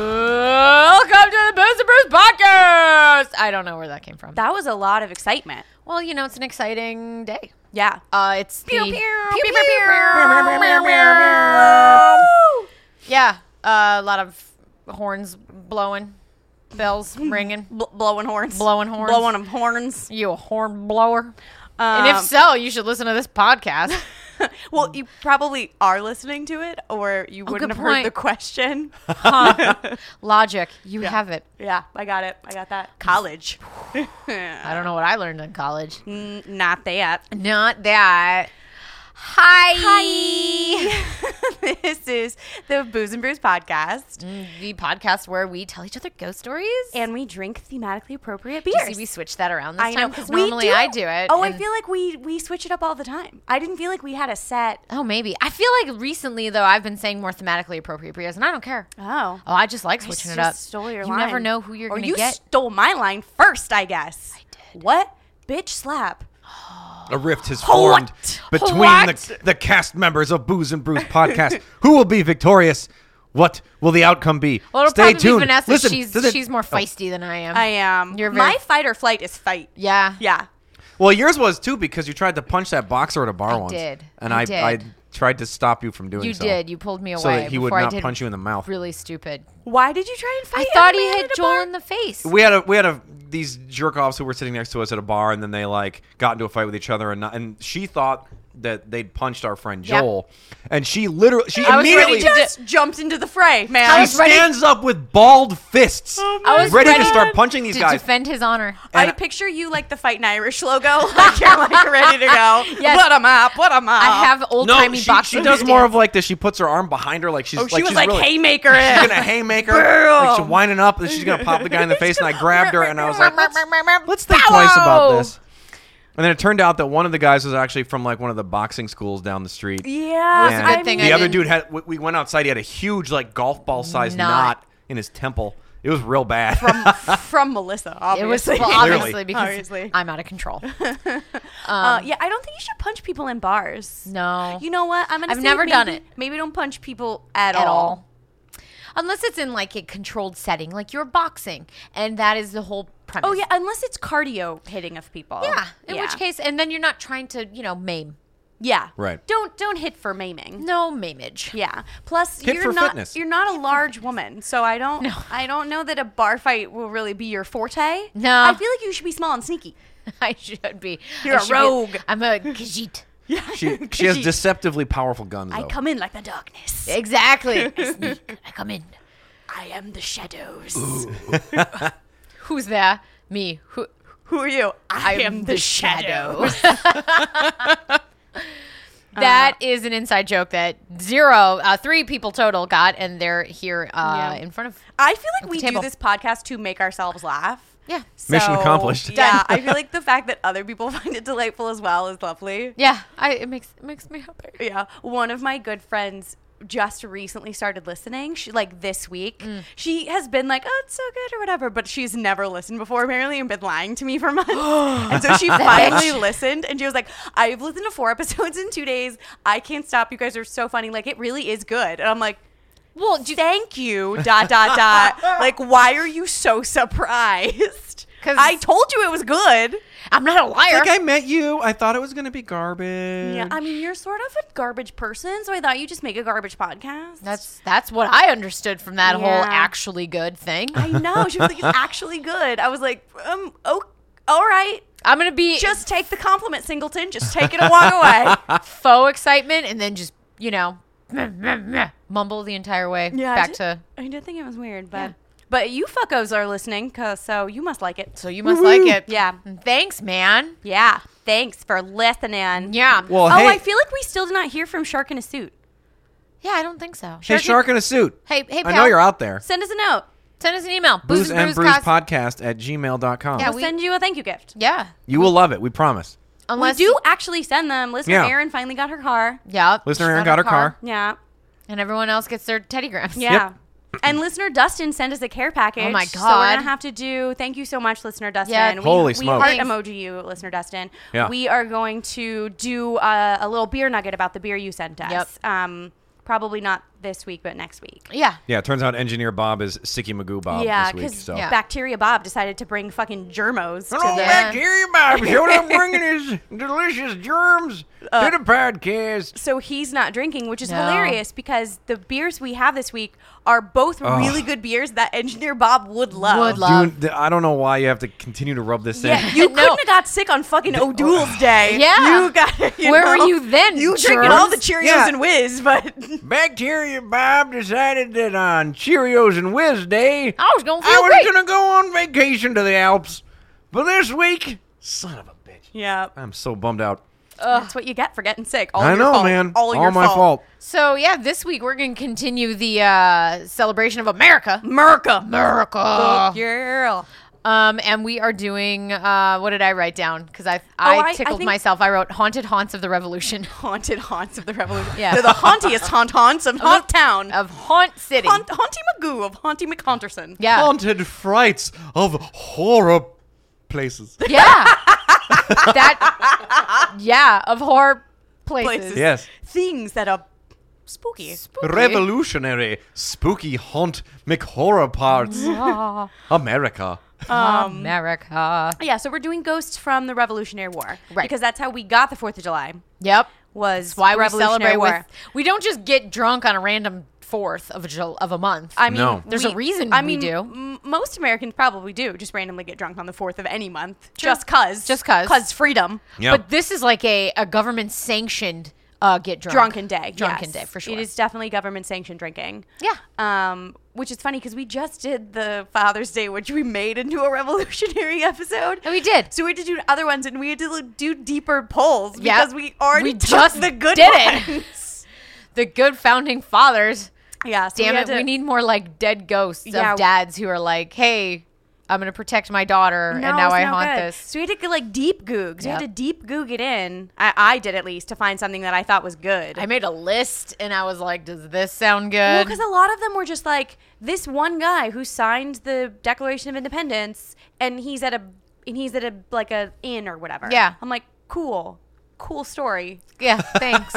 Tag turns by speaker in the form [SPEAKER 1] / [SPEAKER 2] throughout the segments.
[SPEAKER 1] Welcome to the Booze and Brews podcast. I don't know where that came from.
[SPEAKER 2] That was a lot of excitement.
[SPEAKER 1] well, you know, it's an exciting day.
[SPEAKER 2] Yeah.
[SPEAKER 1] Uh, it's
[SPEAKER 2] Pew,
[SPEAKER 1] the-
[SPEAKER 2] pew,
[SPEAKER 1] pew, pew,
[SPEAKER 2] pew, pew.
[SPEAKER 1] pew, pew. Yeah, uh, a lot of horns blowing, bells
[SPEAKER 2] Hmm.
[SPEAKER 1] ringing.
[SPEAKER 2] Bl- blowing horns.
[SPEAKER 1] Blowing horns.
[SPEAKER 2] Blowing them horns.
[SPEAKER 1] You a horn blower?
[SPEAKER 2] Um,
[SPEAKER 1] and if so, you should listen to this podcast.
[SPEAKER 2] well, you probably are listening to it, or you wouldn't
[SPEAKER 1] good
[SPEAKER 2] have
[SPEAKER 1] point.
[SPEAKER 2] heard the question.
[SPEAKER 1] Huh. Logic, you have it.
[SPEAKER 2] yeah, I got it. I got that. College.
[SPEAKER 1] I don't know what I learned in college.
[SPEAKER 2] N- not that.
[SPEAKER 1] Not that. Hi.
[SPEAKER 2] Hi. this is the Booze and Brews podcast,
[SPEAKER 1] The podcast where we tell each other ghost stories.
[SPEAKER 2] and we drink thematically appropriate
[SPEAKER 1] You see,
[SPEAKER 2] beers.
[SPEAKER 1] we switched that around this
[SPEAKER 2] I know.
[SPEAKER 1] time because
[SPEAKER 2] We
[SPEAKER 1] normally I do it.
[SPEAKER 2] Oh, I
[SPEAKER 1] and-
[SPEAKER 2] feel like we we switch it up all the time. I didn't feel like we had a set.
[SPEAKER 1] Oh, maybe. I feel like recently though I've been saying more thematically appropriate beers, and I don't care.
[SPEAKER 2] Oh,
[SPEAKER 1] Oh, I just like switching
[SPEAKER 2] I
[SPEAKER 1] it up.
[SPEAKER 2] just Stole your
[SPEAKER 1] you
[SPEAKER 2] line.
[SPEAKER 1] never know who you're
[SPEAKER 2] or
[SPEAKER 1] gonna
[SPEAKER 2] you
[SPEAKER 1] get.
[SPEAKER 2] Stole my line first, I guess. I did. What bitch slap?
[SPEAKER 3] A rift has formed between
[SPEAKER 1] What?
[SPEAKER 3] The, the cast members of Booze and Brews podcast. Who will be victorious? What will the outcome be?
[SPEAKER 1] well, it'll
[SPEAKER 3] Stay
[SPEAKER 1] probably
[SPEAKER 3] tuned.
[SPEAKER 1] be Vanessa.
[SPEAKER 3] Listen, Oh.
[SPEAKER 1] she's
[SPEAKER 3] to the-
[SPEAKER 1] she's more feisty than I am.
[SPEAKER 2] I am.
[SPEAKER 1] You're very-
[SPEAKER 2] my fight or flight is fight.
[SPEAKER 1] yeah.
[SPEAKER 2] Yeah.
[SPEAKER 3] Well, yours was too because you tried to punch that boxer at a bar
[SPEAKER 1] I
[SPEAKER 3] once.
[SPEAKER 1] did.
[SPEAKER 3] And
[SPEAKER 1] You
[SPEAKER 3] I,
[SPEAKER 1] did.
[SPEAKER 3] I tried to stop you from doing
[SPEAKER 1] You
[SPEAKER 3] so.
[SPEAKER 1] did. You pulled me away
[SPEAKER 3] So that he would
[SPEAKER 1] before I
[SPEAKER 3] not
[SPEAKER 1] did
[SPEAKER 3] punch you in the mouth.
[SPEAKER 1] Really stupid.
[SPEAKER 2] Why did you try and
[SPEAKER 1] I
[SPEAKER 2] fight?
[SPEAKER 1] thought
[SPEAKER 2] a
[SPEAKER 1] he
[SPEAKER 2] man
[SPEAKER 1] hit
[SPEAKER 2] at a
[SPEAKER 1] Joel
[SPEAKER 2] bar?
[SPEAKER 1] in the face.
[SPEAKER 3] We had a we had a these jerk offs who were sitting next to us at a bar, and then they like got into a fight with each other, and not, and she thought that they'd punched our friend
[SPEAKER 1] Yeah.
[SPEAKER 3] Joel, and she literally she
[SPEAKER 1] I was ready
[SPEAKER 3] immediately
[SPEAKER 1] to di-
[SPEAKER 2] Just jumped into the fray, man.
[SPEAKER 1] I
[SPEAKER 3] She
[SPEAKER 1] was ready-
[SPEAKER 3] stands up with balled fists,
[SPEAKER 1] I was
[SPEAKER 3] ready,
[SPEAKER 1] ready
[SPEAKER 3] to start punching these
[SPEAKER 1] to
[SPEAKER 3] guys.
[SPEAKER 1] defend his honor.
[SPEAKER 2] I
[SPEAKER 3] and-
[SPEAKER 2] picture you like the fighting Irish logo, like you're like ready to go.
[SPEAKER 1] Yes.
[SPEAKER 2] What am I? What am I?
[SPEAKER 1] I have old
[SPEAKER 3] no,
[SPEAKER 1] timey
[SPEAKER 3] she,
[SPEAKER 1] boxing.
[SPEAKER 3] she does more
[SPEAKER 1] stance.
[SPEAKER 3] of like this. She puts her arm behind her, like she's
[SPEAKER 2] Oh, she
[SPEAKER 3] like
[SPEAKER 2] was
[SPEAKER 3] she's
[SPEAKER 2] like
[SPEAKER 3] really,
[SPEAKER 2] haymaker. it.
[SPEAKER 3] She's gonna haymaker, like she's
[SPEAKER 2] Boom.
[SPEAKER 3] winding up, and she's gonna pop the guy in the face. And I grabbed her, and I was like,
[SPEAKER 1] let's
[SPEAKER 3] think twice about this. And then it turned out that one of the guys was actually from like one of the boxing schools down the street.
[SPEAKER 2] yeah.
[SPEAKER 1] was a good
[SPEAKER 2] I'm-
[SPEAKER 1] thing
[SPEAKER 3] the
[SPEAKER 1] I
[SPEAKER 3] other
[SPEAKER 1] didn't-
[SPEAKER 3] dude had. w- We went outside. He had a huge like golf ball sized
[SPEAKER 1] Knot.
[SPEAKER 3] knot. in his temple. It was real bad.
[SPEAKER 2] from Melissa,
[SPEAKER 1] It was
[SPEAKER 2] obviously.
[SPEAKER 1] well,
[SPEAKER 3] Clearly.
[SPEAKER 1] obviously because
[SPEAKER 2] Obviously.
[SPEAKER 1] I'm out of control.
[SPEAKER 2] Uh, yeah, I don't think you should punch people in bars.
[SPEAKER 1] No.
[SPEAKER 2] You know what? I'm gonna
[SPEAKER 1] I've
[SPEAKER 2] say
[SPEAKER 1] never
[SPEAKER 2] maybe-
[SPEAKER 1] done it.
[SPEAKER 2] Maybe don't punch people at,
[SPEAKER 1] at
[SPEAKER 2] all.
[SPEAKER 1] all. Unless it's in like a controlled setting, like you're boxing, and that is the whole premise.
[SPEAKER 2] Oh yeah, unless it's cardio hitting of people.
[SPEAKER 1] yeah. In which case, and then you're not trying to, you know, maim.
[SPEAKER 2] yeah,
[SPEAKER 3] Right.
[SPEAKER 2] Don't don't hit for maiming.
[SPEAKER 1] No maimage.
[SPEAKER 2] Yeah. Plus,
[SPEAKER 3] Hit
[SPEAKER 2] you're
[SPEAKER 3] for
[SPEAKER 2] not
[SPEAKER 3] fitness.
[SPEAKER 2] you're not a large woman, so I don't I don't know that a bar fight will really be your forte.
[SPEAKER 1] No.
[SPEAKER 2] I feel like you should be small and sneaky.
[SPEAKER 1] I should be.
[SPEAKER 2] You're
[SPEAKER 1] I
[SPEAKER 2] a
[SPEAKER 1] should be-
[SPEAKER 2] rogue.
[SPEAKER 1] I'm a Khajiit.
[SPEAKER 3] she she has
[SPEAKER 2] She-
[SPEAKER 3] deceptively powerful guns.
[SPEAKER 2] I
[SPEAKER 3] though.
[SPEAKER 2] come in like the darkness.
[SPEAKER 1] Exactly. I sneak. I come in.
[SPEAKER 2] I am the shadows.
[SPEAKER 1] Who's there? Me. Who?
[SPEAKER 2] Who are you? I,
[SPEAKER 1] I'm
[SPEAKER 2] am the, shadow.
[SPEAKER 1] That is an inside joke that zero, uh, three people total got, and they're here uh,
[SPEAKER 2] Yeah.
[SPEAKER 1] in front of.
[SPEAKER 2] I feel
[SPEAKER 1] the
[SPEAKER 2] like we do
[SPEAKER 1] table.
[SPEAKER 2] this podcast to make ourselves laugh.
[SPEAKER 1] Yeah.
[SPEAKER 3] Mission accomplished.
[SPEAKER 2] Yeah, I feel like the fact that other people find it delightful as well is lovely.
[SPEAKER 1] Yeah. I, it makes it makes me happy.
[SPEAKER 2] Yeah, one of my good friends just recently started listening. She like this week.
[SPEAKER 1] Mm.
[SPEAKER 2] She has been like, "Oh, it's so good" or whatever, but she's never listened before apparently and been lying to me for months. and so she finally listened and she was like, "I've listened to four episodes in 2 days. I can't stop. You guys are so funny. Like it really is good." And I'm like,
[SPEAKER 1] Well, do,
[SPEAKER 2] thank you dot dot dot like why are you so surprised
[SPEAKER 1] 'Cause-
[SPEAKER 2] i told you it was good
[SPEAKER 1] I'm not a liar.
[SPEAKER 3] Like I met you, I thought it was gonna be garbage.
[SPEAKER 2] yeah i mean you're sort of a garbage person so i thought you just make a garbage podcast
[SPEAKER 1] That's that's what I understood from that whole
[SPEAKER 2] Yeah.
[SPEAKER 1] actually good thing.
[SPEAKER 2] i know she was like it's actually good i was like um oh all right
[SPEAKER 1] I'm gonna be just
[SPEAKER 2] just take the compliment singleton just take it and walk away
[SPEAKER 1] faux excitement and then just you know meh, meh, meh, mumble the entire way
[SPEAKER 2] yeah
[SPEAKER 1] back
[SPEAKER 2] I did,
[SPEAKER 1] to.
[SPEAKER 2] i did think it was weird but but you fuckos are listening 'cause- so you must like it
[SPEAKER 1] So you must like it.
[SPEAKER 2] Yeah.
[SPEAKER 1] And Thanks, man.
[SPEAKER 2] yeah thanks for listening
[SPEAKER 1] Yeah.
[SPEAKER 3] Well,
[SPEAKER 2] oh
[SPEAKER 3] hey,
[SPEAKER 2] i feel like we still did not hear from shark in a suit
[SPEAKER 1] yeah, I don't think so.
[SPEAKER 3] hey, shark in a suit.
[SPEAKER 1] Hey, hey,
[SPEAKER 3] I
[SPEAKER 1] pal.
[SPEAKER 3] know you're out there.
[SPEAKER 2] Send us a note.
[SPEAKER 1] Send us an email.
[SPEAKER 3] Booze and Brews
[SPEAKER 1] cos-
[SPEAKER 3] podcast at gmail.com.
[SPEAKER 1] Yeah,
[SPEAKER 2] We'll
[SPEAKER 1] we-
[SPEAKER 2] send you a thank you gift.
[SPEAKER 1] Yeah.
[SPEAKER 3] You will love it. We promise.
[SPEAKER 1] Unless
[SPEAKER 2] we do actually send them. Listener
[SPEAKER 3] Yeah.
[SPEAKER 2] Aaron finally got her car.
[SPEAKER 1] Yeah.
[SPEAKER 3] Listener
[SPEAKER 1] she's
[SPEAKER 3] Aaron
[SPEAKER 1] on
[SPEAKER 3] got her car.
[SPEAKER 2] Yeah.
[SPEAKER 1] And everyone else gets their teddy grams.
[SPEAKER 2] Yeah. And listener Dustin sent us a care package.
[SPEAKER 1] Oh my
[SPEAKER 2] So we're
[SPEAKER 1] God.
[SPEAKER 2] gonna have to do. Thank you so much, listener Dustin.
[SPEAKER 1] Yeah.
[SPEAKER 2] We,
[SPEAKER 3] Holy
[SPEAKER 2] we
[SPEAKER 3] smokes.
[SPEAKER 2] heart
[SPEAKER 1] Thanks.
[SPEAKER 2] emoji you, listener Dustin.
[SPEAKER 3] Yeah.
[SPEAKER 2] We are going to do uh, a little beer nugget about the beer you sent us.
[SPEAKER 1] Yep.
[SPEAKER 2] Um, probably not this week, but next week.
[SPEAKER 1] Yeah.
[SPEAKER 3] Yeah, it turns out engineer Bob is Sicky Magoo Bob
[SPEAKER 2] yeah,
[SPEAKER 3] this week.
[SPEAKER 2] because
[SPEAKER 3] So.
[SPEAKER 1] yeah.
[SPEAKER 2] Bacteria Bob decided to bring fucking germos. To
[SPEAKER 3] Hello,
[SPEAKER 2] the-
[SPEAKER 1] back
[SPEAKER 3] here, Bob. Showed up bringing his delicious germs
[SPEAKER 2] Uh,
[SPEAKER 3] to the podcast.
[SPEAKER 2] so he's not drinking, which is
[SPEAKER 1] No.
[SPEAKER 2] hilarious because the beers we have this week are both really good beers that engineer Bob would love.
[SPEAKER 1] Would love.
[SPEAKER 3] Dude, th- I don't know why you have to continue to rub this
[SPEAKER 2] Yeah,
[SPEAKER 3] in.
[SPEAKER 2] you
[SPEAKER 1] No.
[SPEAKER 2] couldn't have got sick on fucking O'Doul's day.
[SPEAKER 1] Yeah.
[SPEAKER 2] you got. You
[SPEAKER 1] Where
[SPEAKER 2] know,
[SPEAKER 1] were you then?
[SPEAKER 2] You drinking
[SPEAKER 1] germs?
[SPEAKER 2] all the Cheerios
[SPEAKER 3] Yeah.
[SPEAKER 2] and Whiz, but
[SPEAKER 3] Bacteria Bob decided that on Cheerios and Whiz Day,
[SPEAKER 2] Oh,
[SPEAKER 1] I was gonna feel
[SPEAKER 3] I was
[SPEAKER 1] great.
[SPEAKER 3] gonna go on vacation to the Alps. But this week, son of a bitch,
[SPEAKER 2] yeah,
[SPEAKER 3] I'm so bummed out.
[SPEAKER 2] that's what you get for getting sick. All
[SPEAKER 3] I
[SPEAKER 2] your
[SPEAKER 3] know,
[SPEAKER 2] fault.
[SPEAKER 3] man.
[SPEAKER 2] All, your
[SPEAKER 3] my fault.
[SPEAKER 1] So yeah, this week we're gonna continue the uh, celebration of America.
[SPEAKER 2] Merca,
[SPEAKER 1] America.
[SPEAKER 2] girl.
[SPEAKER 1] Um, and we are doing. Uh, what did I write down? Because I I
[SPEAKER 2] Oh, I- I
[SPEAKER 1] tickled
[SPEAKER 2] think-
[SPEAKER 1] myself. I wrote haunted haunts of the revolution
[SPEAKER 2] Haunted haunts of the revolution.
[SPEAKER 1] Yeah.
[SPEAKER 2] They're the hauntiest haunt haunts of Haunt Town.
[SPEAKER 1] of haunt city.
[SPEAKER 2] Haunt, Haunty Magoo of Haunty McHaunterson.
[SPEAKER 1] yeah,
[SPEAKER 4] Haunted frights of horror places.
[SPEAKER 1] yeah. that yeah of horror places.
[SPEAKER 2] Places.
[SPEAKER 3] Yes.
[SPEAKER 2] Things that are spooky.
[SPEAKER 1] Spooky.
[SPEAKER 3] Revolutionary, spooky haunt, McHorror parts,
[SPEAKER 1] Ah,
[SPEAKER 3] America.
[SPEAKER 2] Um,
[SPEAKER 1] America.
[SPEAKER 2] Yeah, so we're doing ghosts from the Revolutionary War.
[SPEAKER 1] Right.
[SPEAKER 2] Because that's how we got the 4th of July.
[SPEAKER 1] Yep.
[SPEAKER 2] Was
[SPEAKER 1] Why we
[SPEAKER 2] Revolutionary
[SPEAKER 1] celebrate
[SPEAKER 2] War.
[SPEAKER 1] with? We don't just get drunk on a random fourth of a Jul- of a month.
[SPEAKER 2] I mean,
[SPEAKER 3] No.
[SPEAKER 1] There's a reason
[SPEAKER 2] I
[SPEAKER 1] we
[SPEAKER 2] mean,
[SPEAKER 1] do.
[SPEAKER 2] M- most Americans probably do just randomly get drunk on the fourth of any month, just cause,
[SPEAKER 1] Just 'cause.
[SPEAKER 2] cause freedom.
[SPEAKER 3] Yeah.
[SPEAKER 1] But this is like a, a government sanctioned uh, get drunk.
[SPEAKER 2] Drunken day,
[SPEAKER 1] Drunken
[SPEAKER 2] yes.
[SPEAKER 1] day for sure.
[SPEAKER 2] It is definitely government sanctioned drinking.
[SPEAKER 1] Yeah.
[SPEAKER 2] Um, which is funny because we just did the Father's Day, which we made into a revolutionary episode.
[SPEAKER 1] And we did.
[SPEAKER 2] So we had to do other ones, and we had to like, do deeper polls
[SPEAKER 1] Yeah.
[SPEAKER 2] because we already
[SPEAKER 1] We
[SPEAKER 2] took
[SPEAKER 1] just
[SPEAKER 2] the good
[SPEAKER 1] did it.
[SPEAKER 2] ones.
[SPEAKER 1] the good founding fathers.
[SPEAKER 2] yeah. So
[SPEAKER 1] Damn
[SPEAKER 2] we
[SPEAKER 1] it.
[SPEAKER 2] had to-
[SPEAKER 1] we need more like dead ghosts
[SPEAKER 2] Yeah.
[SPEAKER 1] of dads who are like, hey, I'm going to protect my daughter and now
[SPEAKER 2] it's
[SPEAKER 1] I
[SPEAKER 2] no
[SPEAKER 1] haunt
[SPEAKER 2] good.
[SPEAKER 1] this.
[SPEAKER 2] So we had to go, like deep goog. So We
[SPEAKER 1] Yep.
[SPEAKER 2] had to deep goog it in. I, I did at least to find something that I thought was good.
[SPEAKER 1] I made a list and I was like, does this sound
[SPEAKER 2] well,
[SPEAKER 1] good?
[SPEAKER 2] because a lot of them were just like this one guy who signed the Declaration of Independence, and he's at a and he's at a like a inn or whatever.
[SPEAKER 1] Yeah.
[SPEAKER 2] I'm like, cool, cool story.
[SPEAKER 1] yeah, thanks.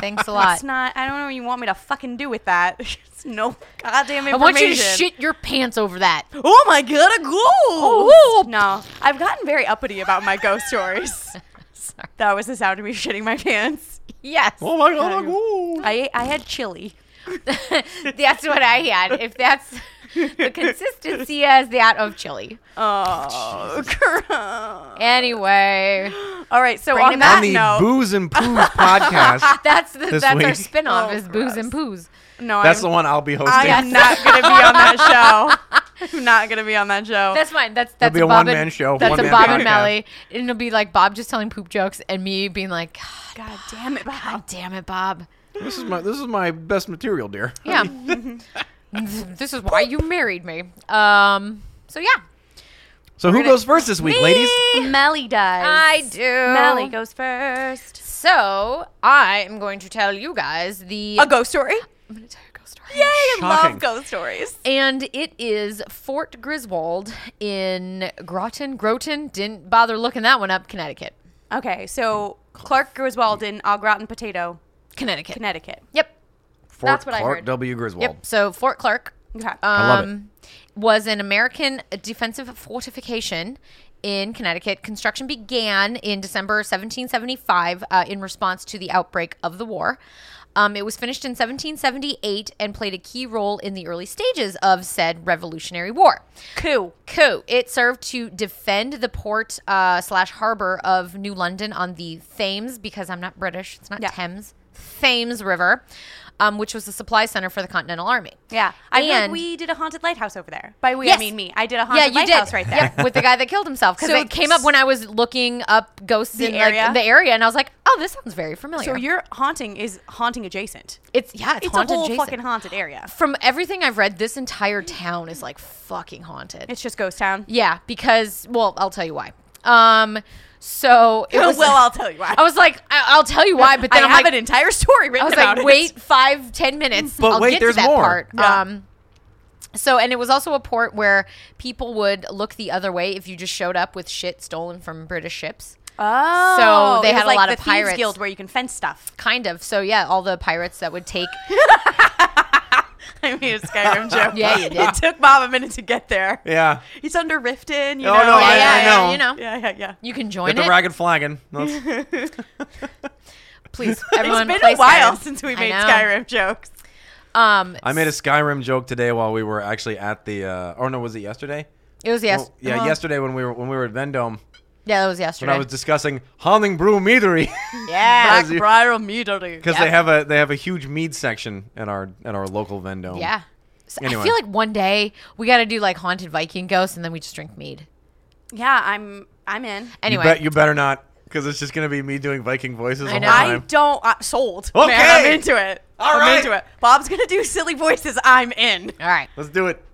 [SPEAKER 1] thanks a lot.
[SPEAKER 2] That's not. I don't know what you want me to fucking do with that. it's no goddamn information.
[SPEAKER 1] I want you to shit your pants over that.
[SPEAKER 2] Oh my god, a
[SPEAKER 1] Oh.
[SPEAKER 2] ghost! No, I've gotten very uppity about my ghost stories.
[SPEAKER 1] Sorry.
[SPEAKER 2] That was the sound of me shitting my pants.
[SPEAKER 1] Yes.
[SPEAKER 3] Oh my god, I'm cool.
[SPEAKER 2] I I had chili.
[SPEAKER 1] that's what I had. If that's the consistency as that of chili.
[SPEAKER 2] Oh, girl.
[SPEAKER 1] Anyway.
[SPEAKER 2] All right. So
[SPEAKER 1] Bring
[SPEAKER 2] on
[SPEAKER 1] it
[SPEAKER 2] that
[SPEAKER 3] on the
[SPEAKER 2] note,
[SPEAKER 3] Booze and Poos podcast.
[SPEAKER 1] That's the
[SPEAKER 3] This
[SPEAKER 1] that's our
[SPEAKER 3] week.
[SPEAKER 1] spinoff
[SPEAKER 2] Oh,
[SPEAKER 1] is booze and poos.
[SPEAKER 2] no,
[SPEAKER 3] That's the
[SPEAKER 2] I'm,
[SPEAKER 3] one I'll be hosting.
[SPEAKER 2] I am not gonna be on that show. I'm not gonna be on that show.
[SPEAKER 1] That's mine. That's that's
[SPEAKER 3] be a
[SPEAKER 1] Bob
[SPEAKER 3] one-man
[SPEAKER 1] and,
[SPEAKER 3] show,
[SPEAKER 1] That's a
[SPEAKER 3] one-man
[SPEAKER 1] Bob and
[SPEAKER 3] podcast.
[SPEAKER 1] Melly. And it'll be like Bob just telling poop jokes and me being like, God,
[SPEAKER 2] God damn it, Bob.
[SPEAKER 1] damn it, Bob.
[SPEAKER 3] This is my this is my best material, dear.
[SPEAKER 1] Yeah. this is why you married me. Um. So yeah,
[SPEAKER 3] So who
[SPEAKER 1] gonna-
[SPEAKER 3] goes first this week, ladies?
[SPEAKER 2] Melly does.
[SPEAKER 1] I do.
[SPEAKER 2] Melly goes first.
[SPEAKER 1] So I am going to tell you guys the.
[SPEAKER 2] A ghost story.
[SPEAKER 1] I'm going to tell you a ghost story.
[SPEAKER 2] Yay! I
[SPEAKER 3] Shocking.
[SPEAKER 2] love ghost stories.
[SPEAKER 1] And it is Fort Griswold in Groton. Groton didn't bother looking that one up. Connecticut.
[SPEAKER 2] Okay, so Clark Griswold in Au Gratin Potato,
[SPEAKER 1] Connecticut.
[SPEAKER 2] Connecticut.
[SPEAKER 1] yep.
[SPEAKER 3] Fort
[SPEAKER 2] That's what I
[SPEAKER 3] Clark
[SPEAKER 2] heard.
[SPEAKER 3] W. Griswold.
[SPEAKER 1] Yep. So Fort Clark
[SPEAKER 2] Okay.
[SPEAKER 3] I love it.
[SPEAKER 1] um, was an American defensive fortification in Connecticut. Construction began in December 1775 uh, in response to the outbreak of the war. Um, it was finished in 1778 and played a key role in the early stages of said Revolutionary War.
[SPEAKER 2] Coup.
[SPEAKER 1] Coup. It served to defend the port uh, slash harbor of New London on the Thames because I'm not British. It's not
[SPEAKER 2] Yeah.
[SPEAKER 1] Thames. Thames River um, which was the supply center for the Continental Army.
[SPEAKER 2] Yeah, I feel like
[SPEAKER 1] And-
[SPEAKER 2] we did a haunted lighthouse over there. By we,
[SPEAKER 1] Yes.
[SPEAKER 2] I mean me. I did a haunted
[SPEAKER 1] Yeah, you
[SPEAKER 2] lighthouse
[SPEAKER 1] did.
[SPEAKER 2] right there.
[SPEAKER 1] Yep, with the guy that killed himself because
[SPEAKER 2] So
[SPEAKER 1] it came up when I was looking up ghosts
[SPEAKER 2] The
[SPEAKER 1] in like,
[SPEAKER 2] area?
[SPEAKER 1] the area, and I was like, "Oh, this sounds very familiar."
[SPEAKER 2] So your haunting is haunting adjacent.
[SPEAKER 1] it's yeah, it's,
[SPEAKER 2] It's
[SPEAKER 1] haunted.
[SPEAKER 2] a whole
[SPEAKER 1] Jason.
[SPEAKER 2] fucking haunted area.
[SPEAKER 1] From everything I've read, this entire town is like fucking haunted.
[SPEAKER 2] It's just ghost town.
[SPEAKER 1] yeah, because well, I'll tell you why. Um, so it was.
[SPEAKER 2] well, I'll tell you why.
[SPEAKER 1] I was like, I- I'll tell you why, but
[SPEAKER 2] I
[SPEAKER 1] then
[SPEAKER 2] have
[SPEAKER 1] am like,
[SPEAKER 2] an entire story written
[SPEAKER 1] I was
[SPEAKER 2] about
[SPEAKER 1] like,
[SPEAKER 2] it.
[SPEAKER 1] wait five, ten minutes.
[SPEAKER 3] But
[SPEAKER 1] I'll
[SPEAKER 3] wait,
[SPEAKER 1] get
[SPEAKER 3] there's
[SPEAKER 1] to that
[SPEAKER 3] more.
[SPEAKER 1] part.
[SPEAKER 2] Yeah.
[SPEAKER 1] Um, so, and it was also a port where people would look the other way if you just showed up with shit stolen from British ships.
[SPEAKER 2] Oh,
[SPEAKER 1] So they
[SPEAKER 2] it was
[SPEAKER 1] had a
[SPEAKER 2] like
[SPEAKER 1] lot
[SPEAKER 2] the
[SPEAKER 1] of
[SPEAKER 2] Thieves
[SPEAKER 1] pirates.
[SPEAKER 2] Guild where you can fence stuff.
[SPEAKER 1] Kind of. So, yeah, all the pirates that would take.
[SPEAKER 2] I made a Skyrim joke.
[SPEAKER 1] Yeah, you did.
[SPEAKER 2] It took Bob a minute to get there.
[SPEAKER 3] Yeah.
[SPEAKER 2] He's under Riften. You
[SPEAKER 3] Oh,
[SPEAKER 2] know.
[SPEAKER 3] no,
[SPEAKER 2] yeah,
[SPEAKER 3] I-
[SPEAKER 2] yeah,
[SPEAKER 3] I
[SPEAKER 2] yeah.
[SPEAKER 3] know.
[SPEAKER 1] You know,
[SPEAKER 2] Yeah, yeah, yeah.
[SPEAKER 1] you can
[SPEAKER 3] Get
[SPEAKER 1] join
[SPEAKER 3] the
[SPEAKER 1] it.
[SPEAKER 3] ragged flagon. That's-
[SPEAKER 1] Please, everyone.
[SPEAKER 2] it's
[SPEAKER 1] play
[SPEAKER 2] been a while
[SPEAKER 1] Skyrim.
[SPEAKER 2] since we
[SPEAKER 1] I
[SPEAKER 2] made
[SPEAKER 1] know.
[SPEAKER 2] Skyrim jokes.
[SPEAKER 1] Um,
[SPEAKER 3] I made a Skyrim joke today while we were actually at the. Uh, oh no, was it yesterday?
[SPEAKER 1] It was yes.
[SPEAKER 3] Well, yeah,
[SPEAKER 2] Uh-huh.
[SPEAKER 1] well,
[SPEAKER 3] yesterday when we were when we were at Vendome
[SPEAKER 1] Yeah, that was
[SPEAKER 3] when
[SPEAKER 1] yesterday.
[SPEAKER 3] I was discussing Honning Brew Meadery
[SPEAKER 2] Yeah,
[SPEAKER 3] As you-
[SPEAKER 2] Meadery.
[SPEAKER 3] because
[SPEAKER 1] Yep.
[SPEAKER 3] they have a they have a huge mead section at our at our local Vendome.
[SPEAKER 1] yeah. So I
[SPEAKER 3] Anyway.
[SPEAKER 1] feel like one day we got to do like haunted Viking ghosts, and then we just drink mead.
[SPEAKER 2] Yeah, I'm. I'm in.
[SPEAKER 1] Anyway,
[SPEAKER 3] you bet you better not because it's just gonna be me doing Viking voices. the
[SPEAKER 1] I
[SPEAKER 3] whole
[SPEAKER 1] know.
[SPEAKER 2] I
[SPEAKER 3] time.
[SPEAKER 2] don't. i sold. Okay. Man, I'm
[SPEAKER 3] Okay.
[SPEAKER 2] into it.
[SPEAKER 3] All
[SPEAKER 2] I'm
[SPEAKER 3] right.
[SPEAKER 2] into it. Bob's gonna do silly voices. I'm in.
[SPEAKER 1] all right.
[SPEAKER 3] Let's do it.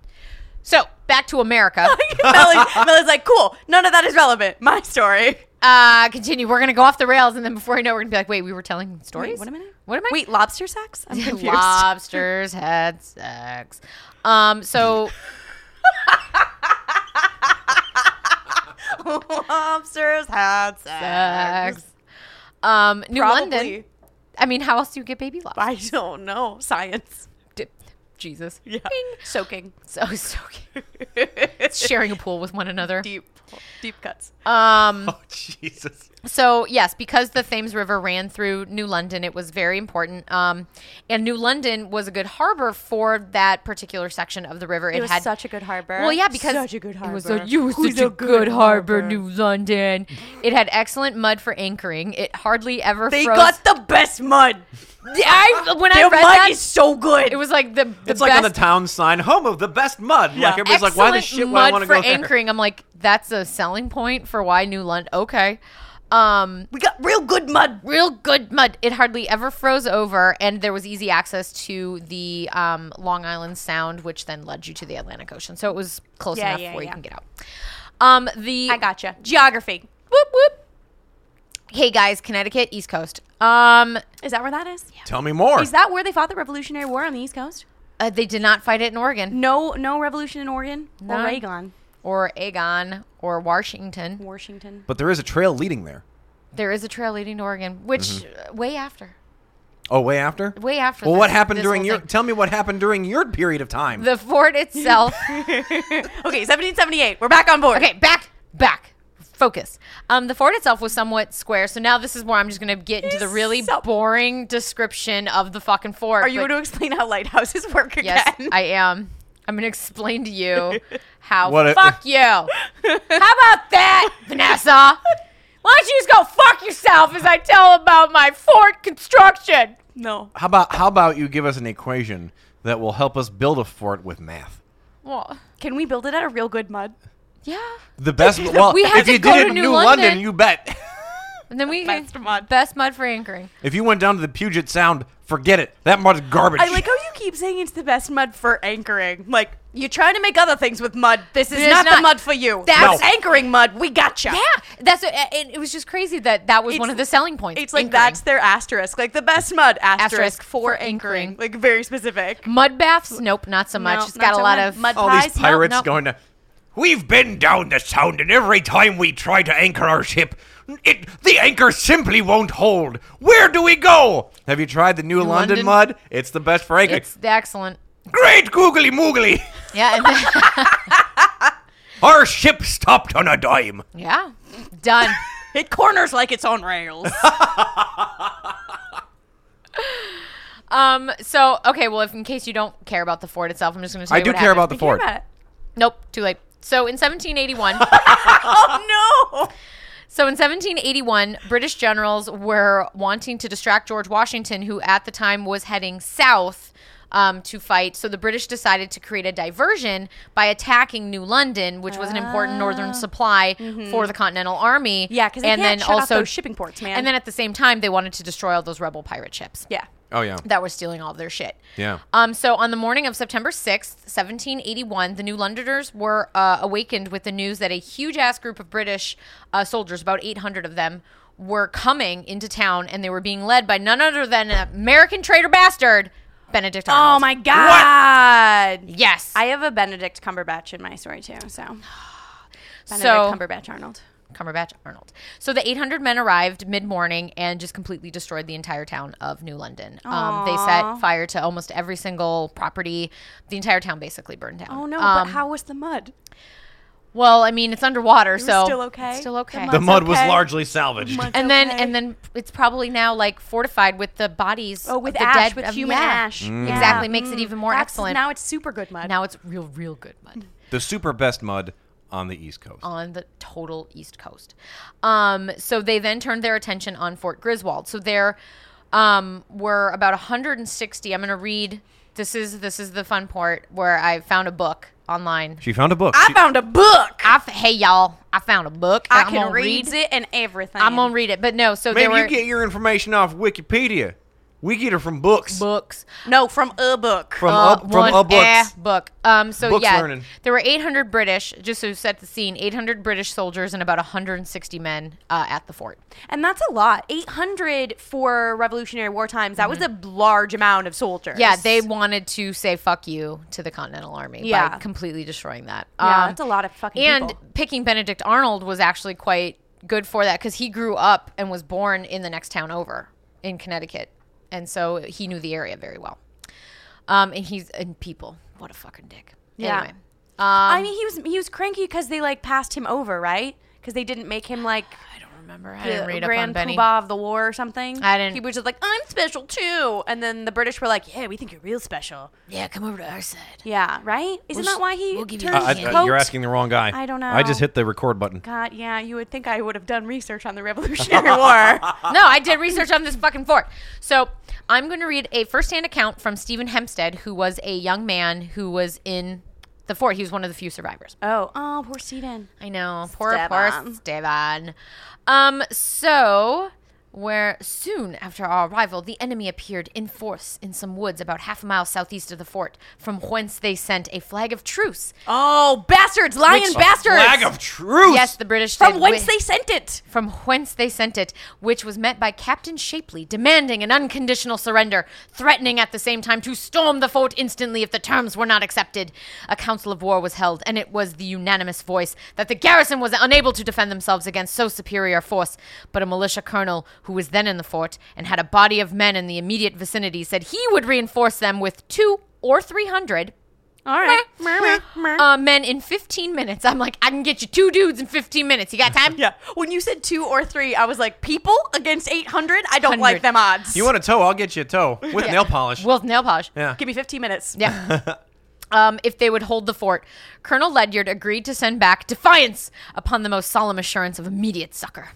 [SPEAKER 1] So back to America.
[SPEAKER 2] Melly, Melly's like, cool. None of that is relevant. My story.
[SPEAKER 1] uh, continue. We're gonna go off the rails, and then before you know, it, we're gonna be like, wait, we were telling stories.
[SPEAKER 2] what am I?
[SPEAKER 1] What am I?
[SPEAKER 2] Wait, lobster sex? I'm confused.
[SPEAKER 1] lobsters had sex. Um, so
[SPEAKER 2] Lobsters had sex.
[SPEAKER 1] sex. Um, New
[SPEAKER 2] Probably.
[SPEAKER 1] London. I mean, how else do you get baby lobster?
[SPEAKER 2] I don't know. Science.
[SPEAKER 1] D- Jesus.
[SPEAKER 2] Yeah.
[SPEAKER 1] Bing.
[SPEAKER 2] Soaking.
[SPEAKER 1] So so cute. sharing a pool with one another.
[SPEAKER 2] deep, deep cuts.
[SPEAKER 1] Um.
[SPEAKER 3] Oh Jesus.
[SPEAKER 1] So yes, because the Thames River ran through New London, it was very important. Um, and New London was a good harbor for that particular section of the river. It,
[SPEAKER 2] It was
[SPEAKER 1] had
[SPEAKER 2] such a good harbor.
[SPEAKER 1] well, yeah, because
[SPEAKER 2] such a good harbor.
[SPEAKER 1] It was a, you was such a, good, harbor, New London. It had excellent mud for anchoring. It hardly ever
[SPEAKER 2] They
[SPEAKER 1] froze.
[SPEAKER 2] got the best mud.
[SPEAKER 1] I, when I
[SPEAKER 2] Their
[SPEAKER 1] read
[SPEAKER 2] mud
[SPEAKER 1] that,
[SPEAKER 2] is so good.
[SPEAKER 1] it was like the, the
[SPEAKER 3] It's
[SPEAKER 1] best
[SPEAKER 3] like on the town sign, home of the best mud.
[SPEAKER 2] Yeah.
[SPEAKER 3] Like everybody's like, why the shit would I
[SPEAKER 1] mud
[SPEAKER 3] want to
[SPEAKER 1] for
[SPEAKER 3] go there?
[SPEAKER 1] anchoring. I'm like, that's a selling point for why New London. Okay. Um,
[SPEAKER 2] we got real good mud.
[SPEAKER 1] real good mud. It hardly ever froze over, and there was easy access to the um, Long Island Sound, which then led you to the Atlantic Ocean. So it was close
[SPEAKER 2] Yeah,
[SPEAKER 1] enough
[SPEAKER 2] yeah,
[SPEAKER 1] where
[SPEAKER 2] yeah.
[SPEAKER 1] you can get out. Um, the
[SPEAKER 2] I gotcha. Geography.
[SPEAKER 1] Whoop whoop. Hey guys, Connecticut, East Coast. Um,
[SPEAKER 2] Is that where that is? Yeah.
[SPEAKER 3] Tell me more.
[SPEAKER 2] Is that where they fought the Revolutionary War on the East Coast?
[SPEAKER 1] uh, they did not fight it in Oregon
[SPEAKER 2] No, no revolution in Oregon or
[SPEAKER 1] No.
[SPEAKER 2] Oregon,
[SPEAKER 1] or Agon or Washington.
[SPEAKER 2] Washington.
[SPEAKER 3] but there is a trail leading there.
[SPEAKER 1] There is a trail leading to Oregon, which
[SPEAKER 2] Mm-hmm.
[SPEAKER 1] uh, way after,
[SPEAKER 3] Oh, way after.
[SPEAKER 1] way after.
[SPEAKER 3] Well,
[SPEAKER 1] this-
[SPEAKER 3] what happened
[SPEAKER 1] this
[SPEAKER 3] during
[SPEAKER 1] whole
[SPEAKER 3] your?
[SPEAKER 1] thing.
[SPEAKER 3] Tell me what happened during your period of time.
[SPEAKER 1] the fort itself.
[SPEAKER 2] Okay, 1778. We're back on board.
[SPEAKER 1] Okay, back, back, focus. Um, the fort itself was somewhat square, so now this is where I'm just gonna get into the really
[SPEAKER 2] so-
[SPEAKER 1] boring description of the fucking fort.
[SPEAKER 2] Are you
[SPEAKER 1] but-
[SPEAKER 2] going to explain how lighthouses work again?
[SPEAKER 1] Yes, I am. I'm gonna explain to you how.
[SPEAKER 3] What a-
[SPEAKER 1] fuck you. how about that, Vanessa? Why don't you just go fuck yourself as I tell about my fort construction?
[SPEAKER 2] no.
[SPEAKER 3] how about how about you give us an equation that will help us build a fort with math?
[SPEAKER 1] Well,
[SPEAKER 2] Can we build it out of real good mud?
[SPEAKER 1] yeah.
[SPEAKER 3] The best. Well,
[SPEAKER 1] We had
[SPEAKER 3] if
[SPEAKER 1] to
[SPEAKER 3] you
[SPEAKER 1] go
[SPEAKER 3] did
[SPEAKER 1] to
[SPEAKER 3] it in
[SPEAKER 1] New
[SPEAKER 3] New London,
[SPEAKER 1] London.
[SPEAKER 3] you bet.
[SPEAKER 1] And then we
[SPEAKER 2] Best mud.
[SPEAKER 1] best mud for anchoring.
[SPEAKER 3] if you went down to the Puget Sound, forget it. That mud's garbage.
[SPEAKER 2] I like how you keep saying it's the best mud for anchoring. Like you're trying to make other things with mud. This is
[SPEAKER 1] It is
[SPEAKER 2] not, the
[SPEAKER 1] not.
[SPEAKER 2] mud for you.
[SPEAKER 1] That's-
[SPEAKER 2] That's anchoring mud. We gotcha.
[SPEAKER 1] Yeah, that's a- and it was just crazy that that was
[SPEAKER 2] It's-
[SPEAKER 1] one of the selling points.
[SPEAKER 2] It's like
[SPEAKER 1] anchoring.
[SPEAKER 2] that's their asterisk. Like the best mud asterisk,
[SPEAKER 1] Asterisk
[SPEAKER 2] for
[SPEAKER 1] for
[SPEAKER 2] anchoring.
[SPEAKER 1] anchoring.
[SPEAKER 2] Like very specific.
[SPEAKER 1] Mud baths? Nope, not so much.
[SPEAKER 2] No,
[SPEAKER 1] it's
[SPEAKER 2] not
[SPEAKER 1] got
[SPEAKER 2] so
[SPEAKER 1] a lot
[SPEAKER 2] much.
[SPEAKER 1] of
[SPEAKER 2] Mud
[SPEAKER 3] all
[SPEAKER 2] pies,
[SPEAKER 3] these
[SPEAKER 2] no,
[SPEAKER 3] pirates
[SPEAKER 1] no.
[SPEAKER 3] going to. We've been down the sound, and every time we try to anchor our ship, it the anchor simply won't hold. Where do we go? Have you tried the New, London, mud?
[SPEAKER 1] London?
[SPEAKER 3] It's the best for anchoring.
[SPEAKER 1] It's excellent.
[SPEAKER 3] Great googly moogly!
[SPEAKER 1] Yeah, and then,
[SPEAKER 3] Our ship stopped on a dime.
[SPEAKER 1] yeah, done.
[SPEAKER 2] It corners like it's on rails.
[SPEAKER 1] Um. So okay. Well, if in case you don't care about the fort itself, I'm just going to.
[SPEAKER 3] I do care about the fort.
[SPEAKER 2] Yeah.
[SPEAKER 1] Nope. Too late. So in 1781,
[SPEAKER 2] oh no.
[SPEAKER 1] So in 1781, British generals were wanting to distract George Washington, who at the time was heading south um, to fight. So the British decided to create a diversion by attacking New London, which was an important northern supply for the Continental Army.
[SPEAKER 2] Ah. Mm-hmm. Yeah, because
[SPEAKER 1] and then also
[SPEAKER 2] those shipping ports, man.
[SPEAKER 1] And then at the same time, they wanted to destroy all those rebel pirate ships
[SPEAKER 2] yeah,
[SPEAKER 3] Oh yeah.
[SPEAKER 1] that were stealing all of their shit.
[SPEAKER 3] Yeah.
[SPEAKER 1] Um. So on the morning of September sixth, seventeen eighty-one, the New Londoners were uh, awakened with the news that a huge ass group of British uh, soldiers, about eight hundred of them, were coming into town, and they were being led by none other than an American traitor bastard, Benedict Arnold.
[SPEAKER 2] Oh my god.
[SPEAKER 1] Yes.
[SPEAKER 2] I have a Benedict Cumberbatch in my story too, so Benedict
[SPEAKER 1] so
[SPEAKER 2] Cumberbatch Arnold.
[SPEAKER 1] Cumberbatch Arnold. So the 800 men arrived mid morning and just completely destroyed the entire town of New London. Um, they set fire to almost every single property. The entire town basically burned down.
[SPEAKER 2] Oh no,
[SPEAKER 1] Um,
[SPEAKER 2] but how was the mud?
[SPEAKER 1] Well, I mean, it's underwater,
[SPEAKER 2] was
[SPEAKER 1] so
[SPEAKER 2] still okay?
[SPEAKER 1] it's still okay.
[SPEAKER 3] The
[SPEAKER 2] It's
[SPEAKER 3] mud was
[SPEAKER 2] okay.
[SPEAKER 3] largely salvaged.
[SPEAKER 1] and then and then it's probably now like fortified with the bodies.
[SPEAKER 2] oh, with
[SPEAKER 1] of the
[SPEAKER 2] ash,
[SPEAKER 1] dead,
[SPEAKER 2] with
[SPEAKER 1] of-
[SPEAKER 2] human
[SPEAKER 1] yeah. Mm.
[SPEAKER 2] ash,
[SPEAKER 3] Mm.
[SPEAKER 2] Yeah. Mm.
[SPEAKER 1] Exactly, makes it even more
[SPEAKER 2] That's-
[SPEAKER 1] excellent.
[SPEAKER 2] Now it's super good mud.
[SPEAKER 1] Now it's real, real good mud.
[SPEAKER 3] The super best mud on the East
[SPEAKER 2] Mm.
[SPEAKER 3] Coast.
[SPEAKER 1] on the total East Coast. Um, so they then turned their attention on Fort Griswold. So there um, were about 160. I'm going to read. This is this is the fun part where I found a book online.
[SPEAKER 3] She found a book.
[SPEAKER 2] I
[SPEAKER 3] She-
[SPEAKER 2] found a book. I,
[SPEAKER 1] I f- hey y'all, I found a book. I'm
[SPEAKER 2] can
[SPEAKER 1] gonna
[SPEAKER 2] read it and everything.
[SPEAKER 1] I'm gonna read it, but no. So
[SPEAKER 3] Man,
[SPEAKER 1] there were
[SPEAKER 3] you get your information off Wikipedia. We get it from books.
[SPEAKER 1] books.
[SPEAKER 2] no from a book.
[SPEAKER 3] From
[SPEAKER 1] Uh,
[SPEAKER 3] up from
[SPEAKER 1] one
[SPEAKER 3] up
[SPEAKER 1] eh
[SPEAKER 3] books.
[SPEAKER 1] book. Um, so
[SPEAKER 3] Books
[SPEAKER 1] yeah,
[SPEAKER 3] learning.
[SPEAKER 1] there were 800 British, just to set the scene, 800 British soldiers and about 160 men uh, at the fort.
[SPEAKER 2] and that's a lot. 800 for Revolutionary War times. That was a large amount of soldiers.
[SPEAKER 1] Mm-hmm. Yeah, they wanted to say fuck you to the Continental Army by
[SPEAKER 2] Yeah.
[SPEAKER 1] completely destroying that.
[SPEAKER 2] Yeah,
[SPEAKER 1] Um,
[SPEAKER 2] that's a lot of fucking
[SPEAKER 1] and
[SPEAKER 2] people.
[SPEAKER 1] picking Benedict Arnold was actually quite good for that because he grew up and was born in the next town over in Connecticut, and so he knew the area very well. Um, and he's and people, what a fucking dick.
[SPEAKER 2] Yeah.
[SPEAKER 1] Anyway, um,
[SPEAKER 2] I mean, he was he was cranky because they like passed him over, right? Because they didn't make him like
[SPEAKER 1] I don't remember. I
[SPEAKER 2] the
[SPEAKER 1] didn't read up on
[SPEAKER 2] grand
[SPEAKER 1] Benny.
[SPEAKER 2] poobah of the war or something.
[SPEAKER 1] I didn't-
[SPEAKER 2] He was just like, I'm special too. And then the British were like, Yeah, we think you're real special.
[SPEAKER 1] Yeah, come over to our side.
[SPEAKER 2] Yeah, right? Isn't that why he
[SPEAKER 1] we'll give you
[SPEAKER 2] turned
[SPEAKER 1] a
[SPEAKER 3] I-
[SPEAKER 1] hand.
[SPEAKER 3] I-
[SPEAKER 2] coat?
[SPEAKER 3] you're asking the wrong guy.
[SPEAKER 2] I don't
[SPEAKER 3] I just
[SPEAKER 2] know.
[SPEAKER 3] hit the record button.
[SPEAKER 2] God, yeah, you would think I would have done research on the Revolutionary War.
[SPEAKER 1] no, I did research on this fucking fort. So I'm going to read a firsthand account from Stephen Hempstead, who was a young man who was in the fort. He was one of the few survivors.
[SPEAKER 2] Oh, oh, poor Steven.
[SPEAKER 1] I know, poor, poor
[SPEAKER 2] Esteban.
[SPEAKER 1] Esteban. Um, so where soon after our arrival, the enemy appeared in force in some woods about half a mile southeast of the fort, from whence they sent a flag of truce.
[SPEAKER 2] Oh, bastards, lion
[SPEAKER 1] Which-
[SPEAKER 2] bastards.
[SPEAKER 3] Flag of truth.
[SPEAKER 1] Yes, the British
[SPEAKER 2] From
[SPEAKER 1] did
[SPEAKER 2] whence
[SPEAKER 1] wi-
[SPEAKER 2] they sent it.
[SPEAKER 1] from whence they sent it, which was met by Captain Shapley demanding an unconditional surrender, threatening at the same time to storm the fort instantly if the terms were not accepted. A council of war was held, and it was the unanimous voice that the garrison was unable to defend themselves against so superior a force. But a militia colonel, who was then in the fort and had a body of men in the immediate vicinity, said he would reinforce them with two or three hundred
[SPEAKER 2] All right.
[SPEAKER 1] uh, men in 15 minutes. I'm like, I can get you two dudes in 15 minutes. You got time?
[SPEAKER 2] yeah. When you said two or three, I was like, people against 800? I don't
[SPEAKER 1] 100.
[SPEAKER 2] like them odds.
[SPEAKER 3] You want a toe? I'll get you a toe with nail polish.
[SPEAKER 1] Well, nail polish.
[SPEAKER 3] yeah.
[SPEAKER 2] Give me 15 minutes.
[SPEAKER 1] Yeah. Um, if they would hold the fort, Colonel Ledyard agreed to send back defiance upon the most solemn assurance of immediate succor.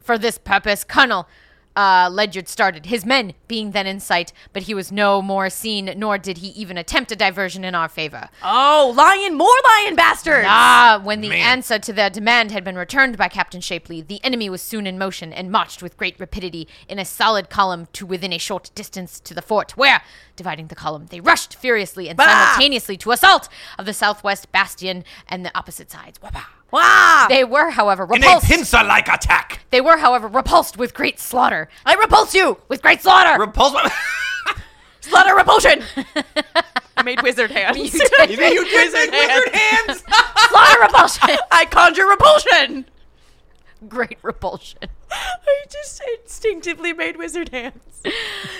[SPEAKER 1] For this purpose, Colonel uh, Ledyard started, his men being then in sight, but he was no more seen, nor did he even attempt a diversion in our favor.
[SPEAKER 2] Oh, lion, more lion bastards.
[SPEAKER 1] Ah, when the
[SPEAKER 3] Man.
[SPEAKER 1] answer to their demand had been returned by Captain Shapley, the enemy was soon in motion and marched with great rapidity in a solid column to within a short distance to the fort, where, dividing the column, they rushed furiously and simultaneously to assault of the southwest bastion and the opposite sides. Wah-bah.
[SPEAKER 2] Wow.
[SPEAKER 1] They were, however,
[SPEAKER 3] In a
[SPEAKER 1] repulsed.
[SPEAKER 3] pincer-like attack.
[SPEAKER 1] they were, however, repulsed with great slaughter.
[SPEAKER 2] I repulse you.
[SPEAKER 1] With great slaughter.
[SPEAKER 3] Repulse.
[SPEAKER 2] Slaughter repulsion. I made wizard hands. you
[SPEAKER 3] you did wizard, wizard hands.
[SPEAKER 1] slaughter repulsion.
[SPEAKER 2] I conjure repulsion.
[SPEAKER 1] great repulsion.
[SPEAKER 2] I just instinctively made wizard hands.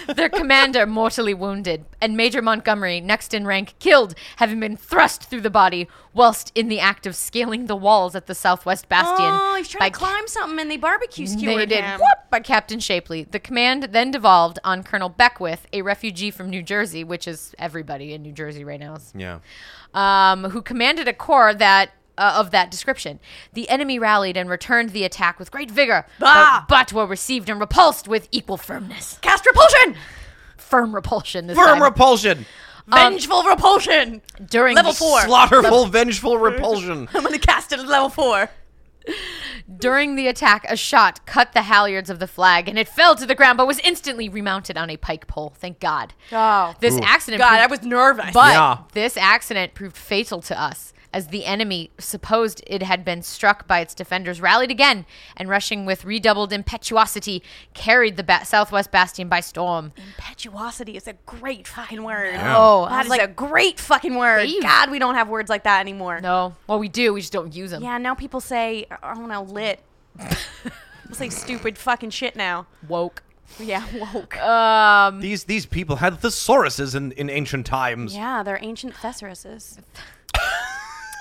[SPEAKER 1] Their commander mortally wounded, and Major Montgomery, next in rank, killed, having been thrust through the body whilst in the act of scaling the walls at the southwest bastion.
[SPEAKER 2] Oh, he's trying
[SPEAKER 1] by
[SPEAKER 2] to climb something and they barbecue
[SPEAKER 1] they
[SPEAKER 2] skewered
[SPEAKER 1] did
[SPEAKER 2] him.
[SPEAKER 1] whoop by Captain Shapley. The command then devolved on Colonel Beckwith, a refugee from New Jersey, which is everybody in New Jersey right now, is-
[SPEAKER 3] Yeah.
[SPEAKER 1] um, who commanded a corps that uh, of that description. The enemy rallied and returned the attack with great vigor,
[SPEAKER 2] Ah!
[SPEAKER 1] but, but were received and repulsed with equal firmness.
[SPEAKER 2] Cast repulsion.
[SPEAKER 1] Firm repulsion this
[SPEAKER 3] Firm
[SPEAKER 1] time.
[SPEAKER 3] repulsion.
[SPEAKER 1] Um,
[SPEAKER 2] Vengeful repulsion.
[SPEAKER 1] during
[SPEAKER 2] level
[SPEAKER 1] the-
[SPEAKER 2] four.
[SPEAKER 3] Slaughterful, vengeful repulsion.
[SPEAKER 2] I'm gonna cast it at level four.
[SPEAKER 1] During the attack, a shot cut the halyards of the flag, and it fell to the ground, but was instantly remounted on a pike pole. Thank God.
[SPEAKER 2] Oh.
[SPEAKER 1] This accident.
[SPEAKER 2] God,
[SPEAKER 1] proved-
[SPEAKER 2] I was nervous.
[SPEAKER 1] But
[SPEAKER 3] Yeah.
[SPEAKER 1] this accident proved fatal to us, as the enemy supposed it had been struck by its defenders, rallied again, and rushing with redoubled impetuosity, carried the ba- southwest bastion by storm.
[SPEAKER 2] impetuosity is a great fucking word.
[SPEAKER 1] Oh, I
[SPEAKER 2] That
[SPEAKER 1] was
[SPEAKER 2] is
[SPEAKER 1] like,
[SPEAKER 2] a great fucking word.
[SPEAKER 1] Dave.
[SPEAKER 2] God, we don't have words like that anymore.
[SPEAKER 1] no. Well, we do. We just don't use them.
[SPEAKER 2] Yeah, now people say, I don't know, lit. people say stupid fucking shit now.
[SPEAKER 1] Woke.
[SPEAKER 2] Yeah, woke.
[SPEAKER 1] Um,
[SPEAKER 3] These these people had thesauruses in, in ancient times.
[SPEAKER 2] yeah, they're ancient thesaurus.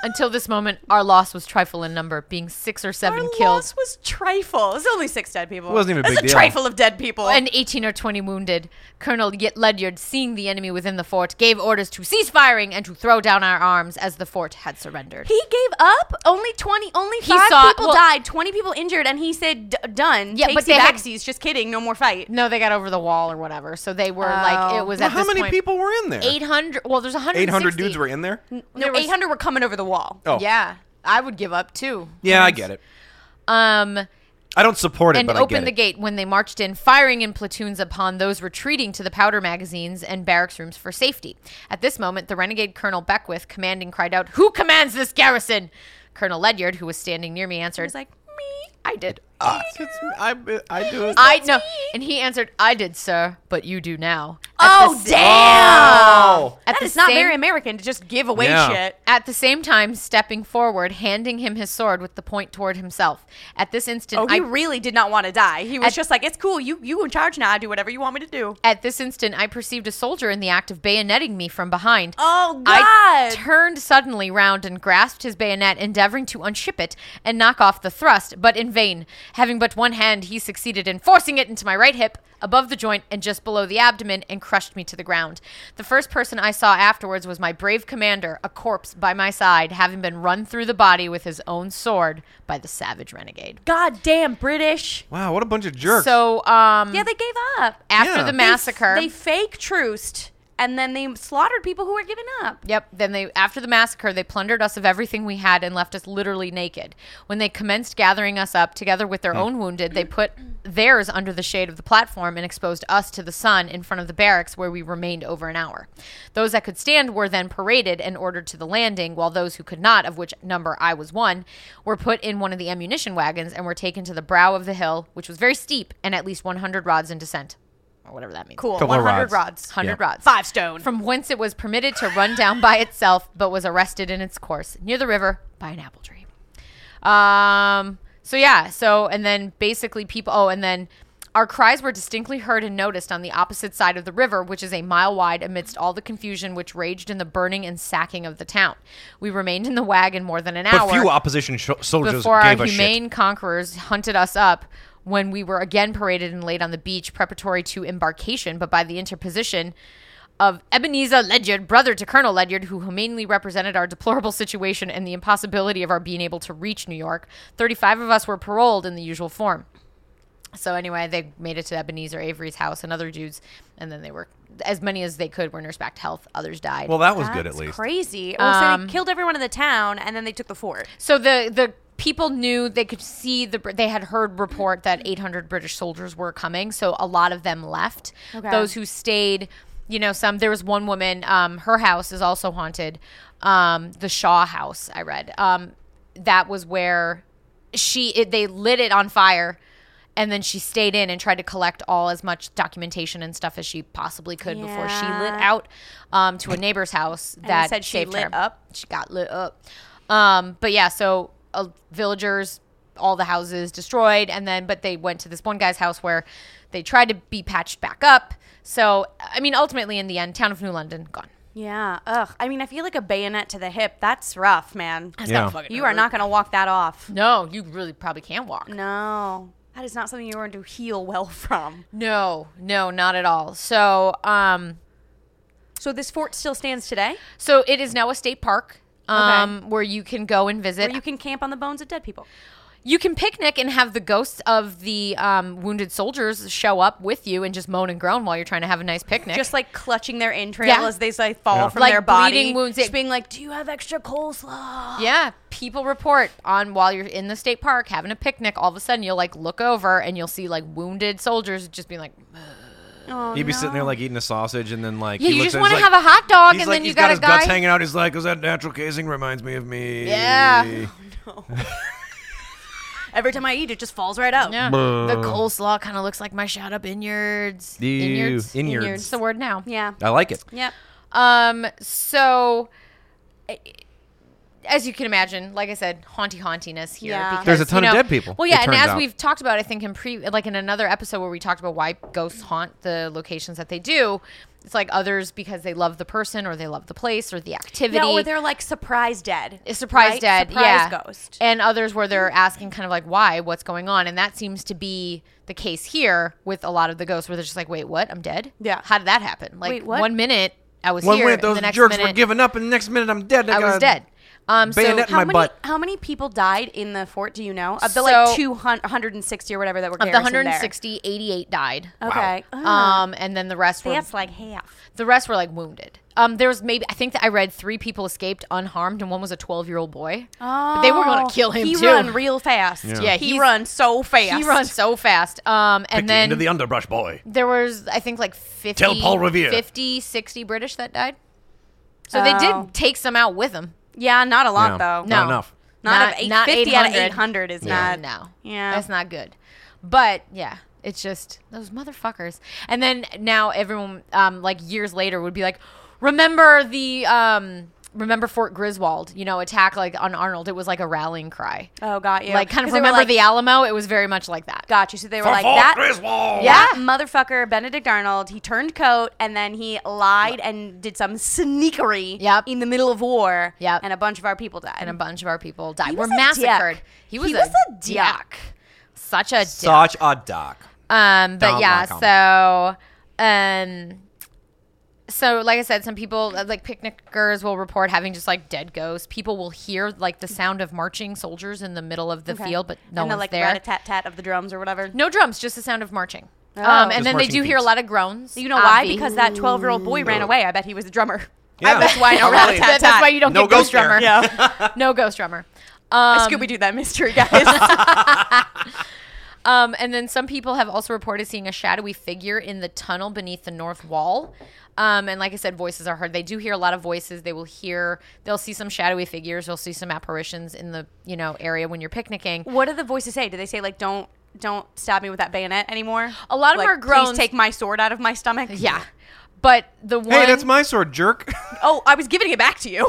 [SPEAKER 1] Until this moment, our loss was trifle in number, being six or
[SPEAKER 2] Our
[SPEAKER 1] seven killed
[SPEAKER 2] loss was trifle. It's only six dead people. It
[SPEAKER 3] wasn't even a
[SPEAKER 2] That's
[SPEAKER 3] big
[SPEAKER 2] a
[SPEAKER 3] deal.
[SPEAKER 2] trifle of dead people.
[SPEAKER 1] and 18 or 20 wounded. Colonel Yet Ledyard, seeing the enemy within the fort, gave orders to cease firing and to throw down our arms as the fort had surrendered.
[SPEAKER 2] he gave up. Only twenty. Only
[SPEAKER 1] He
[SPEAKER 2] five
[SPEAKER 1] saw-
[SPEAKER 2] people
[SPEAKER 1] well-
[SPEAKER 2] died. Twenty people injured, and he said, D- "Done."
[SPEAKER 1] Yeah,
[SPEAKER 2] Takesy
[SPEAKER 1] but they had-
[SPEAKER 2] backsies. Just kidding. No more fight.
[SPEAKER 1] no, they got over the wall or whatever. So they were
[SPEAKER 2] Oh.
[SPEAKER 1] like, it was
[SPEAKER 3] Well,
[SPEAKER 1] at
[SPEAKER 3] how
[SPEAKER 1] this
[SPEAKER 3] many
[SPEAKER 1] point,
[SPEAKER 3] people were in there?
[SPEAKER 1] 800. Well, there's 100.
[SPEAKER 3] 800 dudes were in there?
[SPEAKER 2] No, eight hundred were coming over the wall.
[SPEAKER 3] Oh.
[SPEAKER 1] Yeah, I would give up too.
[SPEAKER 3] Yeah, I get it.
[SPEAKER 1] Um,
[SPEAKER 3] I don't support it,
[SPEAKER 1] and
[SPEAKER 3] but I get
[SPEAKER 1] opened the
[SPEAKER 3] it.
[SPEAKER 1] gate when they marched in, firing in platoons upon those retreating to the powder magazines and barracks rooms for safety. At this moment, the renegade Colonel Beckwith, commanding, cried out, Who commands this garrison? Colonel Ledyard, who was standing near me,
[SPEAKER 2] It
[SPEAKER 1] answered,
[SPEAKER 2] was like me.
[SPEAKER 1] I did.
[SPEAKER 3] Ah, it's- I, I do it.
[SPEAKER 1] I um, know. And he answered, I did, sir, but you do now. At
[SPEAKER 2] Oh
[SPEAKER 1] the sa-
[SPEAKER 2] damn!
[SPEAKER 3] Oh.
[SPEAKER 1] At
[SPEAKER 2] That
[SPEAKER 1] the
[SPEAKER 2] is not
[SPEAKER 1] same-
[SPEAKER 2] very American to just give away
[SPEAKER 3] Yeah.
[SPEAKER 2] shit.
[SPEAKER 1] At the same time, stepping forward, handing him his sword with the point toward himself. At this instant,
[SPEAKER 2] Oh, he
[SPEAKER 1] I
[SPEAKER 2] really did not want to die. He was
[SPEAKER 1] At-
[SPEAKER 2] just like, "It's cool. You you in charge now. I do whatever you want me to do."
[SPEAKER 1] At this instant, I perceived a soldier in the act of bayoneting me from behind.
[SPEAKER 2] Oh,
[SPEAKER 1] I
[SPEAKER 2] God.
[SPEAKER 1] turned suddenly round and grasped his bayonet, endeavoring to unship it and knock off the thrust, but in vain. Having but one hand, he succeeded in forcing it into my right hip, above the joint, and just below the abdomen, and crushed me to the ground. The first person I saw afterwards was my brave commander, a corpse by my side, having been run through the body with his own sword by the savage renegade.
[SPEAKER 2] God damn British.
[SPEAKER 3] Wow, what a bunch of jerks.
[SPEAKER 1] So, um,
[SPEAKER 2] Yeah, they gave up
[SPEAKER 1] after
[SPEAKER 3] Yeah.
[SPEAKER 1] the
[SPEAKER 3] They-
[SPEAKER 1] massacre,
[SPEAKER 2] They, fake truced and then they slaughtered people who were giving up.
[SPEAKER 1] Yep. Then they, after the massacre, they plundered us of everything we had and left us literally naked. When they commenced gathering us up, together with their own wounded, they put theirs under the shade of the platform and exposed us to the sun in front of the barracks, where we remained over an hour. Those that could stand were then paraded and ordered to the landing, while those who could not, of which number I was one, were put in one of the ammunition wagons and were taken to the brow of the hill, which was very steep and at least 100 rods in descent, or whatever that means.
[SPEAKER 2] Cool.
[SPEAKER 3] Couple of
[SPEAKER 2] 100
[SPEAKER 3] rods.
[SPEAKER 2] rods.
[SPEAKER 1] 100
[SPEAKER 3] Yeah.
[SPEAKER 1] rods
[SPEAKER 2] Five stone.
[SPEAKER 1] from whence it was permitted to run down by itself, but was arrested in its course near the river by an apple tree. Um. So yeah. So and then basically people. Oh, and then our cries were distinctly heard and noticed on the opposite side of the river, which is a mile wide, amidst all the confusion which raged in the burning and sacking of the town. We remained in the wagon more than an
[SPEAKER 3] but
[SPEAKER 1] hour
[SPEAKER 3] few opposition sho soldiers
[SPEAKER 1] before
[SPEAKER 3] gave
[SPEAKER 1] our
[SPEAKER 3] a
[SPEAKER 1] humane conquerors hunted us up when we were again paraded and laid on the beach preparatory to embarkation but by the interposition of ebenezer ledyard brother to colonel ledyard who humanely represented our deplorable situation and the impossibility of our being able to reach new york 35 of us were paroled in the usual form so anyway they made it to ebenezer avery's house and other dudes and then they were as many as they could were nursed back to health others died
[SPEAKER 3] shit. Well, that was
[SPEAKER 2] That's
[SPEAKER 3] good at least.
[SPEAKER 2] crazy. Well, so they killed everyone in the town and then they took the fort.
[SPEAKER 1] So the the people knew they could see the Br- they had heard report that 800 British soldiers were coming, so a lot of them left.
[SPEAKER 2] Okay.
[SPEAKER 1] Those who stayed, you know, some there was one woman, um, her house is also haunted, um, the Shaw house. I read um, that was where she it, they lit it on fire. And then she stayed in and tried to collect all as much documentation and stuff as she possibly could before she lit
[SPEAKER 2] Yeah.
[SPEAKER 1] out um, to a neighbor's house
[SPEAKER 2] And it
[SPEAKER 1] that
[SPEAKER 2] said she
[SPEAKER 1] saved
[SPEAKER 2] lit
[SPEAKER 1] her.
[SPEAKER 2] up?
[SPEAKER 1] She got lit up. Um, but yeah, so uh, villagers, all the houses destroyed, and then but they went to this one guy's house where they tried to be patched back up. So I mean, ultimately, in the end, town of New London gone.
[SPEAKER 2] Yeah. Ugh. I mean, I feel like a bayonet to the hip. That's rough, man.
[SPEAKER 3] Yeah.
[SPEAKER 2] You are not going to walk that off.
[SPEAKER 1] No, you really probably can't walk.
[SPEAKER 2] No. That is not something you're going to heal well from.
[SPEAKER 1] No, no, not at all. So, um,
[SPEAKER 2] So this fort still stands today?
[SPEAKER 1] so it is now a state park. um, where you can go and visit.
[SPEAKER 2] Or you can camp on the bones of dead people.
[SPEAKER 1] you can picnic and have the ghosts of the um, wounded soldiers show up with you and just moan and groan while you're trying to have a nice picnic.
[SPEAKER 2] Just like clutching their entrail
[SPEAKER 1] Yeah.
[SPEAKER 2] as they like fall from
[SPEAKER 1] Like
[SPEAKER 2] their body.
[SPEAKER 1] bleeding wounds.
[SPEAKER 2] Just being like, do you have extra coleslaw?
[SPEAKER 1] yeah, people report on while you're in the state park having a picnic. All of a sudden, you'll like look over and you'll see like wounded soldiers just being like,
[SPEAKER 2] Oh,
[SPEAKER 3] He'd be
[SPEAKER 2] no.
[SPEAKER 3] sitting there like eating a sausage, and then like
[SPEAKER 1] "Yeah,
[SPEAKER 3] he
[SPEAKER 1] you
[SPEAKER 3] looks
[SPEAKER 1] just
[SPEAKER 3] at it,
[SPEAKER 1] want to
[SPEAKER 3] he's
[SPEAKER 1] have a
[SPEAKER 3] like-
[SPEAKER 1] hot dog,
[SPEAKER 3] he's
[SPEAKER 1] and
[SPEAKER 3] like-
[SPEAKER 1] then you
[SPEAKER 3] he's
[SPEAKER 1] got,
[SPEAKER 3] his
[SPEAKER 1] a guy."
[SPEAKER 3] guts hanging out. He's like, "Cause that natural casing reminds me of me."
[SPEAKER 1] Yeah.
[SPEAKER 2] Every time I eat, it just falls right out.
[SPEAKER 1] Yeah. The coleslaw kind of looks like my shot up innards.
[SPEAKER 3] Ew,
[SPEAKER 1] Innards.
[SPEAKER 3] innards.
[SPEAKER 1] Innards. The word now.
[SPEAKER 2] Yeah.
[SPEAKER 3] I like it.
[SPEAKER 2] Yep.
[SPEAKER 1] Um. So, I- as you can imagine, like I said, haunty hauntiness here.
[SPEAKER 2] Yeah.
[SPEAKER 1] Because,
[SPEAKER 3] There's a ton
[SPEAKER 1] you
[SPEAKER 3] of
[SPEAKER 1] know-
[SPEAKER 3] dead people,
[SPEAKER 1] Well, yeah,
[SPEAKER 3] it
[SPEAKER 1] and
[SPEAKER 3] turns
[SPEAKER 1] as
[SPEAKER 3] out.
[SPEAKER 1] we've talked about, I think in pre, like in another episode where we talked about why ghosts haunt the locations that they do. It's like others because they love the person or they love the place or the activity.
[SPEAKER 2] Yeah, or they're like surprise dead.
[SPEAKER 1] A surprise
[SPEAKER 2] right?
[SPEAKER 1] dead,
[SPEAKER 2] Surprise
[SPEAKER 1] yeah.
[SPEAKER 2] ghost.
[SPEAKER 1] And others where they're asking kind of like why, what's going on, and that seems to be the case here with a lot of the ghosts where they're just like, wait, what? I'm dead.
[SPEAKER 2] Yeah.
[SPEAKER 1] How did that happen? Like
[SPEAKER 2] Wait, what?
[SPEAKER 1] one minute I was
[SPEAKER 3] One
[SPEAKER 1] here,
[SPEAKER 3] minute
[SPEAKER 1] and
[SPEAKER 3] those
[SPEAKER 1] the next
[SPEAKER 3] jerks
[SPEAKER 1] minute
[SPEAKER 3] were giving up, and the next minute I'm dead. and
[SPEAKER 1] I
[SPEAKER 3] got
[SPEAKER 1] was
[SPEAKER 3] a
[SPEAKER 1] dead. Um. So
[SPEAKER 3] bayonet in
[SPEAKER 2] how
[SPEAKER 3] my
[SPEAKER 2] many
[SPEAKER 3] butt.
[SPEAKER 2] how many people died in the fort? Do you know of
[SPEAKER 1] So-
[SPEAKER 2] the like 200, 160 or whatever that were
[SPEAKER 1] of the
[SPEAKER 2] garrisoned there? Uh-huh.
[SPEAKER 1] 160, 88 died.
[SPEAKER 2] Okay, Oh,
[SPEAKER 1] Um, and then the rest were
[SPEAKER 2] that's like half.
[SPEAKER 1] the rest were like wounded. Um, there was maybe I think that I read three people escaped unharmed, and one was a 12 year old boy.
[SPEAKER 2] Oh,
[SPEAKER 1] but they were going to kill him
[SPEAKER 2] He
[SPEAKER 1] too.
[SPEAKER 2] run real fast. Yeah, he
[SPEAKER 1] he's-
[SPEAKER 2] run so fast.
[SPEAKER 1] he runs so fast. Um, and then
[SPEAKER 3] into the underbrush, boy.
[SPEAKER 1] there was i think like 50
[SPEAKER 3] Tell Paul Revere.
[SPEAKER 1] 50 60 british that died so they
[SPEAKER 2] Oh.
[SPEAKER 1] did take some out with them
[SPEAKER 2] Yeah, not a lot
[SPEAKER 3] Yeah.
[SPEAKER 2] though.
[SPEAKER 3] No.
[SPEAKER 1] no
[SPEAKER 3] enough.
[SPEAKER 2] Not, of
[SPEAKER 1] not
[SPEAKER 2] 850 out of
[SPEAKER 1] 800.
[SPEAKER 2] 800 is
[SPEAKER 3] Yeah.
[SPEAKER 2] not.
[SPEAKER 1] no
[SPEAKER 2] Yeah.
[SPEAKER 1] that's not good but yeah it's just those motherfuckers and then now everyone um like years later would be like remember the um remember fort griswold you know attack like on arnold it was like a rallying cry
[SPEAKER 2] Oh, got you.
[SPEAKER 1] like kind
[SPEAKER 2] 'Cause
[SPEAKER 1] of
[SPEAKER 2] they were
[SPEAKER 1] remember
[SPEAKER 2] like-
[SPEAKER 1] the alamo it was very much like that
[SPEAKER 2] Got you. So they were
[SPEAKER 3] For
[SPEAKER 2] like
[SPEAKER 3] Fort
[SPEAKER 2] that.
[SPEAKER 3] Griswold.
[SPEAKER 1] Yeah.
[SPEAKER 2] That motherfucker, Benedict Arnold, he turned coat and then he lied and did some sneakery
[SPEAKER 1] Yep.
[SPEAKER 2] in the middle of war.
[SPEAKER 1] Yep.
[SPEAKER 2] And a bunch of our people died.
[SPEAKER 1] and a bunch of our people died.
[SPEAKER 2] He
[SPEAKER 1] Were
[SPEAKER 2] was a dick.
[SPEAKER 1] massacred. He was, a, dick. Such a dick.
[SPEAKER 3] Such a doc.
[SPEAKER 1] Um, but
[SPEAKER 3] Don't
[SPEAKER 1] yeah,
[SPEAKER 3] like 'em.
[SPEAKER 1] so um, so like I said, some people uh, like picnickers will report having just like dead ghosts. People will hear like the sound of marching soldiers in the middle of the
[SPEAKER 2] Okay.
[SPEAKER 1] field, but no
[SPEAKER 2] and the
[SPEAKER 1] one's
[SPEAKER 2] like
[SPEAKER 1] there.
[SPEAKER 2] rat tat tat of the drums or whatever.
[SPEAKER 1] no drums, just the sound of marching.
[SPEAKER 2] Oh.
[SPEAKER 1] Um,
[SPEAKER 2] Just
[SPEAKER 1] and then they
[SPEAKER 3] marching
[SPEAKER 1] do hear a
[SPEAKER 3] beats.
[SPEAKER 1] lot of groans. Um,
[SPEAKER 2] You know why?
[SPEAKER 1] obvi.
[SPEAKER 2] Because that 12 year old boy ran away. I bet he was a drummer.
[SPEAKER 3] Yeah.
[SPEAKER 1] that's why no rat tat tat. That's why you don't
[SPEAKER 3] No
[SPEAKER 1] get
[SPEAKER 3] ghost
[SPEAKER 1] ghost
[SPEAKER 3] there.
[SPEAKER 1] drummer.
[SPEAKER 2] Yeah.
[SPEAKER 1] No ghost drummer. Um,
[SPEAKER 2] Scooby Doo that mystery, guys.
[SPEAKER 1] Um, and then some people have also reported seeing a shadowy figure in the tunnel beneath the north wall. Um, and like I said, voices are heard. They do hear a lot of voices. They will hear. They'll see some shadowy figures. They'll see some apparitions in the you know area when you're picnicking.
[SPEAKER 2] what do the voices say? Do they say, like, don't. Don't stab me with that bayonet anymore.
[SPEAKER 1] A lot of
[SPEAKER 2] like,
[SPEAKER 1] them are groans-
[SPEAKER 2] Please take my sword out of my stomach.
[SPEAKER 1] Yeah, but the one
[SPEAKER 3] Hey, that's my sword, jerk.
[SPEAKER 2] Oh, I was giving it back to you.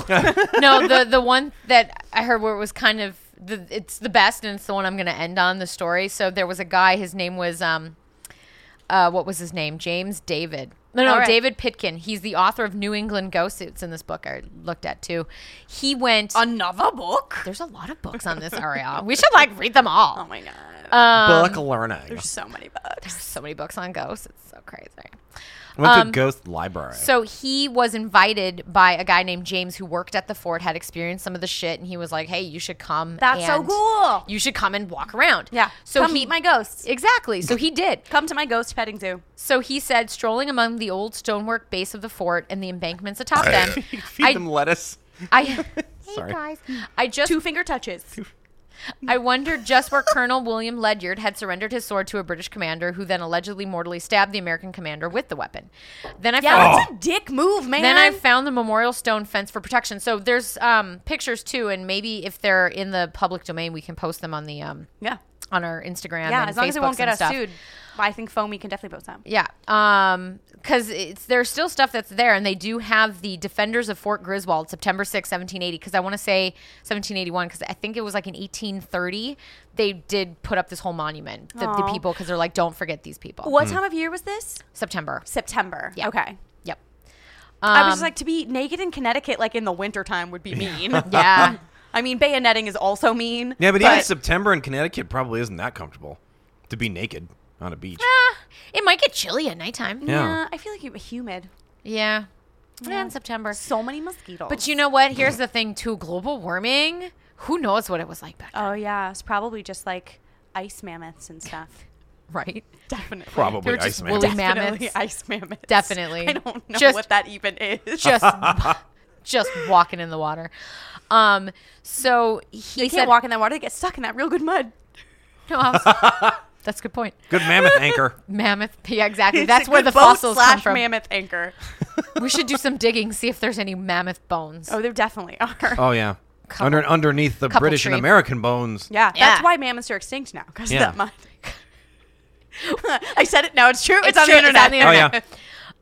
[SPEAKER 1] no the the one that I heard where it was kind of the it's the best and it's the one I'm gonna end on the story. So there was a guy. His name was um, uh, what was his name? James David. No, no,
[SPEAKER 2] All right.
[SPEAKER 1] David Pitkin. He's the author of New England Ghost. It's in this book I looked at too. He went.
[SPEAKER 2] Another book.
[SPEAKER 1] There's a lot of books on this area. We should like read them
[SPEAKER 2] Oh
[SPEAKER 1] all.
[SPEAKER 2] my god.
[SPEAKER 1] Uh, Um,
[SPEAKER 3] Book learning.
[SPEAKER 2] There's so many books.
[SPEAKER 1] So many books on ghosts. It's so crazy.
[SPEAKER 3] Went to ghost library.
[SPEAKER 1] um, So he was invited by a guy named James who worked at the fort, had experienced some of the shit, and he was like, "Hey, you should come.
[SPEAKER 2] That's so
[SPEAKER 1] and
[SPEAKER 2] cool.
[SPEAKER 1] You should come and walk around."
[SPEAKER 2] Yeah.
[SPEAKER 1] So
[SPEAKER 2] Come
[SPEAKER 1] he
[SPEAKER 2] meet my ghosts.
[SPEAKER 1] Exactly. So he did.
[SPEAKER 2] Come to my ghost petting zoo.
[SPEAKER 1] So he said, strolling among the old stonework base of the fort and the embankments atop them,
[SPEAKER 3] Feed
[SPEAKER 1] I-
[SPEAKER 3] them lettuce.
[SPEAKER 1] I, hey
[SPEAKER 3] Sorry.
[SPEAKER 1] guys, I just
[SPEAKER 2] Two finger touches.
[SPEAKER 1] I wondered just where Colonel William Ledyard had surrendered his sword to a British commander who then allegedly mortally stabbed the American commander with the weapon. Then I
[SPEAKER 2] Yeah,
[SPEAKER 1] found
[SPEAKER 2] that's
[SPEAKER 3] Oh.
[SPEAKER 2] a dick move, man.
[SPEAKER 1] then I found the memorial stone fence for protection. So there's um, pictures too, and maybe if they're in the public domain, we can post them on the um,
[SPEAKER 2] yeah,
[SPEAKER 1] on our Instagram.
[SPEAKER 2] yeah.
[SPEAKER 1] and
[SPEAKER 2] As long as it
[SPEAKER 1] Facebooks
[SPEAKER 2] won't get
[SPEAKER 1] and
[SPEAKER 2] us
[SPEAKER 1] stuff.
[SPEAKER 2] sued, But I think Foamy can definitely post them.
[SPEAKER 1] Yeah, um, because it's there's still stuff that's there, and they do have the defenders of Fort Griswold, September 6, seventeen eighty. Because I want to say seventeen eighty one, because I think it was like in eighteen thirty they did put up this whole monument, the, the
[SPEAKER 2] Aw.
[SPEAKER 1] people, because they're like, don't forget these people.
[SPEAKER 2] What
[SPEAKER 3] Hmm.
[SPEAKER 2] time of year was this?
[SPEAKER 1] September.
[SPEAKER 2] September.
[SPEAKER 1] Yeah.
[SPEAKER 2] Okay.
[SPEAKER 1] Yep.
[SPEAKER 2] I was just
[SPEAKER 1] Um,
[SPEAKER 2] like to be naked in Connecticut, like in the wintertime, would be mean.
[SPEAKER 1] yeah.
[SPEAKER 2] I mean, bayoneting is also mean.
[SPEAKER 3] Yeah, but, even September in Connecticut probably isn't that comfortable to be naked on a beach.
[SPEAKER 2] "Ah."
[SPEAKER 1] Ah, it might get chilly at nighttime.
[SPEAKER 3] Yeah.
[SPEAKER 2] yeah, I feel like it humid.
[SPEAKER 1] Yeah. and September.
[SPEAKER 2] So many mosquitoes.
[SPEAKER 1] But you know what? Here's the thing too. Global warming. Who knows what it was like back then,
[SPEAKER 2] Oh yeah, it's probably just like ice mammoths and stuff.
[SPEAKER 1] right?
[SPEAKER 2] Definitely.
[SPEAKER 3] Probably
[SPEAKER 1] They're just
[SPEAKER 3] Iceman.
[SPEAKER 1] woolly-
[SPEAKER 2] Definitely
[SPEAKER 1] Mammoths.
[SPEAKER 2] ice mammoths.
[SPEAKER 1] Definitely.
[SPEAKER 2] I don't know
[SPEAKER 1] Just-
[SPEAKER 2] what that even is.
[SPEAKER 3] Uh,
[SPEAKER 1] Just just walking in the water. Um so he
[SPEAKER 2] they
[SPEAKER 1] said
[SPEAKER 2] can't walk in that water. They get stuck in that real good mud.
[SPEAKER 1] No, I was- That's a good point.
[SPEAKER 3] Good mammoth anchor.
[SPEAKER 1] Mammoth. Yeah, exactly.
[SPEAKER 2] It's
[SPEAKER 1] That's
[SPEAKER 2] a
[SPEAKER 1] where
[SPEAKER 2] good
[SPEAKER 1] the
[SPEAKER 2] boat
[SPEAKER 1] fossils
[SPEAKER 2] slash
[SPEAKER 1] come from.
[SPEAKER 2] mammoth anchor.
[SPEAKER 1] We should do some digging, see if there's any mammoth bones.
[SPEAKER 2] Oh, there definitely are.
[SPEAKER 3] Oh yeah.
[SPEAKER 1] Couple-
[SPEAKER 3] Under underneath the
[SPEAKER 1] couple
[SPEAKER 3] British
[SPEAKER 1] tree.
[SPEAKER 3] and American bones.
[SPEAKER 2] Yeah,
[SPEAKER 1] Yeah.
[SPEAKER 2] that's why mammoths are extinct now because
[SPEAKER 3] Yeah.
[SPEAKER 2] of that mud. I said it. Now it's true. It's, on,
[SPEAKER 1] true,
[SPEAKER 2] the internet.
[SPEAKER 1] on the
[SPEAKER 3] Oh,
[SPEAKER 1] internet.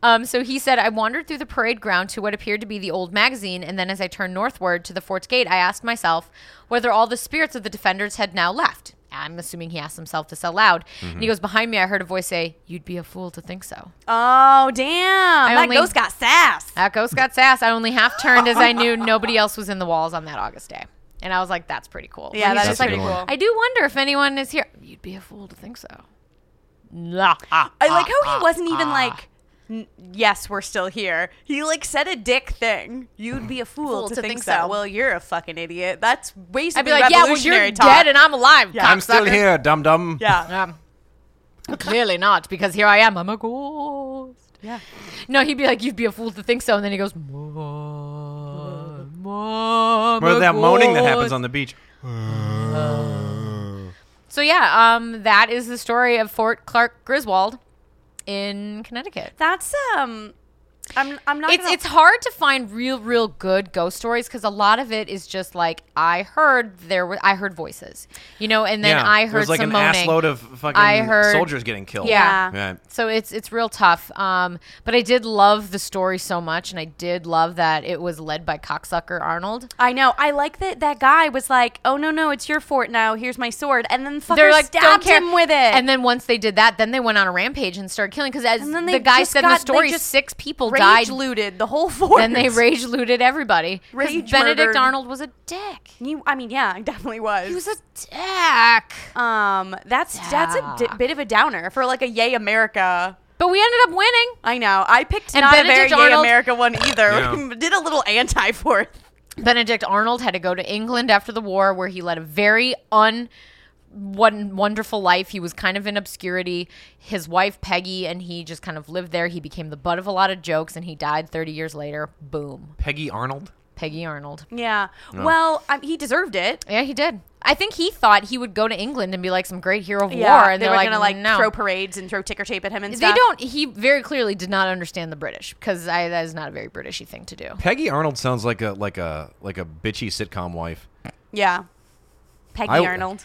[SPEAKER 1] Um, so he said, I wandered through the parade ground to what appeared to be the old magazine, and then as I turned northward to the fort's gate, I asked myself whether all the spirits of the defenders had now left. I'm assuming he asked himself this aloud.
[SPEAKER 2] Mm-hmm.
[SPEAKER 1] And he goes, Behind me, I heard a voice say, You'd be a fool to think so.
[SPEAKER 2] Oh damn! that
[SPEAKER 1] only-
[SPEAKER 2] ghost got sass.
[SPEAKER 1] That ghost got sass. I only half turned as I knew nobody else was in the walls on that August day. And I was like, That's pretty cool.
[SPEAKER 2] Yeah,
[SPEAKER 1] Where he's
[SPEAKER 2] that
[SPEAKER 1] just
[SPEAKER 2] is
[SPEAKER 3] a
[SPEAKER 1] like,
[SPEAKER 2] pretty
[SPEAKER 3] good
[SPEAKER 2] cool.
[SPEAKER 3] one.
[SPEAKER 1] I do wonder if anyone is here. You'd be a fool to think so. Nah.
[SPEAKER 2] I like how he wasn't even like, "N- yes, we're still here. He like said a dick thing. You'd be a fool, to, think, so. Well, you're a fucking idiot. That's
[SPEAKER 1] I'd
[SPEAKER 2] basically
[SPEAKER 1] be like, yeah, well,
[SPEAKER 2] revolutionary
[SPEAKER 1] you're
[SPEAKER 2] talk.
[SPEAKER 1] dead and I'm alive.
[SPEAKER 2] Yeah.
[SPEAKER 3] I'm still
[SPEAKER 1] cocksucker."
[SPEAKER 3] here, dum dum.
[SPEAKER 2] yeah,
[SPEAKER 1] Um, clearly not, because here I am. I'm a ghost.
[SPEAKER 2] yeah.
[SPEAKER 1] No, he'd be like, you'd be a fool to think so. And then he goes, "Mom, mom,
[SPEAKER 3] Or
[SPEAKER 1] a
[SPEAKER 3] that moaning that happens
[SPEAKER 1] ghost."
[SPEAKER 3] on the beach.
[SPEAKER 1] So, yeah, um, that is the story of Fort Clark Griswold in Connecticut.
[SPEAKER 2] That's um, I'm I'm not.
[SPEAKER 1] It's,
[SPEAKER 2] gonna-
[SPEAKER 1] it's hard to find real real good ghost stories because a lot of it is just like I heard there were I heard voices you know and then
[SPEAKER 3] yeah.
[SPEAKER 1] I
[SPEAKER 3] There's
[SPEAKER 1] heard
[SPEAKER 3] like
[SPEAKER 1] some
[SPEAKER 3] an
[SPEAKER 1] moaning.
[SPEAKER 3] assload of fucking
[SPEAKER 1] I heard-
[SPEAKER 3] soldiers getting killed.
[SPEAKER 1] Yeah.
[SPEAKER 3] Right.
[SPEAKER 1] So it's it's real tough. Um, but I did love the story so much, and I did love that it was led by cocksucker Arnold.
[SPEAKER 2] I know. I like that that guy was like, "Oh no, no, it's your fort now. Here's my sword," and then fucker
[SPEAKER 1] They're like
[SPEAKER 2] stabbed
[SPEAKER 1] don't care.
[SPEAKER 2] him with it.
[SPEAKER 1] and then once they did that, then they went on a rampage and started killing. Because as
[SPEAKER 2] And then they
[SPEAKER 1] the guy
[SPEAKER 2] just
[SPEAKER 1] said in the
[SPEAKER 2] got- they
[SPEAKER 1] story,
[SPEAKER 2] just
[SPEAKER 1] six people
[SPEAKER 2] rage
[SPEAKER 1] died.
[SPEAKER 2] looted the whole fort.
[SPEAKER 1] Then they rage looted everybody. 'Cause
[SPEAKER 2] Rage
[SPEAKER 1] Benedict
[SPEAKER 2] murdered.
[SPEAKER 1] Arnold was a dick.
[SPEAKER 2] He, I mean, yeah, it definitely was.
[SPEAKER 1] He was a dick.
[SPEAKER 2] um, that's that's a d-
[SPEAKER 1] Yuck.
[SPEAKER 2] bit of a downer for like a yay America.
[SPEAKER 1] But we ended up winning.
[SPEAKER 2] I know. I picked
[SPEAKER 1] And
[SPEAKER 2] not a
[SPEAKER 1] Benedict
[SPEAKER 2] very yay
[SPEAKER 1] Arnold-
[SPEAKER 2] America one either.
[SPEAKER 3] Yeah.
[SPEAKER 2] Did a little anti for it.
[SPEAKER 1] Benedict Arnold had to go to England after the war, where he led a very un one wonderful life. He was kind of in obscurity. His wife Peggy and he just kind of lived there. He became the butt of a lot of jokes, and he died 30 years later. Boom,
[SPEAKER 3] Peggy Arnold.
[SPEAKER 1] Peggy Arnold.
[SPEAKER 2] Yeah. Well, um, he deserved it.
[SPEAKER 1] Yeah, he did. I think he thought he would go to England and be like some great hero of
[SPEAKER 2] Yeah,
[SPEAKER 1] war, and
[SPEAKER 2] they
[SPEAKER 1] they are
[SPEAKER 2] were
[SPEAKER 1] like,
[SPEAKER 2] gonna like
[SPEAKER 1] no.
[SPEAKER 2] throw parades and throw ticker tape at him and
[SPEAKER 1] they
[SPEAKER 2] stuff.
[SPEAKER 1] don't. He very clearly did not understand the British because that is not a very Britishy thing to do.
[SPEAKER 3] Peggy Arnold sounds like a like a like a bitchy sitcom wife.
[SPEAKER 2] Yeah. Peggy
[SPEAKER 3] I-
[SPEAKER 2] Arnold.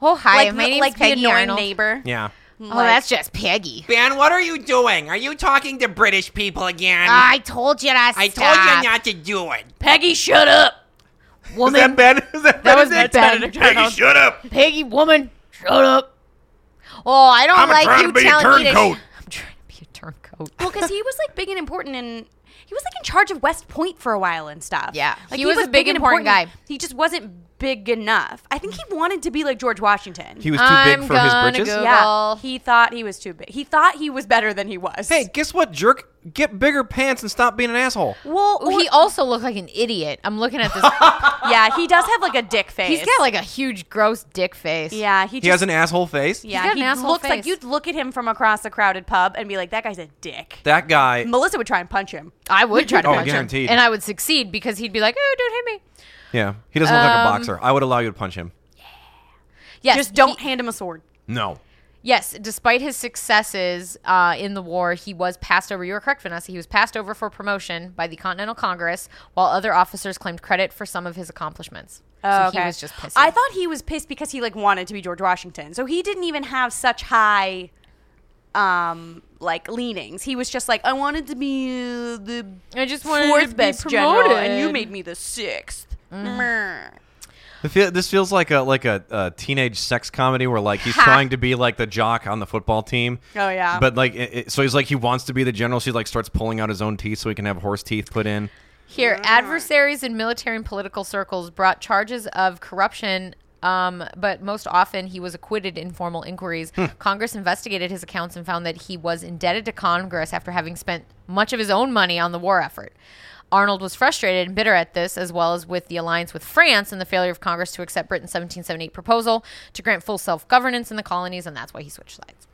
[SPEAKER 1] Oh hi, my
[SPEAKER 2] the-
[SPEAKER 1] name's
[SPEAKER 2] like
[SPEAKER 1] Peggy
[SPEAKER 2] the annoying
[SPEAKER 1] Arnold.
[SPEAKER 2] neighbor.
[SPEAKER 3] Yeah.
[SPEAKER 1] Oh, that's just Peggy.
[SPEAKER 5] Ben, what are you doing? Are you talking to British people again?
[SPEAKER 1] I told you to Ah, stop.
[SPEAKER 5] I told you not to do it.
[SPEAKER 2] Peggy, shut up.
[SPEAKER 1] Woman,
[SPEAKER 3] Ben? Is that
[SPEAKER 1] That was
[SPEAKER 3] Benedict?
[SPEAKER 1] Ben.
[SPEAKER 2] Benedict
[SPEAKER 3] Peggy, shut up.
[SPEAKER 1] Peggy, woman, shut up. Oh, I don't
[SPEAKER 3] I'm
[SPEAKER 1] like
[SPEAKER 3] trying
[SPEAKER 1] you
[SPEAKER 3] to be a
[SPEAKER 1] telling me to.
[SPEAKER 3] turncoat.
[SPEAKER 1] I'm trying to be a turncoat.
[SPEAKER 2] Well, because he was like big and important, and he was like in charge of West Point for a while and stuff.
[SPEAKER 1] Yeah.
[SPEAKER 2] like,
[SPEAKER 1] He was a big and important guy.
[SPEAKER 2] He just wasn't big enough. I think he wanted to be like George Washington.
[SPEAKER 3] He was too
[SPEAKER 1] I'm
[SPEAKER 3] big for his
[SPEAKER 1] gonna
[SPEAKER 3] britches.
[SPEAKER 1] go-
[SPEAKER 2] yeah,
[SPEAKER 1] Well-
[SPEAKER 2] he thought he was too big. He thought he was better than he was.
[SPEAKER 3] Hey, guess what, jerk? Get bigger pants and stop being an asshole.
[SPEAKER 2] well,
[SPEAKER 1] Oh, he
[SPEAKER 2] or-
[SPEAKER 1] also looked like an idiot. I'm looking at this.
[SPEAKER 2] yeah, he does have like a dick face.
[SPEAKER 1] He's got like a huge, gross dick face.
[SPEAKER 2] yeah, he,
[SPEAKER 3] He
[SPEAKER 2] just,
[SPEAKER 3] has an asshole face.
[SPEAKER 2] yeah,
[SPEAKER 1] got an
[SPEAKER 2] he
[SPEAKER 1] asshole
[SPEAKER 2] looks
[SPEAKER 1] face.
[SPEAKER 2] like you'd look at him from across a crowded pub and be like, that guy's a dick.
[SPEAKER 3] That guy.
[SPEAKER 2] Melissa would try and punch him.
[SPEAKER 1] I would try to
[SPEAKER 3] Oh,
[SPEAKER 1] punch
[SPEAKER 3] guaranteed.
[SPEAKER 1] him, and I would succeed because he'd be like, "Oh, don't hit me."
[SPEAKER 3] Yeah. He doesn't look like a
[SPEAKER 1] Um,
[SPEAKER 3] boxer. I would allow you to punch him.
[SPEAKER 1] Yes,
[SPEAKER 2] just don't
[SPEAKER 1] he-
[SPEAKER 2] hand him a sword.
[SPEAKER 3] No.
[SPEAKER 1] Yes, despite his successes uh, in the war, he was passed over. You were correct, Vanessa. He was passed over for promotion by the Continental Congress, while other officers claimed credit for some of his accomplishments. so he was just pissed.
[SPEAKER 2] I thought he was pissed because he like wanted to be George Washington. So he didn't even have such high um like leanings. He was just like I wanted to be uh, the
[SPEAKER 1] I just wanted
[SPEAKER 2] fourth
[SPEAKER 1] to be
[SPEAKER 2] best general and you
[SPEAKER 1] promoted. Mm.
[SPEAKER 2] made me the sixth. Meh.
[SPEAKER 3] It feel- This feels like a like a, a teenage sex comedy where like he's trying to be like the jock on the football team.
[SPEAKER 2] Oh, yeah.
[SPEAKER 3] But like it, it- so he's like he wants to be the general. She like starts pulling out his own teeth so he can have horse teeth put in.
[SPEAKER 1] Here, adversaries in military and political circles brought charges of corruption uh, Um, but most often, he was acquitted in formal inquiries. Congress investigated his accounts and found that he was indebted to Congress after having spent much of his own money on the war effort. Arnold was frustrated and bitter at this, as well as with the alliance with France and the failure of Congress to accept Britain's 1778 proposal to grant full self governance in the colonies, and that's why he switched sides.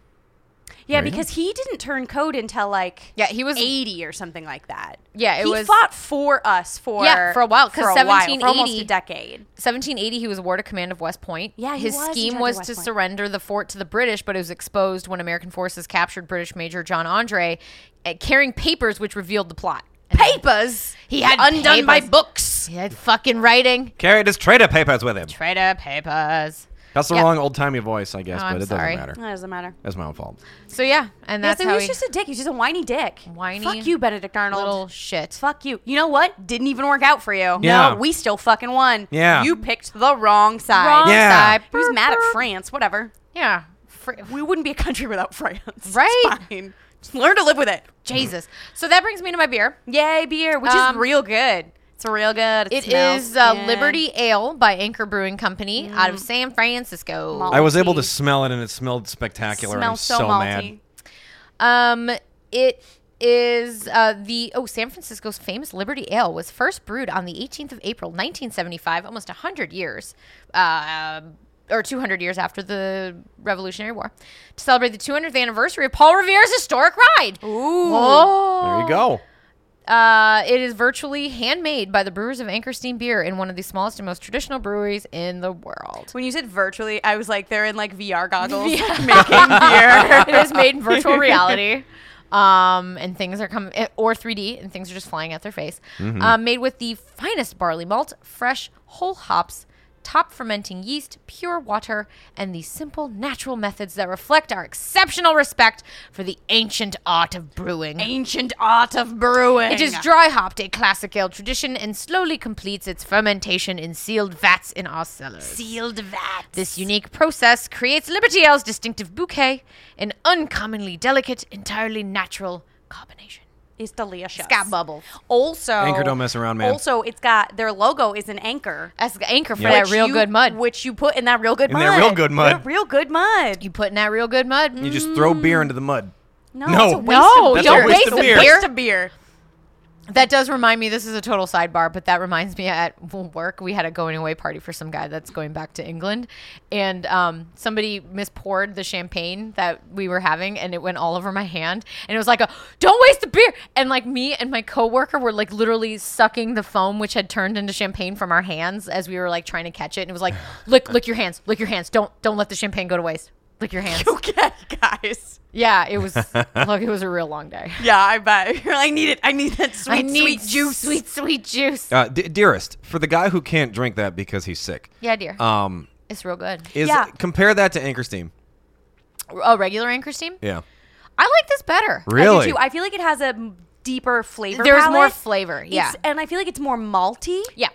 [SPEAKER 2] Yeah, because he didn't turn code until like
[SPEAKER 1] Yeah, he was-
[SPEAKER 2] 80 or something like that.
[SPEAKER 1] Yeah, it
[SPEAKER 2] he
[SPEAKER 1] was-
[SPEAKER 2] fought for us for
[SPEAKER 1] Yeah, for a while, 'cause
[SPEAKER 2] for a while, for almost
[SPEAKER 1] 1780
[SPEAKER 2] a decade.
[SPEAKER 1] 1780, he was awarded command of West Point.
[SPEAKER 2] Yeah, he
[SPEAKER 1] his
[SPEAKER 2] was in charge
[SPEAKER 1] scheme
[SPEAKER 2] of
[SPEAKER 1] was
[SPEAKER 2] West
[SPEAKER 1] to
[SPEAKER 2] Point.
[SPEAKER 1] surrender the fort to the British, but it was exposed when American forces captured British Major John Andre uh, carrying papers which revealed the plot. And
[SPEAKER 2] Papers.
[SPEAKER 1] He had
[SPEAKER 2] undone by
[SPEAKER 1] papers.
[SPEAKER 2] books.
[SPEAKER 1] He had fucking writing.
[SPEAKER 3] Carried his trader papers with him.
[SPEAKER 1] Traitor papers.
[SPEAKER 3] That's the
[SPEAKER 1] Yeah.
[SPEAKER 3] wrong old timey voice, I guess,
[SPEAKER 1] Oh,
[SPEAKER 3] but
[SPEAKER 1] I'm
[SPEAKER 3] it
[SPEAKER 1] sorry.
[SPEAKER 3] doesn't matter.
[SPEAKER 2] That doesn't matter.
[SPEAKER 3] That's my own fault.
[SPEAKER 1] So yeah, and that's
[SPEAKER 2] yeah, so
[SPEAKER 1] how
[SPEAKER 2] he was
[SPEAKER 1] he
[SPEAKER 2] just a dick. He's just a whiny dick.
[SPEAKER 1] Whiny
[SPEAKER 2] Fuck you, Benedict Arnold.
[SPEAKER 1] little shit.
[SPEAKER 2] Fuck you. You know what? Didn't even work out for you.
[SPEAKER 3] Yeah.
[SPEAKER 2] No, we still fucking won.
[SPEAKER 3] Yeah.
[SPEAKER 2] You picked the wrong side.
[SPEAKER 1] Wrong
[SPEAKER 3] Yeah.
[SPEAKER 1] side.
[SPEAKER 2] He was mad at France. Whatever.
[SPEAKER 1] Yeah. Fr-
[SPEAKER 2] We wouldn't be a country without France. It's
[SPEAKER 1] Right.
[SPEAKER 2] fine. Just learn to live with it.
[SPEAKER 1] Jesus. So that brings me to my beer.
[SPEAKER 2] Yay, beer, which
[SPEAKER 1] Um,
[SPEAKER 2] is real good. It's real good.
[SPEAKER 1] It is
[SPEAKER 2] smells
[SPEAKER 1] uh,
[SPEAKER 2] good. Mm.
[SPEAKER 1] Liberty Ale by Anchor Brewing Company out of San Francisco.
[SPEAKER 2] Malt.
[SPEAKER 3] I was able to
[SPEAKER 2] Malty.
[SPEAKER 3] smell it, and it smelled spectacular. I'm
[SPEAKER 2] Smells
[SPEAKER 3] so, mad.
[SPEAKER 2] malty.
[SPEAKER 1] Um, it is uh, the oh San Francisco's famous Liberty Ale was first brewed on the 18th of April 1975, almost 100 years, uh, or 200 years after the Revolutionary War, to celebrate the 200th anniversary of Paul Revere's historic ride. Ooh,
[SPEAKER 3] There you go.
[SPEAKER 1] Oh. Uh, it is virtually handmade by the brewers of Anchor Steam Beer in one of the smallest and most traditional breweries in the world.
[SPEAKER 2] When you said virtually, I was like, they're in like VR goggles making
[SPEAKER 1] it
[SPEAKER 2] beer.
[SPEAKER 1] is made in virtual reality. Um, and things are coming, or 3D, and things are just flying at their face. Um, made with the finest barley malt, fresh whole hops, top fermenting yeast, pure water, and the simple natural methods that reflect our exceptional respect for the ancient art of brewing.
[SPEAKER 2] Ancient art of brewing.
[SPEAKER 1] It is dry hopped, a classic ale tradition, and slowly completes its fermentation in sealed vats in our cellars.
[SPEAKER 2] sealed vat.
[SPEAKER 1] This unique process creates Liberty Ale's distinctive bouquet, an uncommonly delicate, entirely natural combination.
[SPEAKER 2] is delicious.
[SPEAKER 1] It's got bubbles.
[SPEAKER 2] Also,
[SPEAKER 3] Anchor don't mess around, man.
[SPEAKER 2] Also, it's got their logo is an anchor.
[SPEAKER 1] That's the anchor for
[SPEAKER 3] Yeah.
[SPEAKER 1] that
[SPEAKER 2] which
[SPEAKER 1] real
[SPEAKER 2] you-
[SPEAKER 1] good mud.
[SPEAKER 2] which you put in that real good
[SPEAKER 3] In
[SPEAKER 2] mud.
[SPEAKER 3] that real good mud.
[SPEAKER 2] That real good mud.
[SPEAKER 1] you put in that real good mud. Mm.
[SPEAKER 3] You just throw beer into the mud.
[SPEAKER 2] No,
[SPEAKER 3] No.
[SPEAKER 2] it's a waste
[SPEAKER 1] No,
[SPEAKER 2] of beer.
[SPEAKER 3] That's a
[SPEAKER 1] don't
[SPEAKER 3] waste
[SPEAKER 1] waste
[SPEAKER 3] of
[SPEAKER 1] the
[SPEAKER 3] beer.
[SPEAKER 1] beer.
[SPEAKER 2] Waste of beer.
[SPEAKER 1] That does remind me. This is a total sidebar, but that reminds me. At work, we had a going away party for some guy that's going back to England, and um, somebody mispoured the champagne that we were having, and it went all over my hand. And it was like a "Don't waste the beer!" And like me and my coworker were like literally sucking the foam, which had turned into champagne from our hands as we were like trying to catch it. And it was like, "Lick, lick your hands, lick your hands. Don't, don't let the champagne go to waste. Lick your hands."
[SPEAKER 2] Okay, guys.
[SPEAKER 1] yeah, it was. look, it was a real long day.
[SPEAKER 2] Yeah, I bet. I need it. I need that sweet,
[SPEAKER 1] I need
[SPEAKER 2] sweet juice.
[SPEAKER 1] sweet, sweet juice.
[SPEAKER 3] Uh, d- dearest, for the guy who can't drink that because he's sick,
[SPEAKER 1] Yeah, dear.
[SPEAKER 3] um,
[SPEAKER 1] It's real good.
[SPEAKER 3] is
[SPEAKER 2] Yeah.
[SPEAKER 3] compare that to Anchor Steam.
[SPEAKER 1] A regular anchor steam?
[SPEAKER 3] Yeah.
[SPEAKER 1] I like this better.
[SPEAKER 2] I,
[SPEAKER 3] Really?
[SPEAKER 2] do too. I feel like it has a m- deeper flavor.
[SPEAKER 1] There's more
[SPEAKER 2] palette.
[SPEAKER 1] flavor. Yeah.
[SPEAKER 2] It's- and I feel like it's more malty.
[SPEAKER 1] yeah.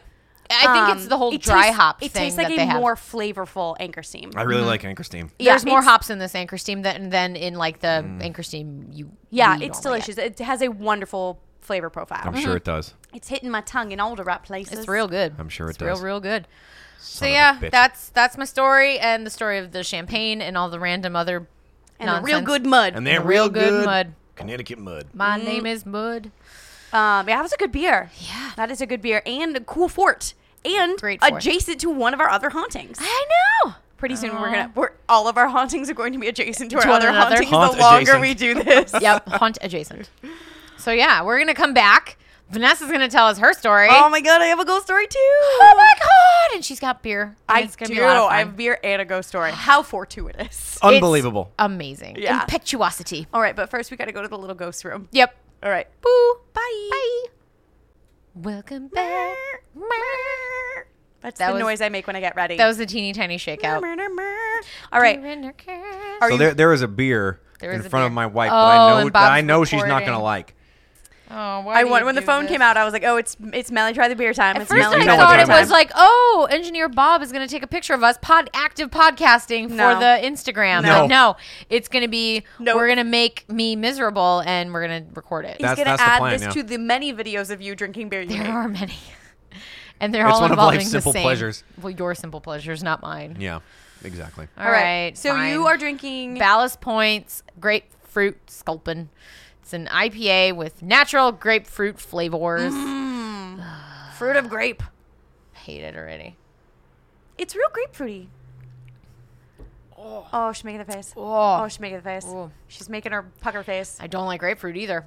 [SPEAKER 1] I think it's
[SPEAKER 2] Um,
[SPEAKER 1] the whole
[SPEAKER 2] it
[SPEAKER 1] dry
[SPEAKER 2] tastes-
[SPEAKER 1] hop
[SPEAKER 2] It
[SPEAKER 1] thing
[SPEAKER 2] tastes like
[SPEAKER 1] that
[SPEAKER 2] a
[SPEAKER 1] they have.
[SPEAKER 2] more flavorful anchor steam.
[SPEAKER 3] I
[SPEAKER 1] Mm-hmm.
[SPEAKER 3] really like Anchor Steam.
[SPEAKER 2] Yeah,
[SPEAKER 1] There's more
[SPEAKER 2] it's-
[SPEAKER 1] hops in this anchor steam than than in like the
[SPEAKER 3] Mm.
[SPEAKER 1] anchor steam you.
[SPEAKER 2] Yeah,
[SPEAKER 1] you
[SPEAKER 2] it's
[SPEAKER 1] normally get.
[SPEAKER 2] delicious. It has a wonderful flavor profile.
[SPEAKER 1] Mm-hmm.
[SPEAKER 3] I'm sure it does.
[SPEAKER 2] It's hitting my tongue in all the right places.
[SPEAKER 1] It's real good.
[SPEAKER 3] I'm sure it
[SPEAKER 1] it's real,
[SPEAKER 3] does.
[SPEAKER 1] real good. So
[SPEAKER 3] of a
[SPEAKER 1] yeah,
[SPEAKER 3] bitch.
[SPEAKER 1] that's that's my story and the story of the champagne and all the random other
[SPEAKER 2] and a
[SPEAKER 1] nonsense.
[SPEAKER 2] real good mud.
[SPEAKER 3] And
[SPEAKER 2] Um,
[SPEAKER 3] they're
[SPEAKER 1] The
[SPEAKER 3] real, good,
[SPEAKER 1] mud.
[SPEAKER 3] Connecticut mud.
[SPEAKER 2] Mm.
[SPEAKER 1] My name is Mud.
[SPEAKER 2] Um, yeah, that was a good beer. Yeah, that is a good beer and a cool fort and
[SPEAKER 1] Great fort.
[SPEAKER 2] adjacent to one of our other hauntings.
[SPEAKER 1] I know.
[SPEAKER 2] Pretty soon we're gonna we're all of our hauntings are going to be adjacent to,
[SPEAKER 1] Uh-huh. To
[SPEAKER 2] our
[SPEAKER 1] one
[SPEAKER 2] other
[SPEAKER 1] another.
[SPEAKER 2] hauntings.
[SPEAKER 3] Haunt
[SPEAKER 2] the longer
[SPEAKER 3] adjacent.
[SPEAKER 2] we do this,
[SPEAKER 1] Yep, haunt adjacent. So yeah, we're gonna come back. Vanessa's gonna tell us her story.
[SPEAKER 2] Oh my god, I have a ghost story too.
[SPEAKER 1] Oh my god! And she's got beer. And
[SPEAKER 2] I
[SPEAKER 1] it's gonna
[SPEAKER 2] do.
[SPEAKER 1] Be a lot of fun. Oh.
[SPEAKER 2] I have beer and a ghost story. How fortuitous.
[SPEAKER 1] It's
[SPEAKER 3] Unbelievable.
[SPEAKER 1] amazing.
[SPEAKER 2] Yeah.
[SPEAKER 1] Impetuosity.
[SPEAKER 2] All right, but first we gotta go to the little ghost room.
[SPEAKER 1] Yep.
[SPEAKER 2] All right.
[SPEAKER 1] Boo.
[SPEAKER 2] Bye.
[SPEAKER 1] Bye. Welcome back.
[SPEAKER 2] That's
[SPEAKER 1] That
[SPEAKER 2] the
[SPEAKER 1] was-
[SPEAKER 2] noise I make when I get ready.
[SPEAKER 1] That was a teeny tiny shakeout.
[SPEAKER 2] All right.
[SPEAKER 1] Are
[SPEAKER 2] Are
[SPEAKER 3] so
[SPEAKER 2] you-
[SPEAKER 3] there, there is a beer
[SPEAKER 1] There
[SPEAKER 3] in
[SPEAKER 1] is a
[SPEAKER 3] front
[SPEAKER 1] beer.
[SPEAKER 3] of my wife
[SPEAKER 1] Oh,
[SPEAKER 3] that I know
[SPEAKER 1] and
[SPEAKER 3] that I
[SPEAKER 1] Bob's
[SPEAKER 3] know she's not gonna
[SPEAKER 1] recording.
[SPEAKER 3] like.
[SPEAKER 1] Oh, why
[SPEAKER 2] I
[SPEAKER 1] do
[SPEAKER 2] went
[SPEAKER 1] you
[SPEAKER 2] when the
[SPEAKER 1] do
[SPEAKER 2] phone
[SPEAKER 1] this?
[SPEAKER 2] came out. I was like, "Oh, it's it's Melly try the beer time."
[SPEAKER 1] At
[SPEAKER 2] it's
[SPEAKER 1] first,
[SPEAKER 2] Melly
[SPEAKER 1] I
[SPEAKER 3] You know
[SPEAKER 2] try the
[SPEAKER 3] what
[SPEAKER 1] thought
[SPEAKER 2] beer
[SPEAKER 1] it
[SPEAKER 3] time
[SPEAKER 1] was
[SPEAKER 3] is.
[SPEAKER 1] like, oh, engineer Bob is going to take a picture of us pod active podcasting for
[SPEAKER 2] No.
[SPEAKER 1] the Instagram.
[SPEAKER 3] No.
[SPEAKER 1] But no, it's going to be,
[SPEAKER 2] No.
[SPEAKER 1] we're going to make me miserable and we're going to record it.
[SPEAKER 2] He's
[SPEAKER 3] That's-
[SPEAKER 2] gonna
[SPEAKER 3] that's the
[SPEAKER 2] add
[SPEAKER 3] plan,
[SPEAKER 2] this
[SPEAKER 3] yeah.
[SPEAKER 2] to the many videos of you drinking beer. You
[SPEAKER 1] There
[SPEAKER 2] make.
[SPEAKER 1] are many. and they're
[SPEAKER 3] It's
[SPEAKER 1] all
[SPEAKER 3] one of
[SPEAKER 1] involving
[SPEAKER 3] life's
[SPEAKER 1] the
[SPEAKER 3] simple
[SPEAKER 1] same-
[SPEAKER 3] pleasures.
[SPEAKER 1] Well, your simple pleasures, not mine.
[SPEAKER 3] Yeah, exactly.
[SPEAKER 1] All right.
[SPEAKER 2] So
[SPEAKER 1] fine.
[SPEAKER 2] you are drinking.
[SPEAKER 1] Ballast Points Grapefruit Sculpin. It's an IPA with natural grapefruit flavors.
[SPEAKER 2] fruit of grape.
[SPEAKER 1] Hate it already.
[SPEAKER 2] It's real grapefruity. Oh, she's making the face. Oh, she's making the face.
[SPEAKER 1] Oh.
[SPEAKER 2] She's making her pucker face.
[SPEAKER 1] I don't like grapefruit either.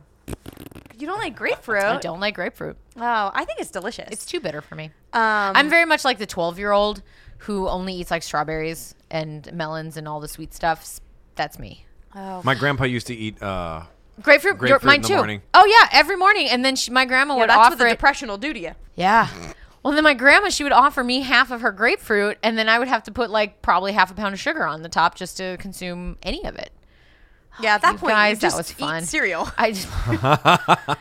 [SPEAKER 2] You don't like grapefruit?
[SPEAKER 1] I don't like grapefruit.
[SPEAKER 2] Oh, I think it's delicious.
[SPEAKER 1] It's too bitter for me.
[SPEAKER 2] um,
[SPEAKER 1] I'm very much like the 12 year old who only eats like strawberries and melons and all the sweet stuff. That's me.
[SPEAKER 2] oh.
[SPEAKER 3] My grandpa used to eat. Uh,
[SPEAKER 1] Grapefruit, you're-
[SPEAKER 3] Grapefruit
[SPEAKER 1] mine
[SPEAKER 3] in the
[SPEAKER 1] too.
[SPEAKER 3] morning.
[SPEAKER 1] Oh yeah, every morning. And then she, my grandma
[SPEAKER 2] Yeah,
[SPEAKER 1] would
[SPEAKER 2] that's what
[SPEAKER 1] offer
[SPEAKER 2] the
[SPEAKER 1] it.
[SPEAKER 2] depression will do to you.
[SPEAKER 1] yeah. Well, then my grandma she would offer me half of her grapefruit, and then I would have to put like probably half a pound of sugar on the top just to consume any of it.
[SPEAKER 2] Yeah, at that
[SPEAKER 1] You
[SPEAKER 2] point,
[SPEAKER 1] guys,
[SPEAKER 2] you just
[SPEAKER 1] that was fun.
[SPEAKER 2] eat cereal.
[SPEAKER 1] I just,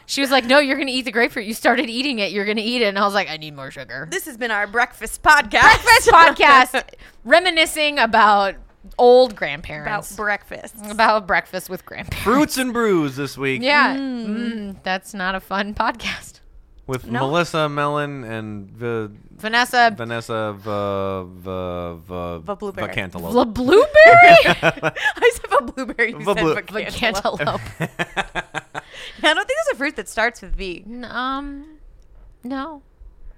[SPEAKER 1] she was like, "No, you're gonna eat the grapefruit. You started eating it. You're gonna eat it." And I was like, "I need more sugar."
[SPEAKER 2] This has been our breakfast podcast.
[SPEAKER 1] This podcast reminiscing about old grandparents
[SPEAKER 2] about breakfast.
[SPEAKER 1] about breakfast with grandparents.
[SPEAKER 3] Fruits and brews this week
[SPEAKER 1] Yeah, Mm, that's not a fun podcast.
[SPEAKER 3] with Melissa Mellon and the
[SPEAKER 1] Vanessa,
[SPEAKER 3] Vanessa v- v- v-
[SPEAKER 2] The blueberry.
[SPEAKER 3] Vacantaloupe.
[SPEAKER 1] the blueberry.
[SPEAKER 2] I said a blueberry. You
[SPEAKER 3] Va-
[SPEAKER 2] said
[SPEAKER 3] blu-
[SPEAKER 2] va-
[SPEAKER 1] the
[SPEAKER 2] cantaloupe.
[SPEAKER 1] cantaloupe.
[SPEAKER 2] I don't think there's a fruit that starts with V.
[SPEAKER 1] N- um, no,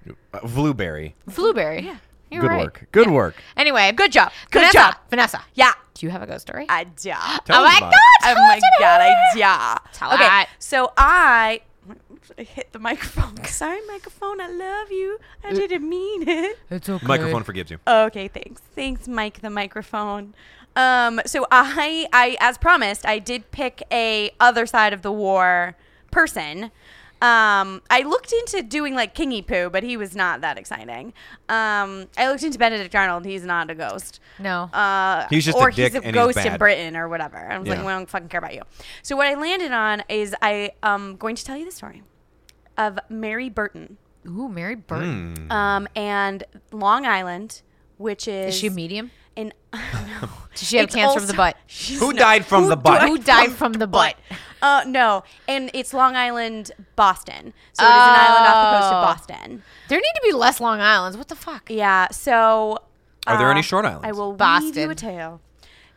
[SPEAKER 3] Uh, blueberry.
[SPEAKER 1] blueberry. Yeah, you're
[SPEAKER 3] Good
[SPEAKER 1] right. Oh
[SPEAKER 3] work. Good work.
[SPEAKER 1] Anyway, good
[SPEAKER 2] job. Good
[SPEAKER 1] Vanessa,
[SPEAKER 2] job.
[SPEAKER 1] Vanessa.
[SPEAKER 2] Yeah.
[SPEAKER 1] Do you have a ghost story?
[SPEAKER 2] I yeah.
[SPEAKER 3] Tell
[SPEAKER 1] oh
[SPEAKER 3] us
[SPEAKER 1] my
[SPEAKER 3] about
[SPEAKER 1] god!
[SPEAKER 3] it.
[SPEAKER 2] Oh
[SPEAKER 1] tell
[SPEAKER 2] my
[SPEAKER 1] us about
[SPEAKER 2] god,
[SPEAKER 1] it.
[SPEAKER 2] I yeah.
[SPEAKER 1] Tell
[SPEAKER 2] okay,
[SPEAKER 1] it.
[SPEAKER 2] so I, I hit the microphone. Sorry, microphone. I love you. I didn't mean it.
[SPEAKER 1] It's okay.
[SPEAKER 3] Microphone forgives you.
[SPEAKER 2] Okay, thanks. Thanks, Mike the microphone. Um, so I I as promised, I did pick a other side of the war person. Um, I looked into doing like Kingy Poo, but he was not that exciting. Um, I looked into Benedict Arnold. He's not a ghost.
[SPEAKER 1] No.
[SPEAKER 2] Uh,
[SPEAKER 3] He's just a
[SPEAKER 2] or
[SPEAKER 3] dick
[SPEAKER 2] he's a
[SPEAKER 3] and he's
[SPEAKER 2] ghost in
[SPEAKER 3] bad.
[SPEAKER 2] Britain or whatever. I was
[SPEAKER 3] Yeah.
[SPEAKER 2] like, we don't fucking care about you. So what I landed on is I am going to tell you the story of Mary Burton
[SPEAKER 1] Ooh, Mary Burton.
[SPEAKER 3] Mm.
[SPEAKER 2] um, and Long Island, which is
[SPEAKER 1] Is she a medium?
[SPEAKER 2] in no.
[SPEAKER 1] Did she have
[SPEAKER 2] It's
[SPEAKER 1] cancer of the
[SPEAKER 2] also-
[SPEAKER 1] butt?
[SPEAKER 2] She's
[SPEAKER 3] Who
[SPEAKER 2] not-
[SPEAKER 3] died from the butt?
[SPEAKER 1] Who died from the butt?
[SPEAKER 2] Uh, no, and it's Long Island, Boston. So it is an island
[SPEAKER 1] Oh.
[SPEAKER 2] off the coast of Boston.
[SPEAKER 1] There need to be less Long Islands. What the fuck?
[SPEAKER 2] Yeah. So
[SPEAKER 3] Are there
[SPEAKER 2] uh,
[SPEAKER 3] any short islands?
[SPEAKER 2] I will weave
[SPEAKER 1] Boston.
[SPEAKER 2] you a tale.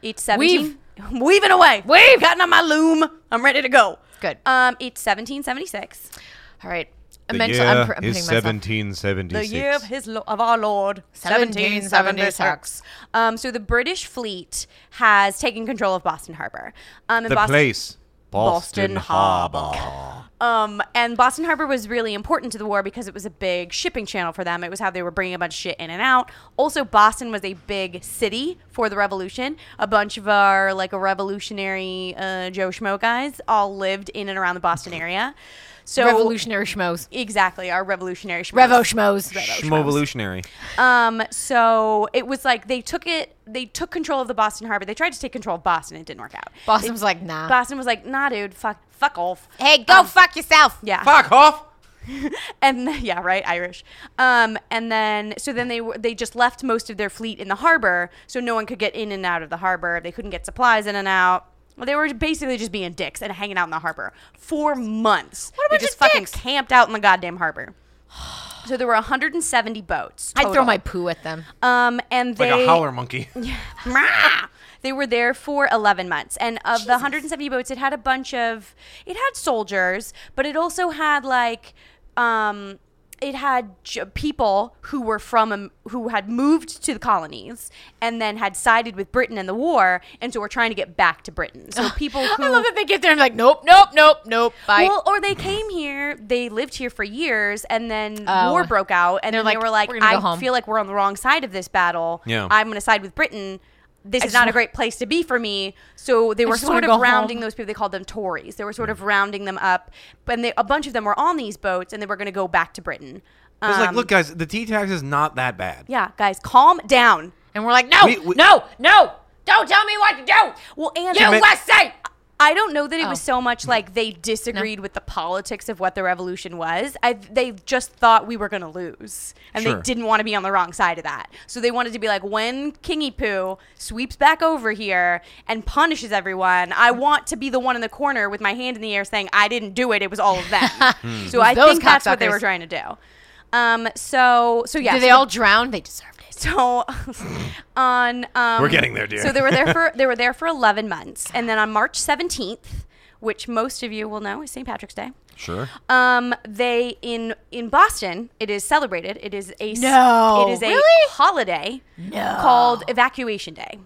[SPEAKER 2] Each seventeen.
[SPEAKER 1] Weave.
[SPEAKER 2] Weaving away.
[SPEAKER 1] Weave.
[SPEAKER 2] Gotten on my loom. I'm ready to go.
[SPEAKER 1] Good.
[SPEAKER 2] Um, it's 1776.
[SPEAKER 1] All right. I'm mental- I'm, pr- I'm putting myself.
[SPEAKER 2] The year of his lo- of our Lord
[SPEAKER 1] 1776.
[SPEAKER 2] Um, so the British fleet has taken control of Boston Harbor. Um, and
[SPEAKER 3] The
[SPEAKER 2] Boston-
[SPEAKER 3] place.
[SPEAKER 2] Boston Um, and Boston Harbor was really important to the war because it was a big shipping channel for them. It was how they were bringing a bunch of shit in and out. Also, Boston was a big city for the revolution. A bunch of our like a revolutionary uh, Joe Schmo guys all lived in and around the Boston area. So
[SPEAKER 1] Revolutionary schmoes.
[SPEAKER 2] exactly our revolutionary Schmoes.
[SPEAKER 1] Revo schmoes.
[SPEAKER 3] Schmovolutionary.
[SPEAKER 2] Um, so it was like they took it. They took control of the Boston Harbor. They tried to take control of Boston. It didn't work out.
[SPEAKER 1] Boston was like, nah.
[SPEAKER 2] Boston was like, nah, dude, fuck, fuck off.
[SPEAKER 1] hey, go
[SPEAKER 2] Um,
[SPEAKER 1] fuck yourself.
[SPEAKER 2] Yeah.
[SPEAKER 3] Fuck off.
[SPEAKER 2] and th- yeah, right, Irish. Um, and then so then they were they just left most of their fleet in the harbor, so no one could get in and out of the harbor. They couldn't get supplies in and out. Well, they were basically just being dicks and hanging out in the harbor for months. What
[SPEAKER 1] bunch
[SPEAKER 2] they just
[SPEAKER 1] of
[SPEAKER 2] fucking
[SPEAKER 1] dicks.
[SPEAKER 2] camped out in the goddamn harbor. So there were 170 boats.
[SPEAKER 1] I'd throw
[SPEAKER 2] total.
[SPEAKER 1] my poo at them.
[SPEAKER 2] um and they
[SPEAKER 3] Like a howler monkey.
[SPEAKER 2] they were there for 11 months. And of the 170 boats, it had a bunch of, it had soldiers, but it also had like, um, it had j- people who were from um, who had moved to the colonies and then had sided with Britain in the war, and so were trying to get back to Britain. So people who
[SPEAKER 1] I love that they get there and like, nope, nope, nope, nope. Bye.
[SPEAKER 2] well, or they came here, they lived here for years, and then
[SPEAKER 1] Oh.
[SPEAKER 2] war broke out, and
[SPEAKER 1] They're
[SPEAKER 2] then they
[SPEAKER 1] like,
[SPEAKER 2] were like,
[SPEAKER 1] "We're gonna go
[SPEAKER 2] "I
[SPEAKER 1] home."
[SPEAKER 2] feel like we're on the wrong side of this battle.
[SPEAKER 3] Yeah.
[SPEAKER 2] I'm going to side with Britain. This is
[SPEAKER 1] just
[SPEAKER 2] not
[SPEAKER 1] wa-
[SPEAKER 2] a great place to be for me." So they were
[SPEAKER 1] just wanna
[SPEAKER 2] sort
[SPEAKER 1] go
[SPEAKER 2] of rounding
[SPEAKER 1] home.
[SPEAKER 2] those people. They called them Tories. They were sort of rounding them up, and they, a bunch of them were on these boats, and they were going to go back to Britain.
[SPEAKER 3] It's like,
[SPEAKER 2] Um,
[SPEAKER 3] look, guys, the tea tax is not that bad.
[SPEAKER 2] yeah, guys, calm down.
[SPEAKER 1] and we're like, no,
[SPEAKER 3] We- we-
[SPEAKER 1] no, no. Don't tell me what to do.
[SPEAKER 2] Well, and
[SPEAKER 1] You USA.
[SPEAKER 2] I don't know that it
[SPEAKER 1] Oh.
[SPEAKER 2] was so much like they disagreed with the politics of what the revolution was. I, they just thought we were going to lose, and
[SPEAKER 3] Sure.
[SPEAKER 2] they didn't want to be on the wrong side of that. So they wanted to be like, when Kingy Poo sweeps back over here and punishes everyone, I
[SPEAKER 1] Mm.
[SPEAKER 2] want to be the one in the corner with my hand in the air saying, "I didn't do it. It was all of them." so I
[SPEAKER 1] Those
[SPEAKER 2] think that's what they
[SPEAKER 1] cocksuckers.
[SPEAKER 2] were trying to do. Um, so so yeah,
[SPEAKER 1] Did
[SPEAKER 2] so
[SPEAKER 1] they
[SPEAKER 2] the-
[SPEAKER 1] all drown? They deserved it.
[SPEAKER 2] so on um,
[SPEAKER 3] We're getting there, dear.
[SPEAKER 2] So they were there for they were there for 11 months, and then on March 17th, which most of you will know is St. Patrick's Day.
[SPEAKER 3] Sure.
[SPEAKER 2] Um, they in in Boston, it is celebrated. It is a s-
[SPEAKER 1] No.
[SPEAKER 2] it is a
[SPEAKER 1] Really?
[SPEAKER 2] holiday
[SPEAKER 1] No.
[SPEAKER 2] called Evacuation Day.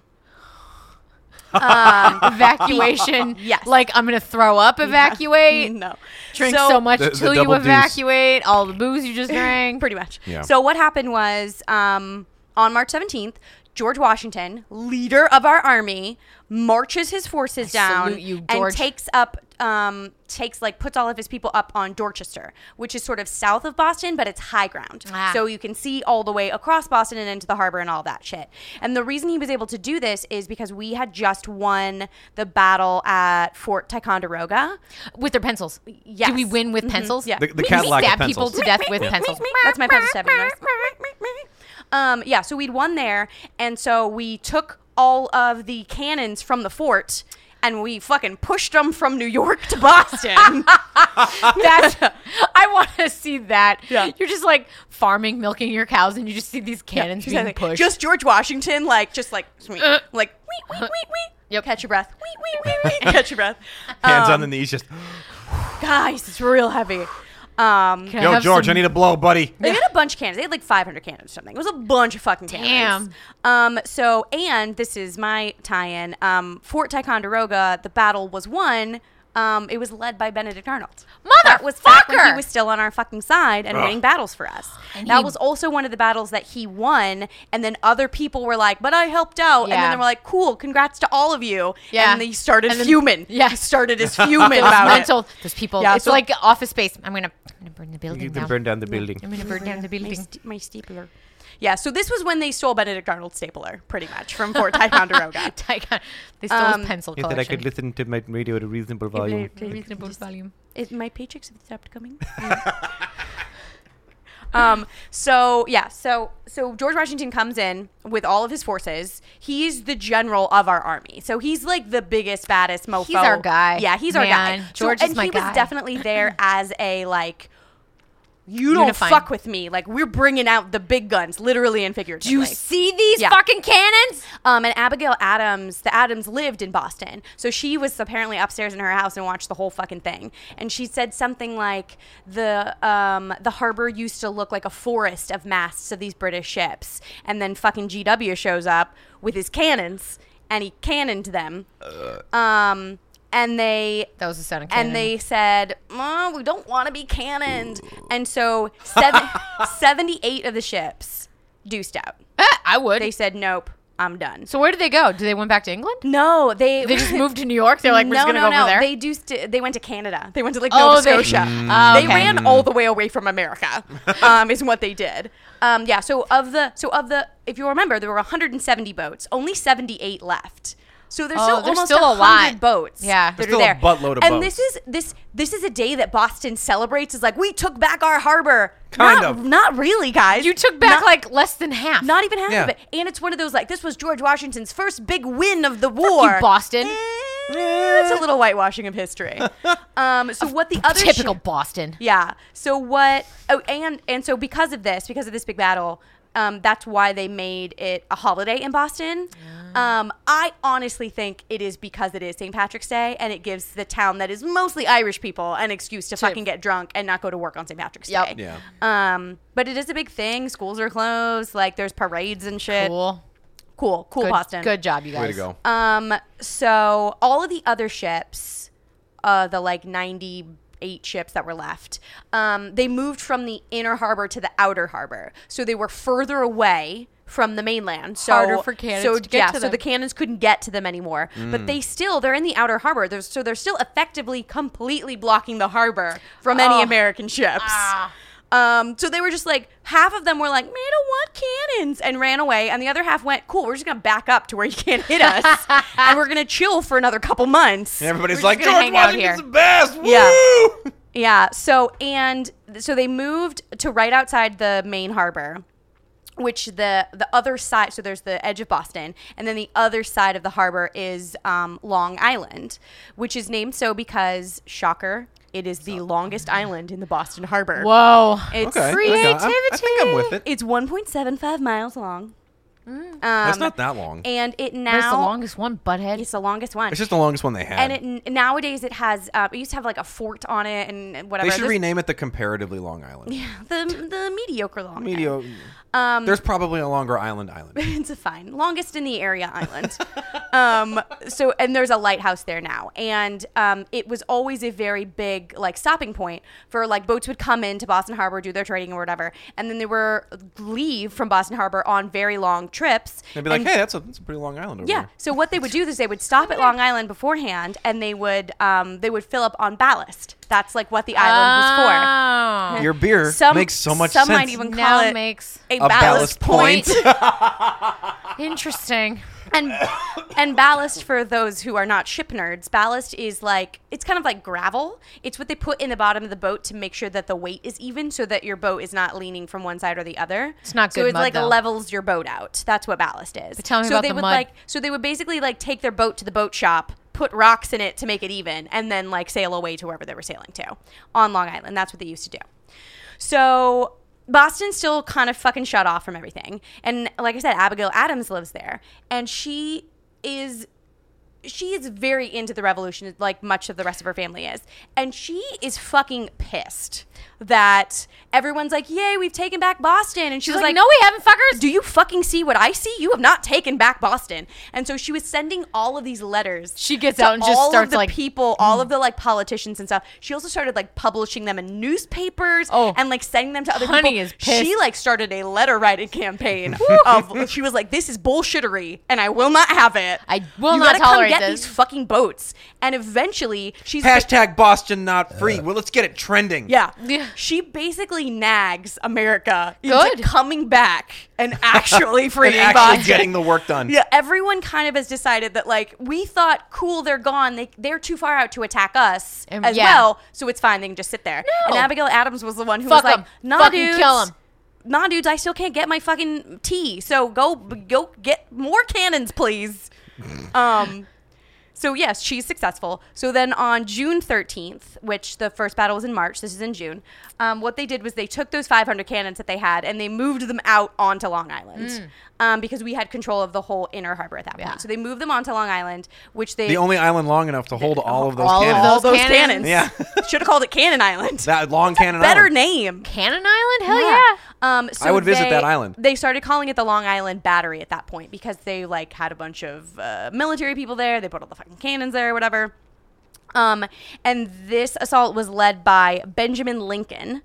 [SPEAKER 1] Evacuation.
[SPEAKER 2] Yes. Mm-hmm.
[SPEAKER 1] Like I'm gonna throw up. Evacuate.
[SPEAKER 2] No,
[SPEAKER 1] Drink so, much
[SPEAKER 3] The- the
[SPEAKER 1] till you
[SPEAKER 3] double deuce.
[SPEAKER 1] evacuate all the booze you just drank.
[SPEAKER 2] pretty much.
[SPEAKER 3] Yeah.
[SPEAKER 2] So what happened was um, on March 17th, George Washington, leader of our army, marches his forces down
[SPEAKER 1] salute you,
[SPEAKER 2] and
[SPEAKER 1] George.
[SPEAKER 2] takes up um, takes like puts all of his people up on Dorchester, which is sort of south of Boston, but it's high ground.
[SPEAKER 1] Ah.
[SPEAKER 2] So you can see all the way across Boston and into the harbor and all that shit. And the reason he was able to do this is because we had just won the battle at Fort Ticonderoga.
[SPEAKER 1] with their pencils.
[SPEAKER 2] Yes. Mm-hmm.
[SPEAKER 1] Did we win with pencils?
[SPEAKER 2] Yeah.
[SPEAKER 3] The, the
[SPEAKER 1] We
[SPEAKER 3] Cadillac
[SPEAKER 1] stab
[SPEAKER 3] of
[SPEAKER 1] people
[SPEAKER 3] pencils.
[SPEAKER 1] to death with pencils.
[SPEAKER 2] That's my pencil stabbing noise. Um, yeah, so we'd won there, and so we took all of the cannons from the fort, and we fucking pushed them from New York to Boston.
[SPEAKER 1] That's. I want to see that.
[SPEAKER 2] Yeah.
[SPEAKER 1] You're just like farming, milking your cows, and you just see these cannons being pushed. Uh.
[SPEAKER 2] Just George Washington, like, just like, sweet, like, wee, wee, wee, wee.
[SPEAKER 1] Yep.
[SPEAKER 2] Catch your breath. Wee, wee, wee, wee. Catch your breath.
[SPEAKER 3] Hands
[SPEAKER 2] Um,
[SPEAKER 3] on the knees, just.
[SPEAKER 2] Guys, it's real heavy. Um,
[SPEAKER 1] Can I
[SPEAKER 3] Yo,
[SPEAKER 1] have
[SPEAKER 3] George,
[SPEAKER 1] some-
[SPEAKER 3] I need a blow, buddy.
[SPEAKER 2] They had a bunch of cannons. They had like 500 cannons or something. It was a bunch of fucking cannons. Damn. Um, so, and this is my tie-in. Um, Fort Ticonderoga, the battle was won. Um, it was led by Benedict Arnold. That was back when he
[SPEAKER 1] Motherfucker!
[SPEAKER 2] was still on our fucking side and
[SPEAKER 3] Ugh.
[SPEAKER 2] winning battles for us.
[SPEAKER 1] And
[SPEAKER 2] that
[SPEAKER 1] he-
[SPEAKER 2] was also one of the battles that he won. And then other people were like, "But I helped out." And then
[SPEAKER 1] Yeah.
[SPEAKER 2] they were like, "Cool, congrats to all of you."
[SPEAKER 1] Yeah.
[SPEAKER 2] And then he started
[SPEAKER 1] And then-
[SPEAKER 2] fuming.
[SPEAKER 1] Yeah.
[SPEAKER 2] He started his fuming
[SPEAKER 1] Those
[SPEAKER 2] about it.
[SPEAKER 1] mental. Those people.
[SPEAKER 2] Yeah,
[SPEAKER 1] it's
[SPEAKER 2] so-
[SPEAKER 1] like office space. I'm gonna. I'm gonna burn the building
[SPEAKER 3] You
[SPEAKER 1] down.
[SPEAKER 3] can burn down the building.
[SPEAKER 1] I'm gonna burn down the
[SPEAKER 2] my,
[SPEAKER 1] building.
[SPEAKER 2] st- my stapler. Yeah, so this was when they stole Benedict Arnold's stapler, pretty much, from Fort Ticonderoga.
[SPEAKER 1] Tiger- they stole
[SPEAKER 2] Um,
[SPEAKER 1] his pencil
[SPEAKER 3] Yeah,
[SPEAKER 1] collection.
[SPEAKER 3] that I could listen to my radio at a reasonable volume.
[SPEAKER 1] Reasonable volume.
[SPEAKER 2] Is my paychecks have stopped coming? um. So yeah. So so George Washington comes in with all of his forces. He's the general of our army. So he's like the biggest, baddest mofo.
[SPEAKER 1] He's our guy.
[SPEAKER 2] Yeah, he's our
[SPEAKER 1] Man,
[SPEAKER 2] guy.
[SPEAKER 1] George
[SPEAKER 2] so,
[SPEAKER 1] is
[SPEAKER 2] and
[SPEAKER 1] my
[SPEAKER 2] he
[SPEAKER 1] guy.
[SPEAKER 2] was definitely there as a like. You don't
[SPEAKER 1] Unifying.
[SPEAKER 2] fuck with me. Like we're bringing out the big guns, literally and figuratively.
[SPEAKER 1] Do you see these
[SPEAKER 2] Yeah.
[SPEAKER 1] fucking cannons?
[SPEAKER 2] Um, and Abigail Adams, the Adams lived in Boston. So she was apparently upstairs in her house and watched the whole fucking thing. And she said something like the um, the harbor used to look like a forest of masts of these British ships. And then fucking GW shows up with his cannons and he cannoned them. Um, and they
[SPEAKER 1] That was the sound of cannon.
[SPEAKER 2] and they said, "Mom, we don't want to be cannoned." And so seven, 78 of the ships deuced out.
[SPEAKER 1] Ah, I would.
[SPEAKER 2] They said, "Nope, I'm done."
[SPEAKER 1] so where did they go? Do they went back to England?
[SPEAKER 2] No, they
[SPEAKER 1] They just moved to New York. They're like, we're
[SPEAKER 2] no,
[SPEAKER 1] just gonna
[SPEAKER 2] no,
[SPEAKER 1] go
[SPEAKER 2] no.
[SPEAKER 1] over there.
[SPEAKER 2] They do. St- they went to Canada. They went to like
[SPEAKER 1] Oh,
[SPEAKER 2] Nova
[SPEAKER 1] they-
[SPEAKER 2] Scotia.
[SPEAKER 1] Mm.
[SPEAKER 2] They
[SPEAKER 1] Okay.
[SPEAKER 2] ran all the way away from America. um, is what they did. Um, yeah. So of the so of the if you remember, there were 170 boats. Only 78 left. So there's
[SPEAKER 1] Oh,
[SPEAKER 2] still
[SPEAKER 1] there's
[SPEAKER 2] almost
[SPEAKER 1] still a
[SPEAKER 2] 100
[SPEAKER 1] lot.
[SPEAKER 2] boats.
[SPEAKER 1] Yeah.
[SPEAKER 2] that
[SPEAKER 1] There's
[SPEAKER 2] are
[SPEAKER 3] still a
[SPEAKER 2] there.
[SPEAKER 3] buttload of
[SPEAKER 2] and
[SPEAKER 3] boats.
[SPEAKER 2] this is this this is a day that Boston celebrates. Is like we took back our harbor.
[SPEAKER 3] Kind
[SPEAKER 2] Not-
[SPEAKER 3] of.
[SPEAKER 2] Not really, guys.
[SPEAKER 1] you took back
[SPEAKER 2] Not-
[SPEAKER 1] like less than half.
[SPEAKER 2] Not even half
[SPEAKER 3] Yeah.
[SPEAKER 2] of it. And it's one of those like this was George Washington's first big win of the
[SPEAKER 1] you,
[SPEAKER 2] war.
[SPEAKER 1] Boston.
[SPEAKER 2] Eh, That's a little whitewashing of history. Um, so what the other
[SPEAKER 1] typical
[SPEAKER 2] shi-
[SPEAKER 1] Boston.
[SPEAKER 2] yeah. So what? Oh, and and so because of this, because of this big battle, um, that's why they made it a holiday in Boston. Um, I honestly think it is because it is St. Patrick's Day, and it gives the town that is mostly Irish people an excuse to fucking get drunk and not go to work on St. Patrick's
[SPEAKER 1] Yep.
[SPEAKER 2] Day. Yeah. Um, but it is a big thing. Schools are closed. Like there's parades and shit. Cool,
[SPEAKER 1] Cool.
[SPEAKER 2] cool,
[SPEAKER 1] Good,
[SPEAKER 2] Boston.
[SPEAKER 1] good job, you guys.
[SPEAKER 3] Way to go.
[SPEAKER 2] Um, so all of the other ships, uh, the like 98 ships that were left, um, they moved from the inner harbor to the outer harbor. So they were further away from the mainland. So,
[SPEAKER 1] Harder for cannons
[SPEAKER 2] so,
[SPEAKER 1] to get
[SPEAKER 2] yeah,
[SPEAKER 1] to
[SPEAKER 2] so
[SPEAKER 1] them.
[SPEAKER 2] the cannons couldn't get to them anymore. But they still, they're in the outer harbor. They're, so they're still effectively completely blocking the harbor from
[SPEAKER 1] Oh.
[SPEAKER 2] any American ships.
[SPEAKER 1] Ah.
[SPEAKER 2] Um, so they were just like half of them were like, "Man, I don't want cannons," and ran away, and the other half went, "Cool, we're just gonna back up to where you can't hit us, and we're gonna chill for another couple months."
[SPEAKER 3] And everybody's
[SPEAKER 1] just
[SPEAKER 3] like,
[SPEAKER 1] gonna
[SPEAKER 3] George
[SPEAKER 1] hang out
[SPEAKER 3] Washington's
[SPEAKER 1] here."
[SPEAKER 3] the best. Woo!
[SPEAKER 2] Yeah. Um, Yeah. So and so they moved to right outside the main harbor, which the the other side. So there's the edge of Boston, and then the other side of the harbor is um, Long Island, which is named so because shocker, It is the longest island in the Boston Harbor.
[SPEAKER 1] Whoa.
[SPEAKER 2] It's
[SPEAKER 3] Okay. okay, I'm- I think I'm with it.
[SPEAKER 2] It's 1.75 miles long. Um,
[SPEAKER 3] That's not that long.
[SPEAKER 2] And it now
[SPEAKER 1] That's the longest one, butthead.
[SPEAKER 2] it's the longest one.
[SPEAKER 3] It's just the longest one they had.
[SPEAKER 2] and it n- nowadays it has uh, it used to have like a fort on it and whatever.
[SPEAKER 3] they should
[SPEAKER 2] This-
[SPEAKER 3] rename it the comparatively long island.
[SPEAKER 2] the the mediocre long.
[SPEAKER 3] Medio.
[SPEAKER 2] Um,
[SPEAKER 3] There's probably a longer island island.
[SPEAKER 2] it's a fine longest in the area island um so and there's a lighthouse there now and um it was always a very big like stopping point for like boats would come into boston harbor do their trading or whatever and then they were leave from boston harbor on very long trips
[SPEAKER 3] They'd be like,
[SPEAKER 2] and-
[SPEAKER 3] hey, that's a, that's a pretty long island over
[SPEAKER 2] yeah.
[SPEAKER 3] there.
[SPEAKER 2] So what they would do is they would stop at Long Island beforehand, and they would um, they would fill up on ballast. That's like what the island
[SPEAKER 1] oh.
[SPEAKER 3] Your beer
[SPEAKER 2] was for. Some
[SPEAKER 3] makes so much
[SPEAKER 2] some
[SPEAKER 3] sense.
[SPEAKER 2] might even call
[SPEAKER 1] Now
[SPEAKER 2] it
[SPEAKER 1] makes
[SPEAKER 2] a,
[SPEAKER 3] a ballast
[SPEAKER 2] ballast, point.
[SPEAKER 3] point.
[SPEAKER 1] interesting.
[SPEAKER 2] and and ballast for those who are not ship nerds ballast is like it's kind of like gravel it's what they put in the bottom of the boat to make sure that the weight is even so that your boat is not leaning from one side or the other
[SPEAKER 1] It's not
[SPEAKER 2] so
[SPEAKER 1] good
[SPEAKER 2] it
[SPEAKER 1] mud,
[SPEAKER 2] like
[SPEAKER 1] though.
[SPEAKER 2] levels your boat out that's what ballast is but
[SPEAKER 1] tell me
[SPEAKER 2] so
[SPEAKER 1] about
[SPEAKER 2] they
[SPEAKER 1] the
[SPEAKER 2] would
[SPEAKER 1] mud.
[SPEAKER 2] like so they would basically like take their boat to the boat shop put rocks in it to make it even and then like sail away to wherever they were sailing to on long island that's what they used to do so Boston's still kind of fucking shut off from everything. And like I said, Abigail Adams lives there. And she is she is very into the revolution like much of the rest of her family is and she is fucking pissed that everyone's like yay we've taken back boston and she
[SPEAKER 1] She's
[SPEAKER 2] was
[SPEAKER 1] like, no, we haven't, fuckers.
[SPEAKER 2] do you fucking see what i see you have not taken back boston and so she was sending all of these letters
[SPEAKER 1] She gets
[SPEAKER 2] to
[SPEAKER 1] out and just
[SPEAKER 2] all of
[SPEAKER 1] starts,
[SPEAKER 2] the
[SPEAKER 1] like,
[SPEAKER 2] people all of the like politicians and stuff she also started like publishing them in newspapers
[SPEAKER 1] Oh.
[SPEAKER 2] and like sending them to other
[SPEAKER 1] Honey
[SPEAKER 2] people
[SPEAKER 1] is pissed.
[SPEAKER 2] she like started a letter writing campaign of she was like this is bullshittery and i will not have it
[SPEAKER 1] I will
[SPEAKER 2] you
[SPEAKER 1] not
[SPEAKER 2] gotta come
[SPEAKER 1] tolerate
[SPEAKER 2] get
[SPEAKER 1] this.
[SPEAKER 2] these fucking boats. And eventually, she's
[SPEAKER 3] Hashtag Boston not free. Well, let's get it trending.
[SPEAKER 2] yeah.
[SPEAKER 1] Yeah.
[SPEAKER 2] She basically nags America
[SPEAKER 1] Good.
[SPEAKER 2] into coming back and actually
[SPEAKER 3] And
[SPEAKER 2] freeing
[SPEAKER 3] actually
[SPEAKER 2] Boston.
[SPEAKER 3] getting the work done.
[SPEAKER 2] yeah, everyone kind of has decided that like we thought, cool, they're gone. They they're too far out to attack us
[SPEAKER 1] And-
[SPEAKER 2] as
[SPEAKER 1] Um, yeah.
[SPEAKER 2] well, so it's fine. They can just sit there.
[SPEAKER 1] No.
[SPEAKER 2] And Abigail Adams was the one who
[SPEAKER 1] Fuck
[SPEAKER 2] was
[SPEAKER 1] 'em.
[SPEAKER 2] like, "Nah,
[SPEAKER 1] Fucking
[SPEAKER 2] dudes,
[SPEAKER 1] kill 'em."
[SPEAKER 2] nah, dudes, I still can't get my fucking tea. So go go get more cannons, please." um. So yes, she's successful. So then on June 13th, which the first battle was in March, this is in June. Um, what they did was they took those 500 cannons that they had and they moved them out onto Long Island um, because we had control of the whole inner harbor at that point.
[SPEAKER 1] Yeah.
[SPEAKER 2] So they moved them onto Long Island, which they
[SPEAKER 3] The only island long enough to hold all of those
[SPEAKER 1] all of
[SPEAKER 3] cannons.
[SPEAKER 2] all those
[SPEAKER 1] Those
[SPEAKER 2] cannons.
[SPEAKER 1] cannons.
[SPEAKER 3] Yeah.
[SPEAKER 2] should have called it Cannon Island.
[SPEAKER 3] that long cannon
[SPEAKER 2] Better
[SPEAKER 3] island.
[SPEAKER 2] name.
[SPEAKER 1] Cannon Island? Hell yeah.
[SPEAKER 2] Um, so
[SPEAKER 3] would visit
[SPEAKER 2] they-
[SPEAKER 3] that island.
[SPEAKER 2] They started calling it the Long Island Battery at that point because they like had a bunch of uh, military people there. They put all the fucking cannons there, whatever. Um, and this assault was led by Benjamin Lincoln,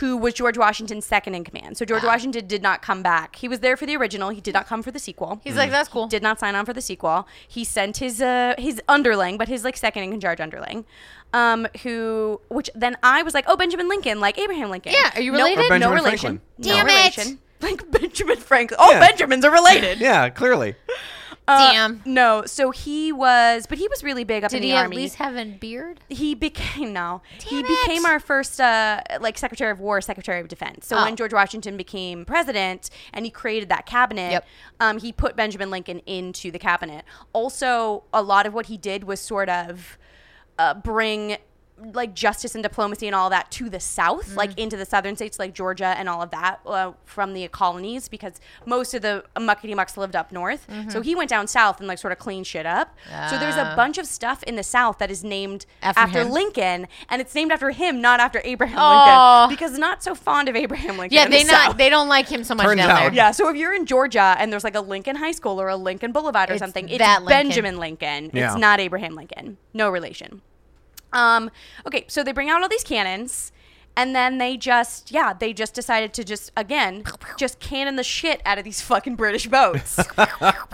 [SPEAKER 2] who was George Washington's second in command. So
[SPEAKER 3] Ah.
[SPEAKER 2] George Washington did not come back. He was there for the original. He did not come for the sequel.
[SPEAKER 1] He's like, that's cool.
[SPEAKER 2] did not sign on for the sequel. He sent his uh his underling, but his like second in charge underling, um, who which then I was like, oh Benjamin Lincoln, like Abraham Lincoln.
[SPEAKER 1] Yeah, are you
[SPEAKER 2] Nope.
[SPEAKER 1] related?
[SPEAKER 3] Or Benjamin
[SPEAKER 2] no relation.
[SPEAKER 3] Franklin.
[SPEAKER 1] Damn
[SPEAKER 2] no
[SPEAKER 1] it.
[SPEAKER 2] relation. Like Benjamin Franklin. Oh,
[SPEAKER 3] Yeah.
[SPEAKER 2] Benjamins are related.
[SPEAKER 3] Yeah, clearly.
[SPEAKER 2] Uh,
[SPEAKER 1] Damn.
[SPEAKER 2] No, so he was, but he was really big up
[SPEAKER 1] Did
[SPEAKER 2] in the
[SPEAKER 1] he
[SPEAKER 2] army.
[SPEAKER 1] at least have a beard?
[SPEAKER 2] he became no. he
[SPEAKER 1] Damn it.
[SPEAKER 2] became our first uh, like Secretary of War, Secretary of Defense. So
[SPEAKER 1] Oh.
[SPEAKER 2] when George Washington became president and he created that cabinet,
[SPEAKER 1] Yep.
[SPEAKER 2] um, he put Benjamin Lincoln into the cabinet. Also, a lot of what he did was sort of uh, bring like justice and diplomacy and all that to the South, like
[SPEAKER 1] Mm.
[SPEAKER 2] into the southern states like Georgia and all of that uh, from the colonies because most of the muckety mucks lived up north.
[SPEAKER 1] Mm-hmm.
[SPEAKER 2] So he went down south and like sort of cleaned shit up. so there's a bunch of stuff in the South that is named
[SPEAKER 1] After
[SPEAKER 2] after,
[SPEAKER 1] him.
[SPEAKER 2] Lincoln and it's named after him, not after Abraham
[SPEAKER 1] Oh.
[SPEAKER 2] Lincoln because not so fond of Abraham Lincoln.
[SPEAKER 1] Yeah,
[SPEAKER 2] in the
[SPEAKER 1] they not
[SPEAKER 2] South.
[SPEAKER 1] they don't like him so much
[SPEAKER 3] Turns
[SPEAKER 1] down
[SPEAKER 3] out.
[SPEAKER 1] there.
[SPEAKER 2] Yeah, so if you're in Georgia and there's like a Lincoln High School or a Lincoln Boulevard or
[SPEAKER 1] It's
[SPEAKER 2] something, it's
[SPEAKER 1] that Lincoln.
[SPEAKER 2] Benjamin Lincoln.
[SPEAKER 3] Yeah.
[SPEAKER 2] It's not Abraham Lincoln. No relation. Um, okay, so they bring out all these cannons and then they just yeah, they just decided to just again just cannon the shit out of these fucking British boats.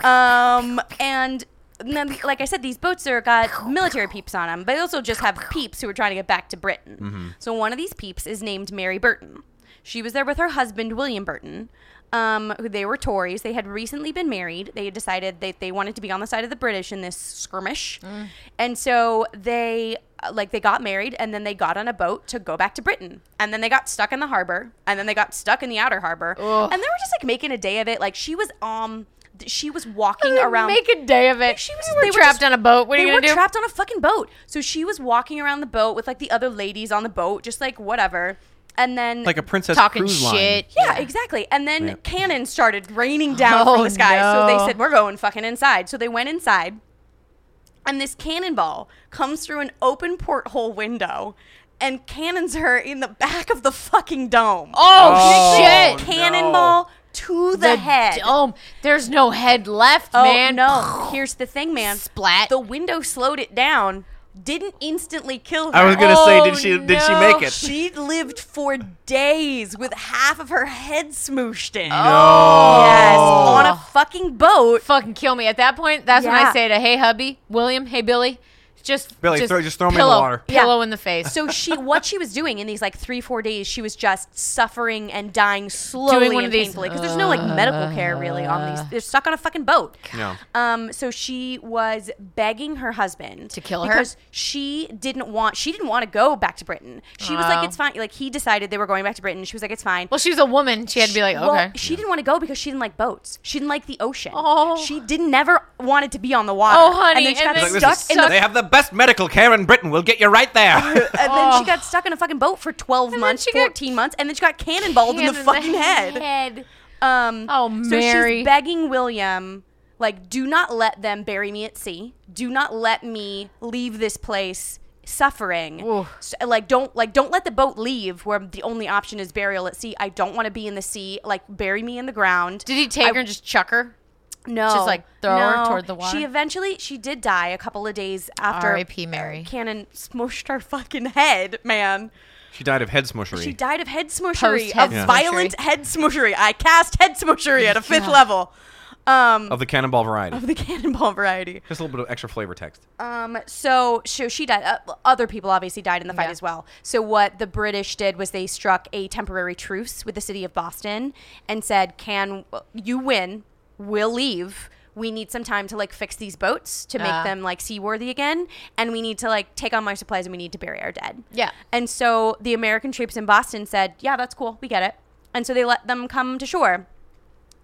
[SPEAKER 2] um, and then, like I said, these boats are got military peeps on them, but they also just have peeps who are trying to get back to Britain. So one of these peeps is named Mary Burton. She was there with her husband William Burton. Um, who they were Tories. They had recently been married. They had decided that they wanted to be on the side of the British in this skirmish,
[SPEAKER 1] Mm.
[SPEAKER 2] and so they uh, like they got married and then they got on a boat to go back to Britain, and then they got stuck in the harbor, and then they got stuck in the outer harbor, and they were just like making a day of it. Like she was um th- she was walking around.
[SPEAKER 1] around. Um, Make a day of it.
[SPEAKER 2] She was
[SPEAKER 1] they were
[SPEAKER 2] just-
[SPEAKER 1] trapped on a boat. What are you
[SPEAKER 2] they
[SPEAKER 1] gonna
[SPEAKER 2] were
[SPEAKER 1] do?
[SPEAKER 2] trapped on a fucking boat. So she was walking around the boat with like the other ladies on the boat, just like whatever. And then
[SPEAKER 6] like a princess
[SPEAKER 1] Talking
[SPEAKER 6] cruise line.
[SPEAKER 1] shit.
[SPEAKER 2] yeah, exactly. And then
[SPEAKER 6] Yeah.
[SPEAKER 2] cannon started raining down
[SPEAKER 1] Oh,
[SPEAKER 2] from the sky. So
[SPEAKER 1] no.
[SPEAKER 2] they said, "We're going fucking inside." So they went inside, and this cannonball comes through an open porthole window and cannons her in the back of the fucking dome.
[SPEAKER 1] Oh,
[SPEAKER 2] Big
[SPEAKER 1] shit!
[SPEAKER 2] Cannonball to the, head.
[SPEAKER 1] Dome. There's no head left,
[SPEAKER 2] Oh
[SPEAKER 1] oh, man.
[SPEAKER 2] no! Here's the thing, man.
[SPEAKER 1] Splat.
[SPEAKER 2] The window slowed it down. Didn't instantly kill her.
[SPEAKER 6] I was gonna say, did
[SPEAKER 1] Oh,
[SPEAKER 6] she did she
[SPEAKER 1] no.
[SPEAKER 6] make it?
[SPEAKER 2] She lived for days with half of her head smooshed in.
[SPEAKER 6] No.
[SPEAKER 2] Yes, Oh, on a fucking boat.
[SPEAKER 1] fucking kill me. At that point, that's when I
[SPEAKER 2] Yeah.
[SPEAKER 1] say to, hey, hubby, William, hey, Billy, just
[SPEAKER 3] Billy,
[SPEAKER 1] just
[SPEAKER 3] throw- just throw me in the
[SPEAKER 1] pillow,
[SPEAKER 3] water.
[SPEAKER 2] Yeah.
[SPEAKER 1] pillow in the face.
[SPEAKER 2] So she, what she was doing in these like three, four days, she was just suffering and dying slowly
[SPEAKER 1] Doing one
[SPEAKER 2] and
[SPEAKER 1] of these- Uh.
[SPEAKER 2] painfully because there's no like medical care really on these. They're stuck on a fucking boat.
[SPEAKER 6] No.
[SPEAKER 2] Um. So she was begging her husband
[SPEAKER 1] To kill her?
[SPEAKER 2] because she didn't want she didn't want to go back to Britain. She was
[SPEAKER 1] Oh.
[SPEAKER 2] like, it's fine. Like he decided they were going back to Britain. She was like, it's fine.
[SPEAKER 1] well, she was a woman. She had to be like, okay.
[SPEAKER 2] Well, she didn't want to go because she didn't like boats. She didn't like the ocean.
[SPEAKER 1] Oh.
[SPEAKER 2] She didn't never wanted to be on the water.
[SPEAKER 1] Oh, honey,
[SPEAKER 2] And then she
[SPEAKER 1] and
[SPEAKER 2] got
[SPEAKER 1] then-
[SPEAKER 3] Like, this is-
[SPEAKER 2] stuck in the
[SPEAKER 3] they have the best medical care in Britain. We'll get you right there.
[SPEAKER 2] and then she got stuck in a fucking boat for 12
[SPEAKER 1] Oh. then
[SPEAKER 2] months,
[SPEAKER 1] she got
[SPEAKER 2] 14 months, and then she got cannonballed in the fucking head. Um,
[SPEAKER 1] Oh,
[SPEAKER 2] So
[SPEAKER 1] Mary.
[SPEAKER 2] she's begging William, like, do not let them bury me at sea. Do not let me leave this place suffering.
[SPEAKER 1] Oof.
[SPEAKER 2] So, like, don't like don't let the boat leave where the only option is burial at sea. I don't want to be in the sea. Like, bury me in the ground.
[SPEAKER 1] Did he take her and just chuck her?
[SPEAKER 2] No,
[SPEAKER 1] Just, like, throw her
[SPEAKER 2] no.
[SPEAKER 1] toward the water?
[SPEAKER 2] She eventually she did die a couple of days after
[SPEAKER 1] R.I.P. Mary.
[SPEAKER 2] Cannon smushed her fucking head, man.
[SPEAKER 6] She died of head smushery.
[SPEAKER 2] She died of head smushery,
[SPEAKER 1] Post-head
[SPEAKER 2] of
[SPEAKER 1] smushery.
[SPEAKER 2] violent head smushery. I cast head smushery at a fifth level. Um,
[SPEAKER 6] of the cannonball variety.
[SPEAKER 2] of the cannonball variety.
[SPEAKER 6] Just a little bit of extra flavor text.
[SPEAKER 2] Um, so, so she died. Uh, other people obviously died in the fight
[SPEAKER 1] Yeah.
[SPEAKER 2] as well. So what the British did was they struck a temporary truce with the city of Boston and said, "Can you win? We'll leave." We need some time to like fix these boats to make
[SPEAKER 1] Ah.
[SPEAKER 2] them like seaworthy again, and we need to like take on more supplies and we need to bury our dead.
[SPEAKER 1] Yeah.
[SPEAKER 2] And so the American troops in Boston said, "Yeah, that's cool. We get it." And so they let them come to shore.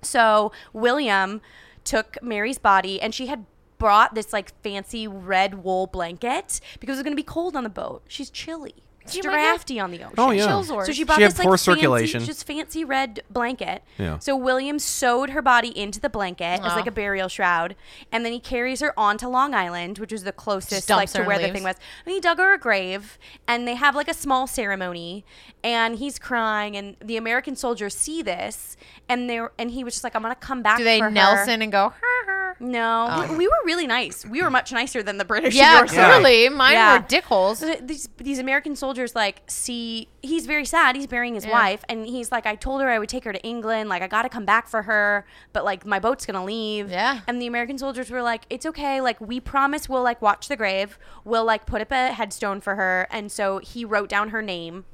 [SPEAKER 2] So William took Mary's body, and she had brought this like fancy red wool blanket because it was going to be cold on the boat. She's chilly. It's
[SPEAKER 1] Oh my God.
[SPEAKER 2] drafty on the ocean.
[SPEAKER 6] Oh, yeah.
[SPEAKER 1] Chills or
[SPEAKER 2] So she bought
[SPEAKER 6] had
[SPEAKER 2] this like
[SPEAKER 6] poor
[SPEAKER 2] fancy,
[SPEAKER 6] circulation.
[SPEAKER 2] just fancy red blanket.
[SPEAKER 6] Yeah.
[SPEAKER 2] So William sewed her body into the blanket as
[SPEAKER 1] Aw.
[SPEAKER 2] like a burial shroud, and then he carries her onto Long Island, which was the closest
[SPEAKER 1] dumps
[SPEAKER 2] like
[SPEAKER 1] her
[SPEAKER 2] to
[SPEAKER 1] and
[SPEAKER 2] where
[SPEAKER 1] leaves.
[SPEAKER 2] the thing was. And he dug her a grave, and they have like a small ceremony, and he's crying, and the American soldiers see this, and they are and he was just like, "I'm gonna come back."
[SPEAKER 1] Do they
[SPEAKER 2] for her."
[SPEAKER 1] Nelson and go, "Huh."
[SPEAKER 2] No, we, we were really nice. We were much nicer than the British.
[SPEAKER 1] yeah,
[SPEAKER 2] and yours were.
[SPEAKER 1] clearly. Mine
[SPEAKER 2] Yeah.
[SPEAKER 1] were dickholes.
[SPEAKER 2] So these these American soldiers like see he's very sad. He's burying his
[SPEAKER 1] Yeah.
[SPEAKER 2] wife, and he's like, I told her I would take her to England. Like I got to come back for her, but like my boat's gonna leave.
[SPEAKER 1] Yeah.
[SPEAKER 2] And the American soldiers were like, It's okay. Like we promise we'll like watch the grave. We'll like put up a headstone for her. And so he wrote down her name.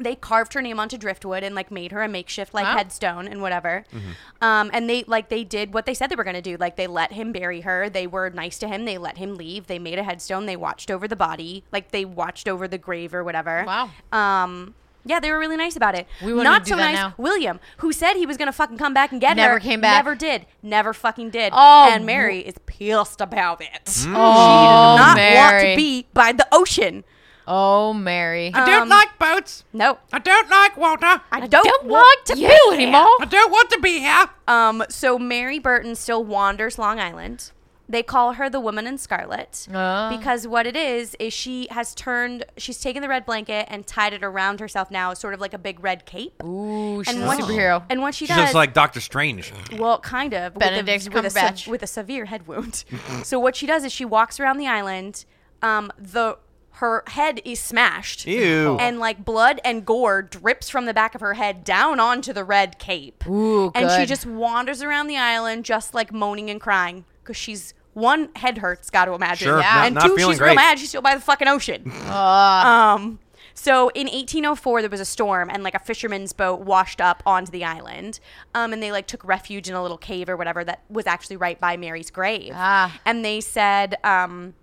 [SPEAKER 2] They carved her name onto driftwood and like made her a makeshift like
[SPEAKER 1] Wow.
[SPEAKER 2] headstone and whatever.
[SPEAKER 1] Mm-hmm.
[SPEAKER 2] Um, and they like they did what they said they were gonna do. Like they let him bury her. They were nice to him. They let him leave. They made a headstone. They watched over the body. Like they watched over the grave or whatever.
[SPEAKER 1] Wow.
[SPEAKER 2] Um, yeah, they were really nice about it.
[SPEAKER 1] We wouldn't
[SPEAKER 2] Not
[SPEAKER 1] do
[SPEAKER 2] so
[SPEAKER 1] that
[SPEAKER 2] nice.
[SPEAKER 1] now.
[SPEAKER 2] William, who said he was gonna fucking come back and get
[SPEAKER 1] Never
[SPEAKER 2] her,
[SPEAKER 1] came back.
[SPEAKER 2] Never did. Never fucking did.
[SPEAKER 1] Oh,
[SPEAKER 2] and Mary is pissed about it.
[SPEAKER 1] Oh,
[SPEAKER 2] Not want
[SPEAKER 1] Mary.
[SPEAKER 2] to be by the ocean.
[SPEAKER 1] Oh, Mary.
[SPEAKER 3] I don't like boats.
[SPEAKER 2] No.
[SPEAKER 3] I don't like water.
[SPEAKER 2] I don't,
[SPEAKER 1] don't
[SPEAKER 2] want to
[SPEAKER 1] you
[SPEAKER 2] be here.
[SPEAKER 1] anymore.
[SPEAKER 3] I don't want to be
[SPEAKER 6] Ah!
[SPEAKER 3] here.
[SPEAKER 2] Um, so Mary Burton still wanders Long Island. They call her the woman in scarlet
[SPEAKER 1] Ah.
[SPEAKER 2] because what it is is she has turned, she's taken the red blanket and tied it around herself now, sort of like a big red cape.
[SPEAKER 1] Ooh, she's
[SPEAKER 2] and
[SPEAKER 1] a
[SPEAKER 2] once-
[SPEAKER 1] superhero.
[SPEAKER 2] And once she
[SPEAKER 3] She's
[SPEAKER 2] does,
[SPEAKER 3] just like Doctor Strange.
[SPEAKER 2] well, kind of. with a-
[SPEAKER 1] Benedict
[SPEAKER 2] with a, se-
[SPEAKER 1] Cumberbatch.
[SPEAKER 2] with a severe head wound. so what she does is she walks around the island. Um, the her head is smashed.
[SPEAKER 6] Ew.
[SPEAKER 2] And like blood and gore drips from the back of her head down onto the red cape.
[SPEAKER 1] Ooh,
[SPEAKER 2] And she
[SPEAKER 1] good.
[SPEAKER 2] just wanders around the island, just like moaning and crying, because she's one head hurts. Got to imagine.
[SPEAKER 6] Sure,
[SPEAKER 1] Yeah. not-
[SPEAKER 2] and
[SPEAKER 6] not
[SPEAKER 2] two,
[SPEAKER 6] feeling
[SPEAKER 2] she's
[SPEAKER 6] great.
[SPEAKER 2] real mad. She's still by the fucking ocean. Um, so in 1804, there was a storm, and like a fisherman's boat washed up onto the island. Um, and they like took refuge in a little cave or whatever that was actually right by Mary's grave.
[SPEAKER 1] Ah.
[SPEAKER 2] And they said um,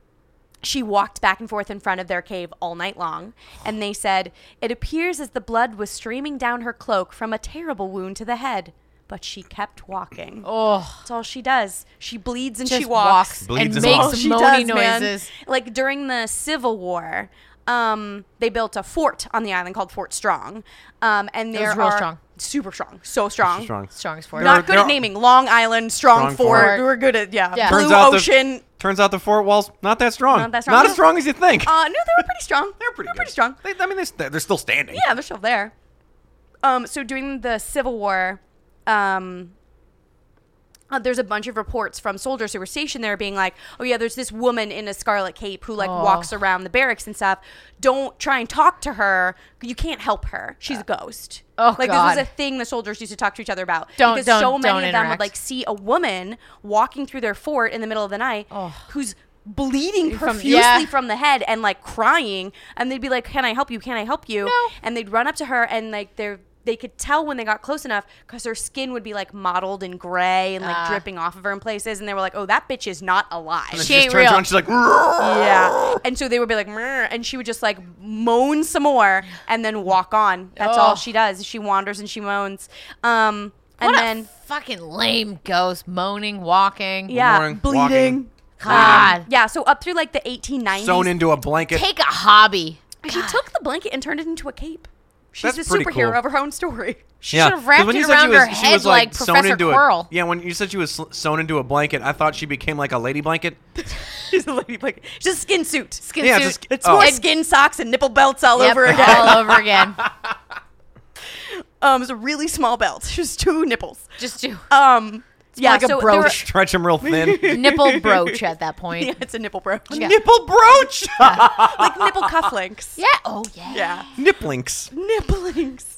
[SPEAKER 2] she walked back and forth in front of their cave all night long. And they said, It appears as the blood was streaming down her cloak from a terrible wound to the head. but she kept walking.
[SPEAKER 1] Oh,
[SPEAKER 2] That's all she does. She bleeds and she
[SPEAKER 1] just
[SPEAKER 2] walks.
[SPEAKER 1] walks,
[SPEAKER 6] Bleeds
[SPEAKER 1] and
[SPEAKER 6] and walks.
[SPEAKER 1] makes
[SPEAKER 2] All she
[SPEAKER 1] moaning
[SPEAKER 2] does, man.
[SPEAKER 1] noises.
[SPEAKER 2] Like during the Civil War, um, they built a fort on the island called Fort Strong, um, and
[SPEAKER 1] It
[SPEAKER 2] there
[SPEAKER 1] was real
[SPEAKER 2] are
[SPEAKER 1] strong.
[SPEAKER 2] super strong, so strong.
[SPEAKER 6] Strong.
[SPEAKER 1] Strongest for
[SPEAKER 2] Not
[SPEAKER 6] There-
[SPEAKER 2] good
[SPEAKER 6] there
[SPEAKER 2] at
[SPEAKER 6] are-
[SPEAKER 2] naming Long Island, Strong,
[SPEAKER 6] Strong
[SPEAKER 2] Fort.
[SPEAKER 1] Fort.
[SPEAKER 2] We're good at yeah,
[SPEAKER 1] Yeah.
[SPEAKER 2] Blue
[SPEAKER 6] Turns out the-
[SPEAKER 2] Ocean.
[SPEAKER 6] Turns out the fort walls not that strong.
[SPEAKER 2] Not that strong.
[SPEAKER 6] as strong as you think.
[SPEAKER 2] uh, no, they were pretty strong. they were
[SPEAKER 6] pretty good.
[SPEAKER 2] pretty strong.
[SPEAKER 6] They, I mean, they're, they're still standing.
[SPEAKER 2] Yeah, they're still there. Um, so during the Civil War, um, uh, there's a bunch of reports from soldiers who were stationed there being like, "Oh yeah, there's this woman in a scarlet cape who like walks around the barracks and stuff. Don't try and talk to her. You can't help her. She's a ghost."
[SPEAKER 1] Oh,
[SPEAKER 2] like
[SPEAKER 1] God.
[SPEAKER 2] this was a thing the soldiers used to talk to each other about.
[SPEAKER 1] Don't-
[SPEAKER 2] because
[SPEAKER 1] don't-
[SPEAKER 2] so many
[SPEAKER 1] don't
[SPEAKER 2] of them
[SPEAKER 1] interact.
[SPEAKER 2] would like see a woman walking through their fort in the middle of the night who's bleeding
[SPEAKER 1] Oh. From-
[SPEAKER 2] profusely
[SPEAKER 1] yeah.
[SPEAKER 2] from the head and like crying and they'd be like can i help you can i help you
[SPEAKER 1] No.
[SPEAKER 2] and they'd run up to her and like they're they could tell when they got close enough because her skin would be like mottled and gray and like
[SPEAKER 1] Ah.
[SPEAKER 2] dripping off of her in places and they were like oh that bitch is not alive
[SPEAKER 1] She ain't real.
[SPEAKER 6] she's like, "Rrrr."
[SPEAKER 2] yeah and so they would be like "Mrr," and she would just like moan some more and then walk on that's
[SPEAKER 1] Oh.
[SPEAKER 2] all she does is she wanders and she moans um and
[SPEAKER 1] what
[SPEAKER 2] then
[SPEAKER 1] a fucking lame ghost, moaning, walking.
[SPEAKER 2] yeah
[SPEAKER 6] Boring,
[SPEAKER 2] bleeding
[SPEAKER 6] walking.
[SPEAKER 1] God,
[SPEAKER 2] yeah so up through like the 1890s
[SPEAKER 6] sewn into a blanket.
[SPEAKER 1] take a hobby.
[SPEAKER 2] She took the blanket and turned it into a cape. She's
[SPEAKER 6] That's
[SPEAKER 2] the
[SPEAKER 6] pretty
[SPEAKER 2] superhero
[SPEAKER 6] cool.
[SPEAKER 2] of her own story.
[SPEAKER 1] She should
[SPEAKER 6] 'cause
[SPEAKER 1] have wrapped
[SPEAKER 6] when you
[SPEAKER 1] it
[SPEAKER 6] said she
[SPEAKER 1] around
[SPEAKER 6] was-
[SPEAKER 1] her
[SPEAKER 6] she
[SPEAKER 1] head
[SPEAKER 6] was,
[SPEAKER 1] like,
[SPEAKER 6] sewn
[SPEAKER 1] Professor
[SPEAKER 6] into a-
[SPEAKER 1] Quirrell.
[SPEAKER 6] yeah, when you said she was sl- sewn into a blanket, I thought she became like a lady blanket.
[SPEAKER 2] She's a lady blanket. She's a skin suit.
[SPEAKER 1] Skin
[SPEAKER 6] Yeah,
[SPEAKER 1] suit.
[SPEAKER 6] just-
[SPEAKER 2] It's
[SPEAKER 6] Oh.
[SPEAKER 2] more
[SPEAKER 6] And-
[SPEAKER 2] skin socks and nipple belts all
[SPEAKER 1] Yep,
[SPEAKER 2] over again.
[SPEAKER 1] All over again.
[SPEAKER 2] Um, it's a really small belt. Just two nipples.
[SPEAKER 1] Just do
[SPEAKER 2] Um, yeah,
[SPEAKER 1] like a
[SPEAKER 2] so there
[SPEAKER 1] brooch.
[SPEAKER 2] were-
[SPEAKER 6] Stretch them real thin.
[SPEAKER 1] nipple brooch at that point.
[SPEAKER 2] yeah, it's a nipple brooch.
[SPEAKER 1] Yeah.
[SPEAKER 6] Nipple brooch.
[SPEAKER 2] like nipple cufflinks.
[SPEAKER 1] Yeah. Oh yeah.
[SPEAKER 2] Yeah.
[SPEAKER 6] Niplinks.
[SPEAKER 2] Nipplings.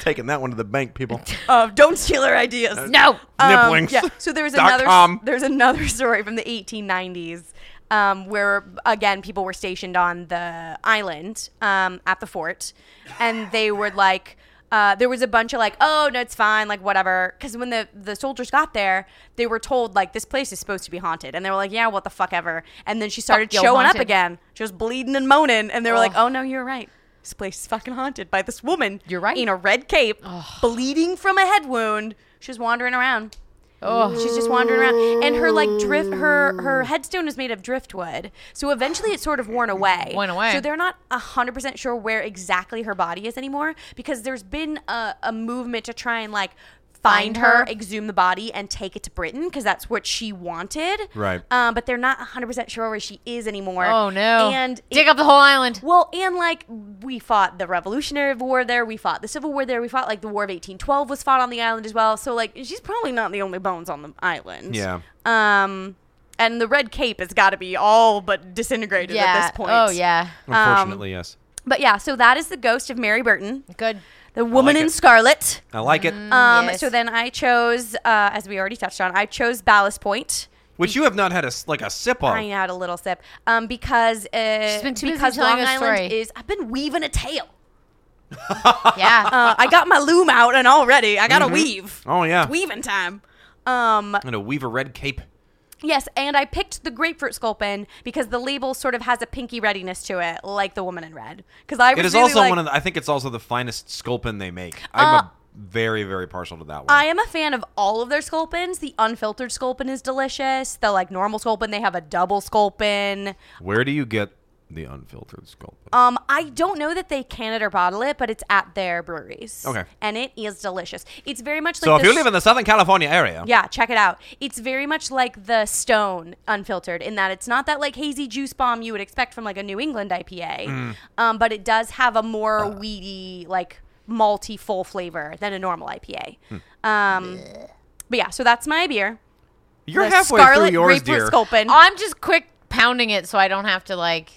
[SPEAKER 6] Taking that one to the bank, people.
[SPEAKER 2] Uh, don't steal her ideas.
[SPEAKER 1] No.
[SPEAKER 2] Um,
[SPEAKER 6] Niplinks.
[SPEAKER 2] yeah. So there's
[SPEAKER 6] Dot
[SPEAKER 2] another
[SPEAKER 6] com.
[SPEAKER 2] there's another story from the 1890s um, where again people were stationed on the island um, at the fort, and they were like. Uh, there was a bunch of like, oh no, it's fine, like whatever. Because when the the soldiers got there, they were told like this place is supposed to be haunted, and they were like, yeah, what the fuck ever. And then she started
[SPEAKER 1] you,
[SPEAKER 2] showing
[SPEAKER 1] haunted.
[SPEAKER 2] up again, just bleeding and moaning, and they were like,
[SPEAKER 1] Ugh.
[SPEAKER 2] oh no, you're right, this place is fucking haunted by this woman.
[SPEAKER 1] You're right.
[SPEAKER 2] In a red cape, bleeding from a head wound. She's wandering around.
[SPEAKER 1] Oh.
[SPEAKER 2] She's just wandering around, and her like drift, her her headstone is made of driftwood. So eventually, it's sort of worn away.
[SPEAKER 1] Worn away.
[SPEAKER 2] So they're not hundred percent sure where exactly her body is anymore because there's been a, a movement to try and like find
[SPEAKER 1] Find
[SPEAKER 2] her,
[SPEAKER 1] her.
[SPEAKER 2] exhume the body, and take it to Britain because that's what she wanted.
[SPEAKER 6] Right.
[SPEAKER 2] Um, but they're not hundred percent sure where she is anymore.
[SPEAKER 1] Oh no.
[SPEAKER 2] And
[SPEAKER 1] dig
[SPEAKER 2] it-
[SPEAKER 1] up the whole island.
[SPEAKER 2] well, and like we fought the Revolutionary War there, we fought the Civil War there, we fought like the War of 1812 was fought on the island as well. So like she's probably not the only bones on the island.
[SPEAKER 6] Yeah.
[SPEAKER 2] Um and the red cape has got to be all but disintegrated
[SPEAKER 1] yeah.
[SPEAKER 2] at this point.
[SPEAKER 1] Oh yeah.
[SPEAKER 6] Unfortunately, yes.
[SPEAKER 2] But yeah, so that is the ghost of Mary Burton,
[SPEAKER 1] Good.
[SPEAKER 2] the woman in
[SPEAKER 6] it.
[SPEAKER 2] scarlet.
[SPEAKER 6] I like it.
[SPEAKER 2] Um
[SPEAKER 1] yes.
[SPEAKER 2] so then I chose uh, as we already touched on, I chose Ballast Point.
[SPEAKER 6] Which you have not had a s- like a sip of.
[SPEAKER 2] I had a little sip um, because uh,
[SPEAKER 1] been too busy
[SPEAKER 2] because
[SPEAKER 1] telling
[SPEAKER 2] Long
[SPEAKER 1] a
[SPEAKER 2] Island
[SPEAKER 1] story.
[SPEAKER 2] is I've been weaving a tale.
[SPEAKER 1] Yeah.
[SPEAKER 2] Uh, I got my loom out and already I gotta weave.
[SPEAKER 6] Oh yeah.
[SPEAKER 2] It's weaving time. Um,
[SPEAKER 6] And a weaver red cape.
[SPEAKER 2] yes, and I picked the grapefruit sculpin because the label sort of has a pinky readiness to it, like the woman in red. Because I
[SPEAKER 6] It
[SPEAKER 2] was
[SPEAKER 6] is
[SPEAKER 2] really
[SPEAKER 6] also
[SPEAKER 2] like, Uh,
[SPEAKER 6] one of the, I think it's also the finest sculpin they make. I'm a very very partial to that one.
[SPEAKER 2] I am a fan of all of their sculpins. The unfiltered sculpin is delicious. The like normal sculpin, they have a double sculpin.
[SPEAKER 6] Where do you get the unfiltered sculpin?
[SPEAKER 2] Um, I don't know that they can it or bottle it, but it's at their breweries.
[SPEAKER 6] Okay.
[SPEAKER 2] and it is delicious. It's very much like
[SPEAKER 6] so if
[SPEAKER 2] the
[SPEAKER 6] you
[SPEAKER 2] sh-
[SPEAKER 6] live in the Southern California area,
[SPEAKER 2] Yeah, check it out. It's very much like the Stone Unfiltered in that it's not that like hazy juice bomb you would expect from like a New England IPA, um, but it does have a more weedy, like malty, full flavor than a normal IPA. Um, but yeah, so that's my beer.
[SPEAKER 6] you're
[SPEAKER 2] The
[SPEAKER 6] halfway
[SPEAKER 2] Scarlet
[SPEAKER 6] through yours,
[SPEAKER 2] Grapefruit
[SPEAKER 6] dear.
[SPEAKER 2] Sculpin.
[SPEAKER 1] I'm just quick pounding it so I don't have to like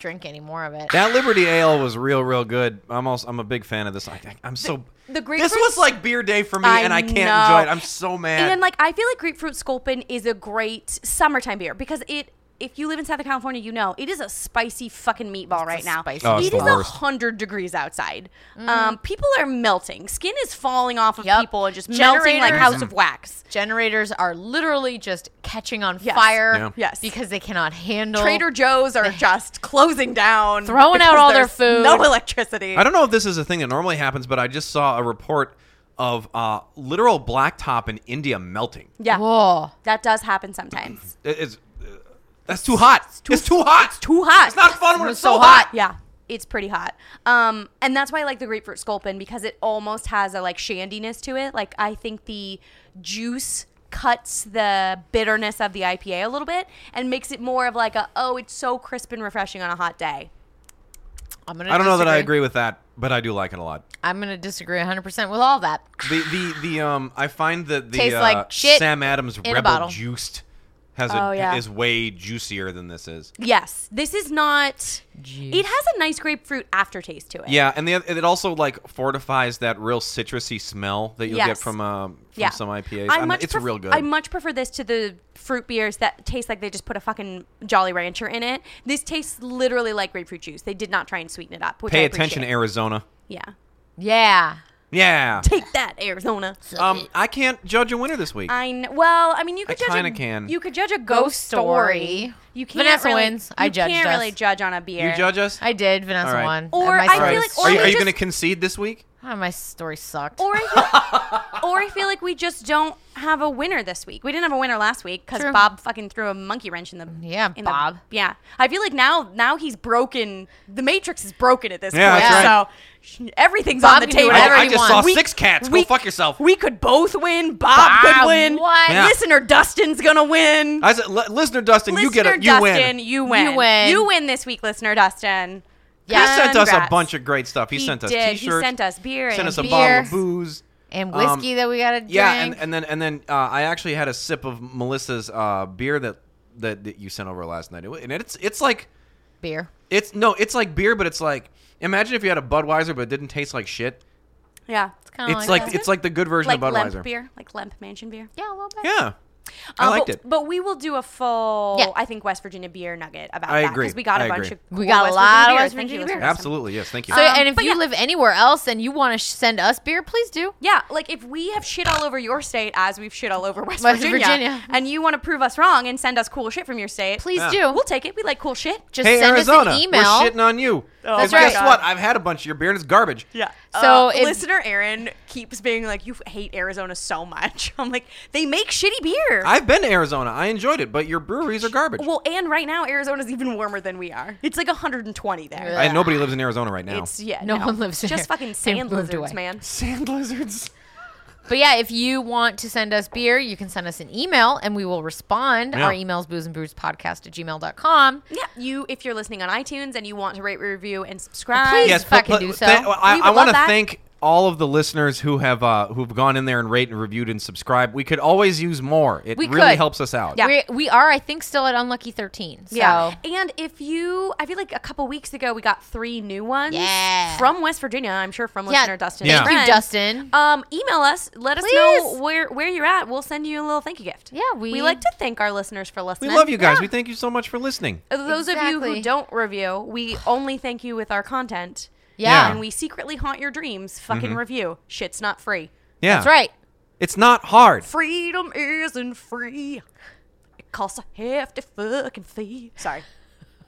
[SPEAKER 1] drink any more of it.
[SPEAKER 6] That Liberty Ale was real, real good. I'm also I'm a big fan of this. I, I- I'm so
[SPEAKER 2] The
[SPEAKER 6] This
[SPEAKER 2] grapefruits-
[SPEAKER 6] was like beer day for me,
[SPEAKER 2] I
[SPEAKER 6] and I can't
[SPEAKER 2] know.
[SPEAKER 6] enjoy it. I'm so mad.
[SPEAKER 2] And like I feel like grapefruit sculpin is a great summertime beer because it if you live in Southern California, you know it is a spicy fucking meatball right now.
[SPEAKER 1] spicy Mm.
[SPEAKER 6] Oh, it's
[SPEAKER 2] it
[SPEAKER 6] the
[SPEAKER 2] is a
[SPEAKER 6] worst.
[SPEAKER 2] hundred degrees outside. Um, people are melting. Skin is falling off of
[SPEAKER 1] Yep.
[SPEAKER 2] people and just melting like
[SPEAKER 1] Generators.
[SPEAKER 2] house of wax.
[SPEAKER 1] Generators are literally just catching on
[SPEAKER 2] Yes.
[SPEAKER 1] fire.
[SPEAKER 6] Yeah.
[SPEAKER 2] Yes.
[SPEAKER 1] Because they cannot handle.
[SPEAKER 2] Trader Joe's are just closing down,
[SPEAKER 1] Throwing out
[SPEAKER 2] because
[SPEAKER 1] all their
[SPEAKER 2] there's No
[SPEAKER 1] food.
[SPEAKER 2] electricity.
[SPEAKER 6] I don't know if this is a thing that normally happens, but I just saw a report
[SPEAKER 3] of uh, literal blacktop in India melting.
[SPEAKER 2] Yeah.
[SPEAKER 1] Whoa.
[SPEAKER 2] That does happen sometimes.
[SPEAKER 3] It- it's uh, that's too hot. It's too, hot. It's
[SPEAKER 2] Too hot.
[SPEAKER 3] not fun when it's so
[SPEAKER 1] hot.
[SPEAKER 2] Yeah, it's pretty hot. Um, and that's why I like the grapefruit sculpin because it almost has a like shandiness to it. Like I think the juice cuts the bitterness of the IPA a little bit and makes it more of like a oh, it's so crisp and refreshing on a hot day.
[SPEAKER 1] I'm gonna
[SPEAKER 3] I don't know that I agree with that, but I do like it a lot.
[SPEAKER 1] I'm going to disagree 100% with all that.
[SPEAKER 3] The the the um I find that the
[SPEAKER 1] Tastes
[SPEAKER 3] uh,
[SPEAKER 1] like shit
[SPEAKER 3] Sam Adams
[SPEAKER 1] in a
[SPEAKER 3] Rebel
[SPEAKER 1] bottle.
[SPEAKER 3] Juiced has
[SPEAKER 2] Oh,
[SPEAKER 3] a
[SPEAKER 2] yeah.
[SPEAKER 3] is way juicier than this is.
[SPEAKER 2] Yes, this is not.
[SPEAKER 1] Juice.
[SPEAKER 2] It has a nice grapefruit aftertaste to it.
[SPEAKER 3] Yeah, and the oth- it also like fortifies that real citrusy smell that you'll get
[SPEAKER 2] Yes.
[SPEAKER 3] from um from
[SPEAKER 2] Yeah.
[SPEAKER 3] some IPAs.
[SPEAKER 2] I
[SPEAKER 3] I'm-
[SPEAKER 2] much
[SPEAKER 3] it's
[SPEAKER 2] pref-
[SPEAKER 3] real good.
[SPEAKER 2] I much prefer this to the fruit beers that taste like they just put a fucking Jolly Rancher in it. This tastes literally like grapefruit juice. They did not try and sweeten it up. Which I
[SPEAKER 3] Pay attention,
[SPEAKER 2] appreciate.
[SPEAKER 3] Arizona.
[SPEAKER 2] Yeah.
[SPEAKER 1] Yeah.
[SPEAKER 3] Yeah.
[SPEAKER 2] Take that, Arizona.
[SPEAKER 3] Um, I can't judge a winner this week.
[SPEAKER 2] I kn- well, I mean, you could
[SPEAKER 3] I
[SPEAKER 2] judge a,
[SPEAKER 3] kinda can.
[SPEAKER 2] you could judge a ghost,
[SPEAKER 1] Ghost
[SPEAKER 2] story.
[SPEAKER 1] story.
[SPEAKER 2] You can't
[SPEAKER 1] Vanessa
[SPEAKER 2] really,
[SPEAKER 1] wins. I
[SPEAKER 2] you
[SPEAKER 1] judged
[SPEAKER 2] can't
[SPEAKER 1] us.
[SPEAKER 2] really judge on a beer.
[SPEAKER 3] you judge us?
[SPEAKER 1] I did. Vanessa
[SPEAKER 3] All right.
[SPEAKER 1] won.
[SPEAKER 2] Or
[SPEAKER 1] And
[SPEAKER 2] I feel
[SPEAKER 1] story
[SPEAKER 2] like- or
[SPEAKER 3] are you,
[SPEAKER 2] we
[SPEAKER 3] are you
[SPEAKER 2] just-
[SPEAKER 3] going to concede this week?
[SPEAKER 1] Ah, my story sucked.
[SPEAKER 2] Or I, feel, or I feel like we just don't have a winner this week. We didn't have a winner last week because
[SPEAKER 1] True.
[SPEAKER 2] Bob fucking threw a monkey wrench in the
[SPEAKER 1] Yeah,
[SPEAKER 2] in the-
[SPEAKER 1] Bob.
[SPEAKER 2] yeah, I feel like now now he's broken. The Matrix is broken at this
[SPEAKER 3] Yeah,
[SPEAKER 2] point.
[SPEAKER 3] that's
[SPEAKER 1] right.
[SPEAKER 2] So sh- everything's
[SPEAKER 1] Bob
[SPEAKER 2] on the
[SPEAKER 1] can do
[SPEAKER 2] table.
[SPEAKER 1] whatever
[SPEAKER 3] I,
[SPEAKER 1] Everybody
[SPEAKER 3] I just
[SPEAKER 1] won.
[SPEAKER 3] saw
[SPEAKER 1] We-
[SPEAKER 3] six cats.
[SPEAKER 2] we-
[SPEAKER 3] Go fuck yourself.
[SPEAKER 2] We could both win. Bob,
[SPEAKER 1] Bob,
[SPEAKER 2] could win.
[SPEAKER 1] what?
[SPEAKER 3] Yeah.
[SPEAKER 2] Listener Dustin's gonna win.
[SPEAKER 3] I said, li- listener Dustin, you get
[SPEAKER 2] Listener
[SPEAKER 3] it. You
[SPEAKER 2] Dustin,
[SPEAKER 3] win. He
[SPEAKER 2] You win.
[SPEAKER 1] You win.
[SPEAKER 2] You win this week, listener Dustin.
[SPEAKER 1] Yeah.
[SPEAKER 3] sent us a
[SPEAKER 2] Congrats.
[SPEAKER 3] bunch of great stuff. He,
[SPEAKER 2] He
[SPEAKER 3] sent us
[SPEAKER 2] did. He
[SPEAKER 3] T-shirts.
[SPEAKER 2] sent us beer
[SPEAKER 3] Sent
[SPEAKER 2] and
[SPEAKER 3] us a bottle of
[SPEAKER 1] beer.
[SPEAKER 3] booze.
[SPEAKER 1] and
[SPEAKER 3] Um,
[SPEAKER 1] whiskey that we got to drink.
[SPEAKER 3] Yeah, and, and then and then uh, I actually had a sip of Melissa's uh, beer that, that that you sent over last night, It wa- and it's it's like
[SPEAKER 1] beer.
[SPEAKER 3] it's no, it's like beer, but it's like imagine if you had a Budweiser but it didn't taste like shit.
[SPEAKER 2] Yeah.
[SPEAKER 1] Kinda
[SPEAKER 3] it's like,
[SPEAKER 1] that.
[SPEAKER 3] it's like the good version
[SPEAKER 2] Like
[SPEAKER 3] of Budweiser.
[SPEAKER 2] Lemp beer, like Lemp Mansion beer.
[SPEAKER 1] yeah, a little bit.
[SPEAKER 3] Yeah, I
[SPEAKER 2] Uh,
[SPEAKER 3] liked
[SPEAKER 2] but,
[SPEAKER 3] it.
[SPEAKER 2] But we will do a full,
[SPEAKER 1] Yeah.
[SPEAKER 2] I think, West Virginia beer nugget about
[SPEAKER 3] I
[SPEAKER 2] that
[SPEAKER 3] agree.
[SPEAKER 2] because we got a
[SPEAKER 3] I
[SPEAKER 2] bunch
[SPEAKER 3] agree.
[SPEAKER 2] of
[SPEAKER 1] We
[SPEAKER 2] cool
[SPEAKER 1] got a
[SPEAKER 2] West
[SPEAKER 1] lot of West
[SPEAKER 2] beers. Thank you,
[SPEAKER 1] Virginia
[SPEAKER 2] listeners.
[SPEAKER 1] beers.
[SPEAKER 3] Absolutely, yes. Thank you.
[SPEAKER 1] So,
[SPEAKER 2] Um,
[SPEAKER 1] and if
[SPEAKER 2] but
[SPEAKER 1] you
[SPEAKER 2] yeah.
[SPEAKER 1] live anywhere else and you want to sh- send us beer, please do.
[SPEAKER 2] Yeah, like if we have shit all over your state as we've shit all over West,
[SPEAKER 1] West
[SPEAKER 2] Virginia,
[SPEAKER 1] Virginia.
[SPEAKER 2] and you want to prove us wrong and send us cool shit from your state,
[SPEAKER 1] Please
[SPEAKER 3] Yeah.
[SPEAKER 1] do.
[SPEAKER 2] we'll take it. We like cool shit.
[SPEAKER 1] Just
[SPEAKER 3] hey,
[SPEAKER 1] send
[SPEAKER 3] Arizona,
[SPEAKER 1] us an email.
[SPEAKER 3] we're shitting on you.
[SPEAKER 2] Oh
[SPEAKER 3] 'Cause
[SPEAKER 1] my
[SPEAKER 3] guess
[SPEAKER 1] God.
[SPEAKER 3] what? I've had a bunch of your beer and it's garbage.
[SPEAKER 2] Yeah.
[SPEAKER 1] So
[SPEAKER 2] So
[SPEAKER 1] if-
[SPEAKER 2] Uh, listener Aaron keeps being like, "You hate Arizona so much." I'm like, they make shitty beer.
[SPEAKER 3] I've been to Arizona. I enjoyed it, but your breweries are garbage.
[SPEAKER 2] well, and right now Arizona's even warmer than we are. It's like 120 there.
[SPEAKER 3] I, nobody lives in Arizona right now.
[SPEAKER 2] It's yeah.
[SPEAKER 1] No one lives
[SPEAKER 2] Just
[SPEAKER 1] there. They
[SPEAKER 2] fucking sand
[SPEAKER 1] moved
[SPEAKER 2] lizards,
[SPEAKER 1] away.
[SPEAKER 2] man.
[SPEAKER 3] sand lizards.
[SPEAKER 1] But yeah, if you want to send us beer, you can send us an email and we will respond.
[SPEAKER 3] Yeah.
[SPEAKER 1] Our email is booze and brews podcast at gmail.com.
[SPEAKER 2] Yeah, you if you're listening on iTunes and you want to rate, review, and subscribe.
[SPEAKER 1] Please.
[SPEAKER 3] Yes,
[SPEAKER 1] fucking
[SPEAKER 3] but,
[SPEAKER 1] do
[SPEAKER 3] but
[SPEAKER 1] so.
[SPEAKER 3] thank- I,
[SPEAKER 2] We would
[SPEAKER 3] I want to
[SPEAKER 2] love that.
[SPEAKER 3] thank all of the listeners who have uh, who've gone in there and rate and reviewed and subscribed. We could always use more. It
[SPEAKER 1] We
[SPEAKER 3] really
[SPEAKER 1] could.
[SPEAKER 3] helps us out.
[SPEAKER 2] Yeah.
[SPEAKER 1] We, we are, I think, still at Unlucky 13. So
[SPEAKER 2] Yeah. And if you, I feel like a couple weeks ago we got three new ones
[SPEAKER 1] Yeah.
[SPEAKER 2] from West Virginia. I'm sure from
[SPEAKER 1] Yeah.
[SPEAKER 2] listener Dustin.
[SPEAKER 3] Thank
[SPEAKER 2] and
[SPEAKER 1] you,
[SPEAKER 2] friends.
[SPEAKER 1] Dustin.
[SPEAKER 2] Um, email us. Let us
[SPEAKER 1] Please.
[SPEAKER 2] know where where you're at. We'll send you a little thank you gift.
[SPEAKER 1] Yeah, we-
[SPEAKER 2] we like to thank our listeners for
[SPEAKER 3] We
[SPEAKER 2] listening. Uh,
[SPEAKER 3] love you guys. We thank you so much for listening.
[SPEAKER 2] Those of you
[SPEAKER 1] Exactly.
[SPEAKER 2] who don't review, we only thank you with our content.
[SPEAKER 1] Yeah. Mm-hmm.
[SPEAKER 2] And we secretly haunt your dreams. Fucking review. Shit's not free.
[SPEAKER 3] Yeah,
[SPEAKER 1] that's right.
[SPEAKER 3] It's not hard.
[SPEAKER 2] Freedom isn't free. It costs a hefty fucking fee. Sorry.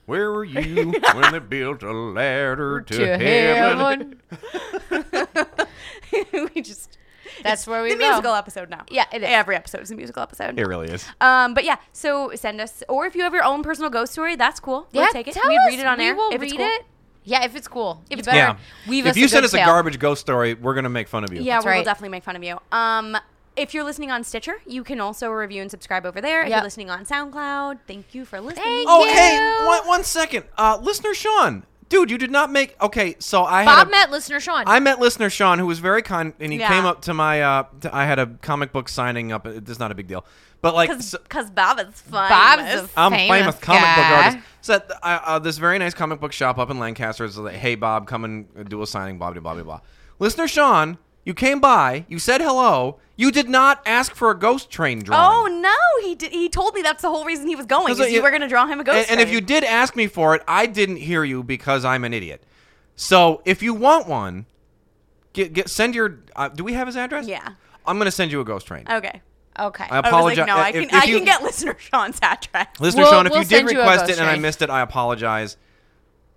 [SPEAKER 3] Where were you when they built a ladder to,
[SPEAKER 1] To
[SPEAKER 3] heaven?
[SPEAKER 1] heaven.
[SPEAKER 2] we just
[SPEAKER 1] That's where we
[SPEAKER 2] the
[SPEAKER 1] go.
[SPEAKER 2] musical episode now.
[SPEAKER 1] Yeah, it is.
[SPEAKER 2] Every episode is a musical episode.
[SPEAKER 3] It really is.
[SPEAKER 2] Um, but yeah, so send us, or if you have your own personal ghost story, that's cool.
[SPEAKER 1] Yeah,
[SPEAKER 2] we'll take it.
[SPEAKER 1] tell
[SPEAKER 2] We'd
[SPEAKER 1] us.
[SPEAKER 2] read it on
[SPEAKER 1] we
[SPEAKER 2] air.
[SPEAKER 1] Will
[SPEAKER 2] if
[SPEAKER 1] read
[SPEAKER 2] it's cool.
[SPEAKER 1] it. Yeah, if it's cool. If it's
[SPEAKER 3] Yeah.
[SPEAKER 1] better. Weave
[SPEAKER 3] if
[SPEAKER 1] us
[SPEAKER 3] you
[SPEAKER 1] a
[SPEAKER 3] send
[SPEAKER 1] good
[SPEAKER 3] us a
[SPEAKER 1] tale.
[SPEAKER 3] garbage ghost story, we're gonna make fun of you.
[SPEAKER 2] Yeah,
[SPEAKER 1] That's
[SPEAKER 2] we
[SPEAKER 1] right.
[SPEAKER 2] will definitely make fun of you. Um, if you're listening on Stitcher, you can also review and subscribe over there. If
[SPEAKER 1] Yep.
[SPEAKER 2] you're listening on SoundCloud, thank you for listening.
[SPEAKER 1] Thank
[SPEAKER 3] Oh,
[SPEAKER 1] you.
[SPEAKER 3] hey, one, one second, uh, listener Sean, dude, you did not make. Okay, so I had
[SPEAKER 1] Bob
[SPEAKER 3] a,
[SPEAKER 1] met listener Sean.
[SPEAKER 3] I met listener Sean, who was very kind, and he
[SPEAKER 2] Yeah.
[SPEAKER 3] came up to my. Uh, to, I had a comic book signing up. It- It's not a big deal, but like
[SPEAKER 2] Cause,
[SPEAKER 3] so-
[SPEAKER 2] 'cause Bob is fun.
[SPEAKER 1] Bob's a
[SPEAKER 3] I'm a famous,
[SPEAKER 1] famous
[SPEAKER 3] comic book
[SPEAKER 1] guy.
[SPEAKER 3] artist. So uh, uh, this very nice comic book shop up in Lancaster is like, "Hey Bob, come and do a signing." Blah blah blah blah blah. Listener Sean, you came by, you said hello, you did not ask for a ghost train drawing.
[SPEAKER 2] Oh no, he did, he told me that's the whole reason he was going. Is
[SPEAKER 3] So
[SPEAKER 2] you
[SPEAKER 3] you-
[SPEAKER 2] were going to draw him a ghost.
[SPEAKER 3] and, and if
[SPEAKER 2] story.
[SPEAKER 3] you did ask me for it, I didn't hear you because I'm an idiot. So if you want one, get, get send your. Uh, do we have his address?
[SPEAKER 2] Yeah.
[SPEAKER 3] I'm gonna send you a ghost train.
[SPEAKER 2] okay,
[SPEAKER 1] okay.
[SPEAKER 3] I
[SPEAKER 2] I was
[SPEAKER 3] apologize.
[SPEAKER 2] like, no, I
[SPEAKER 3] If-
[SPEAKER 2] can
[SPEAKER 3] if
[SPEAKER 2] I
[SPEAKER 3] you-
[SPEAKER 2] can get listener Sean's address.
[SPEAKER 3] Listener
[SPEAKER 1] We'll-
[SPEAKER 3] Sean, if
[SPEAKER 1] we'll
[SPEAKER 3] you did
[SPEAKER 1] send you a
[SPEAKER 3] request
[SPEAKER 1] ghost
[SPEAKER 3] it and I
[SPEAKER 1] train.
[SPEAKER 3] missed it, I apologize.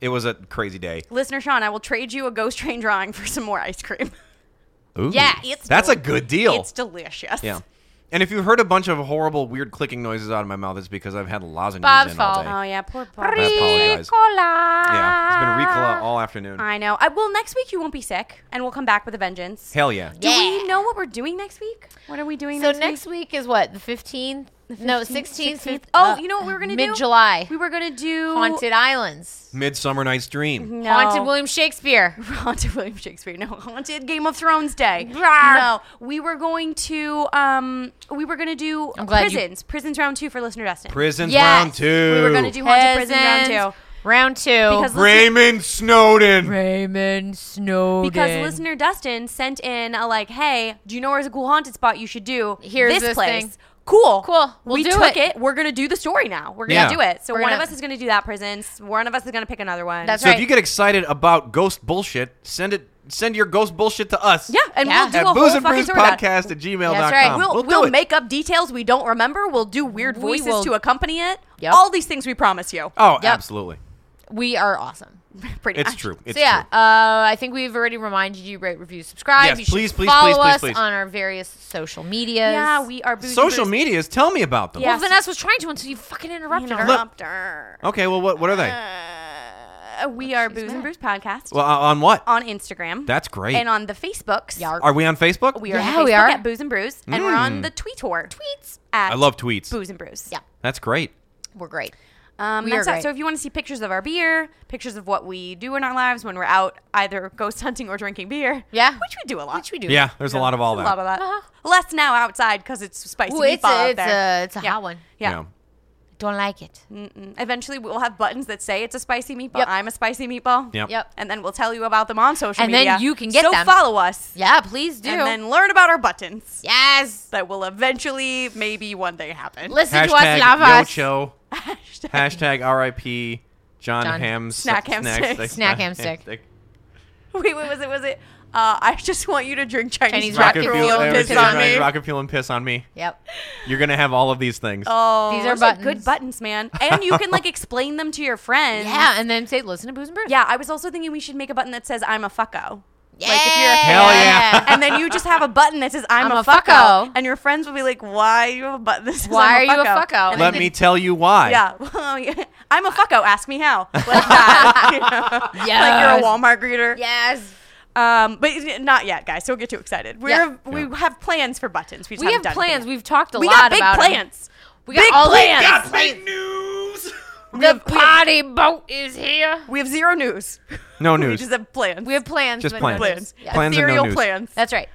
[SPEAKER 3] It was a crazy day.
[SPEAKER 2] Listener Sean, I will trade you a ghost train drawing for some more ice cream.
[SPEAKER 3] Ooh,
[SPEAKER 1] Yeah, it's
[SPEAKER 3] that's a
[SPEAKER 1] delicious.
[SPEAKER 3] good deal.
[SPEAKER 2] It's delicious.
[SPEAKER 3] yeah. And if you heard a bunch of horrible, weird clicking noises out of my mouth, it's because I've had lozenges
[SPEAKER 1] Bob's
[SPEAKER 3] in all
[SPEAKER 1] fault.
[SPEAKER 3] day.
[SPEAKER 2] Oh yeah, poor Bob.
[SPEAKER 3] I apologize. Yeah, it's been Ricola all afternoon.
[SPEAKER 2] I know. I, well, next week you won't be sick, and we'll come back with a vengeance.
[SPEAKER 3] Hell yeah.
[SPEAKER 2] Do
[SPEAKER 1] Yeah.
[SPEAKER 2] we know what we're doing next week? What are we doing
[SPEAKER 1] So
[SPEAKER 2] next week?
[SPEAKER 1] next week is what the fifteenth? No, sixteenth.
[SPEAKER 2] Oh, you know what we were gonna do?
[SPEAKER 1] mid July.
[SPEAKER 2] We were gonna do
[SPEAKER 1] uh, Haunted Islands.
[SPEAKER 3] Midsummer Night's Dream.
[SPEAKER 2] no.
[SPEAKER 1] Haunted William Shakespeare.
[SPEAKER 2] haunted William Shakespeare. No, haunted Game of Thrones day.
[SPEAKER 1] Rawr.
[SPEAKER 2] No, we were going to um, we were gonna do
[SPEAKER 1] glad you-
[SPEAKER 2] prisons, prisons round two for listener Dustin.
[SPEAKER 3] Prisons
[SPEAKER 1] Yes.
[SPEAKER 3] Round 2.
[SPEAKER 2] we were gonna do haunted prisons round
[SPEAKER 1] Peasants,
[SPEAKER 2] two
[SPEAKER 1] Round two.
[SPEAKER 2] because listener,
[SPEAKER 3] Raymond Snowden.
[SPEAKER 1] Raymond Snowden.
[SPEAKER 2] because listener Dustin sent in a like, hey, do you know where's a cool haunted spot you should do?
[SPEAKER 1] Here's
[SPEAKER 2] this,
[SPEAKER 1] this
[SPEAKER 2] place.
[SPEAKER 1] thing.
[SPEAKER 2] Cool,
[SPEAKER 1] Cool. We'll
[SPEAKER 2] we
[SPEAKER 1] do
[SPEAKER 2] took
[SPEAKER 1] it.
[SPEAKER 2] it. We're gonna do the story now. We're gonna
[SPEAKER 3] Yeah.
[SPEAKER 2] do it. So
[SPEAKER 1] We're
[SPEAKER 2] one
[SPEAKER 1] gonna-
[SPEAKER 2] of us is gonna do that prisons. One of us is gonna pick another one.
[SPEAKER 1] That's
[SPEAKER 3] So
[SPEAKER 1] right.
[SPEAKER 3] if you get excited about ghost bullshit, send it. Send your ghost bullshit to us.
[SPEAKER 2] Yeah, and
[SPEAKER 1] Yeah.
[SPEAKER 2] we'll do
[SPEAKER 3] at
[SPEAKER 2] a whole
[SPEAKER 3] booze and
[SPEAKER 2] fucking
[SPEAKER 3] brews
[SPEAKER 2] story about it.
[SPEAKER 3] podcast at gmail.com.
[SPEAKER 1] That's right.
[SPEAKER 2] We'll
[SPEAKER 3] we'll
[SPEAKER 2] we'll,
[SPEAKER 3] do it.
[SPEAKER 2] make up details we don't remember. We'll do weird
[SPEAKER 1] We
[SPEAKER 2] voices
[SPEAKER 1] will-
[SPEAKER 2] to accompany it.
[SPEAKER 1] Yep.
[SPEAKER 2] All these things we promise you.
[SPEAKER 3] Oh,
[SPEAKER 1] Yep.
[SPEAKER 3] absolutely.
[SPEAKER 1] we are awesome.
[SPEAKER 2] Pretty
[SPEAKER 3] It's
[SPEAKER 2] much.
[SPEAKER 3] true. It's
[SPEAKER 1] so yeah,
[SPEAKER 3] true.
[SPEAKER 1] uh, I think we've already reminded you rate, review, subscribe.
[SPEAKER 3] Yes,
[SPEAKER 1] you should
[SPEAKER 3] please, please,
[SPEAKER 1] follow
[SPEAKER 3] please, please,
[SPEAKER 1] us
[SPEAKER 3] please.
[SPEAKER 1] on our various social medias.
[SPEAKER 2] Yeah, we are boozy
[SPEAKER 3] Social
[SPEAKER 2] Bruce.
[SPEAKER 3] medias, tell me about them.
[SPEAKER 2] Yeah.
[SPEAKER 1] Well, Vanessa was trying to until you fucking interrupted her.
[SPEAKER 2] Interrupter.
[SPEAKER 3] Okay, well, what, what are they?
[SPEAKER 2] Uh, we are Booze and Brews podcast
[SPEAKER 3] Well, uh, on what?
[SPEAKER 2] on Instagram.
[SPEAKER 3] That's great.
[SPEAKER 2] And on the Facebooks.
[SPEAKER 1] Yarp.
[SPEAKER 3] Are we on Facebook?
[SPEAKER 2] We are
[SPEAKER 1] Yeah,
[SPEAKER 2] on Facebook
[SPEAKER 1] we are.
[SPEAKER 2] at Booze and Brews. And we're on the Tweetor. Tweets.
[SPEAKER 3] Mm.
[SPEAKER 2] At
[SPEAKER 3] I love tweets.
[SPEAKER 2] Booze and Brews.
[SPEAKER 1] Yeah,
[SPEAKER 3] That's great.
[SPEAKER 1] we're great.
[SPEAKER 2] Um,
[SPEAKER 1] We
[SPEAKER 2] that's
[SPEAKER 1] are
[SPEAKER 2] it.
[SPEAKER 1] great.
[SPEAKER 2] So if you want to see pictures of our beer, pictures of what we do in our lives when we're out either ghost hunting or drinking beer.
[SPEAKER 1] Yeah.
[SPEAKER 2] Which we do a lot.
[SPEAKER 1] Which we do.
[SPEAKER 3] Yeah, there's a lot of all
[SPEAKER 2] a
[SPEAKER 3] that.
[SPEAKER 2] lot of that.
[SPEAKER 1] Uh-huh.
[SPEAKER 2] Less now outside because it's spicy
[SPEAKER 1] Ooh,
[SPEAKER 2] meatball
[SPEAKER 1] it's a,
[SPEAKER 2] out
[SPEAKER 1] it's
[SPEAKER 2] there.
[SPEAKER 1] a, it's a hot one.
[SPEAKER 2] yeah. Mm,
[SPEAKER 1] Don't like it.
[SPEAKER 2] Eventually, we'll have buttons that say it's a spicy meatball.
[SPEAKER 1] Yep.
[SPEAKER 2] I'm a spicy meatball.
[SPEAKER 3] Yep.
[SPEAKER 1] Yep.
[SPEAKER 2] And then we'll tell you about them on social
[SPEAKER 1] And then
[SPEAKER 2] media.
[SPEAKER 1] you can get
[SPEAKER 2] so
[SPEAKER 1] them.
[SPEAKER 2] follow us
[SPEAKER 1] Yeah, please do.
[SPEAKER 2] and then learn about our buttons
[SPEAKER 1] yes.
[SPEAKER 2] that will eventually, maybe one day, happen.
[SPEAKER 1] Listen to us,
[SPEAKER 3] Hashtag
[SPEAKER 1] love us.
[SPEAKER 3] Yocho. Hashtag RIP John,
[SPEAKER 1] John-
[SPEAKER 3] Ham
[SPEAKER 2] Snack Ham Stick.
[SPEAKER 1] Snack Ham Stick.
[SPEAKER 2] Wait, wait, was it? Was it? Uh, I just want you to drink Chinese,
[SPEAKER 1] Chinese
[SPEAKER 2] rocket
[SPEAKER 1] rocket
[SPEAKER 2] fuel
[SPEAKER 1] fuel
[SPEAKER 2] and
[SPEAKER 1] and
[SPEAKER 2] piss
[SPEAKER 1] piss
[SPEAKER 2] on
[SPEAKER 1] on
[SPEAKER 2] me.
[SPEAKER 3] Rocket fuel and piss on me.
[SPEAKER 1] Yep.
[SPEAKER 3] You're gonna have all of these things.
[SPEAKER 2] Oh,
[SPEAKER 1] These are
[SPEAKER 2] those good
[SPEAKER 1] buttons.
[SPEAKER 2] buttons, man. And you can like explain them to your friends.
[SPEAKER 1] Yeah, and then say, listen to Booze and Brews.
[SPEAKER 2] Yeah, I was also thinking we should make a button that says "I'm a fucko."
[SPEAKER 1] Yeah.
[SPEAKER 2] Like if you're a
[SPEAKER 3] Hell yeah.
[SPEAKER 2] and then you just have a button that says "I'm, a, fucko. and your friends will be like, "Why do you have a button that says
[SPEAKER 1] Why
[SPEAKER 2] I'm
[SPEAKER 1] are you a fucko?
[SPEAKER 2] And
[SPEAKER 3] Let
[SPEAKER 2] then-
[SPEAKER 3] me tell you why.
[SPEAKER 2] Yeah, well, yeah. I'm a fucko. Ask me how. Like that. You know? Like
[SPEAKER 1] Yes.
[SPEAKER 2] you're a Walmart greeter.
[SPEAKER 1] yes.
[SPEAKER 2] Um, but it- not yet, guys. Don't get too excited. We're
[SPEAKER 1] Yeah.
[SPEAKER 2] we have plans for buttons. We, just
[SPEAKER 1] We have
[SPEAKER 2] haven't done
[SPEAKER 1] plans.
[SPEAKER 2] anything
[SPEAKER 1] We've talked a
[SPEAKER 2] yet. we
[SPEAKER 1] lot
[SPEAKER 2] got big
[SPEAKER 1] about 'em.
[SPEAKER 2] plans.
[SPEAKER 1] We got
[SPEAKER 2] Big
[SPEAKER 1] all these
[SPEAKER 2] plans.
[SPEAKER 1] big
[SPEAKER 7] Big news!
[SPEAKER 1] The potty boat is here.
[SPEAKER 2] We have zero news.
[SPEAKER 3] No
[SPEAKER 2] we
[SPEAKER 3] news.
[SPEAKER 2] just have plans.
[SPEAKER 1] We have plans.
[SPEAKER 3] Just
[SPEAKER 1] but
[SPEAKER 3] plans.
[SPEAKER 1] no news.
[SPEAKER 2] plans.
[SPEAKER 1] Yeah.
[SPEAKER 3] Plans and no
[SPEAKER 2] Serial
[SPEAKER 3] news.
[SPEAKER 2] plans.
[SPEAKER 1] That's right.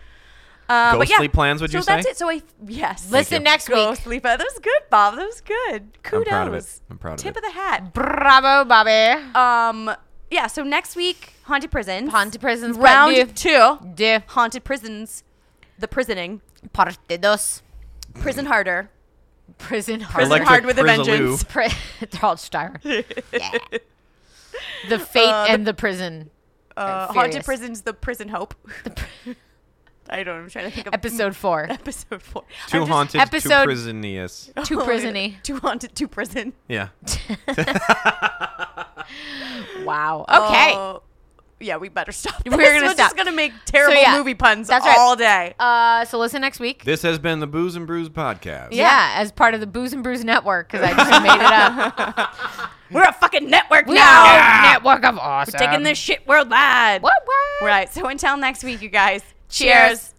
[SPEAKER 2] Uh, but
[SPEAKER 3] Ghostly
[SPEAKER 2] yeah.
[SPEAKER 3] plans, would
[SPEAKER 2] so
[SPEAKER 3] you
[SPEAKER 2] that's
[SPEAKER 3] say?
[SPEAKER 2] it. So I yes.
[SPEAKER 1] Listen
[SPEAKER 3] you.
[SPEAKER 1] next week.
[SPEAKER 2] Ghostly That was good, Bob. That was good. Kudos.
[SPEAKER 3] proud of it. I'm proud of
[SPEAKER 2] Tip
[SPEAKER 3] it.
[SPEAKER 2] of the hat.
[SPEAKER 1] Bravo, Bobby.
[SPEAKER 2] Um, yeah. So next week, haunted prisons.
[SPEAKER 1] Haunted prisons.
[SPEAKER 2] round
[SPEAKER 1] part
[SPEAKER 2] two.
[SPEAKER 1] De
[SPEAKER 2] Haunted prisons. The prisoning.
[SPEAKER 1] parte dos.
[SPEAKER 2] Prison harder.
[SPEAKER 1] Prison hard.
[SPEAKER 2] Prison
[SPEAKER 3] Electric
[SPEAKER 2] hard with a
[SPEAKER 3] Prisaloo.
[SPEAKER 2] vengeance.
[SPEAKER 1] Pri- They're all styron. Yeah. The fate
[SPEAKER 2] Um,
[SPEAKER 1] and the prison.
[SPEAKER 2] Uh,
[SPEAKER 1] I'm
[SPEAKER 2] haunted
[SPEAKER 1] furious.
[SPEAKER 2] prisons. The prison hope. I don't. know. I'm trying to think of
[SPEAKER 1] Episode four.
[SPEAKER 2] episode four.
[SPEAKER 3] Too
[SPEAKER 2] I'm just- Oh,
[SPEAKER 3] haunted,
[SPEAKER 1] episode-
[SPEAKER 3] too prisonious.
[SPEAKER 1] Too prisony.
[SPEAKER 2] Too haunted. Too prison.
[SPEAKER 3] Yeah.
[SPEAKER 1] Wow. Okay.
[SPEAKER 2] Uh, yeah, we better stop.
[SPEAKER 1] We're
[SPEAKER 2] this.
[SPEAKER 1] gonna
[SPEAKER 2] just
[SPEAKER 1] stop.
[SPEAKER 2] gonna make terrible
[SPEAKER 1] yeah,
[SPEAKER 2] movie puns
[SPEAKER 1] that's right.
[SPEAKER 2] all day.
[SPEAKER 1] Uh, so listen next week.
[SPEAKER 3] This has been the Booze and Brews podcast.
[SPEAKER 1] Yeah. as part of the Booze and Brews Network because I just made it up.
[SPEAKER 2] We're a fucking network
[SPEAKER 1] We
[SPEAKER 2] now.
[SPEAKER 1] are a network of awesome.
[SPEAKER 2] Taking this shit worldwide.
[SPEAKER 1] What? What?
[SPEAKER 2] Right. So until next week, you guys.
[SPEAKER 1] Cheers.
[SPEAKER 2] cheers.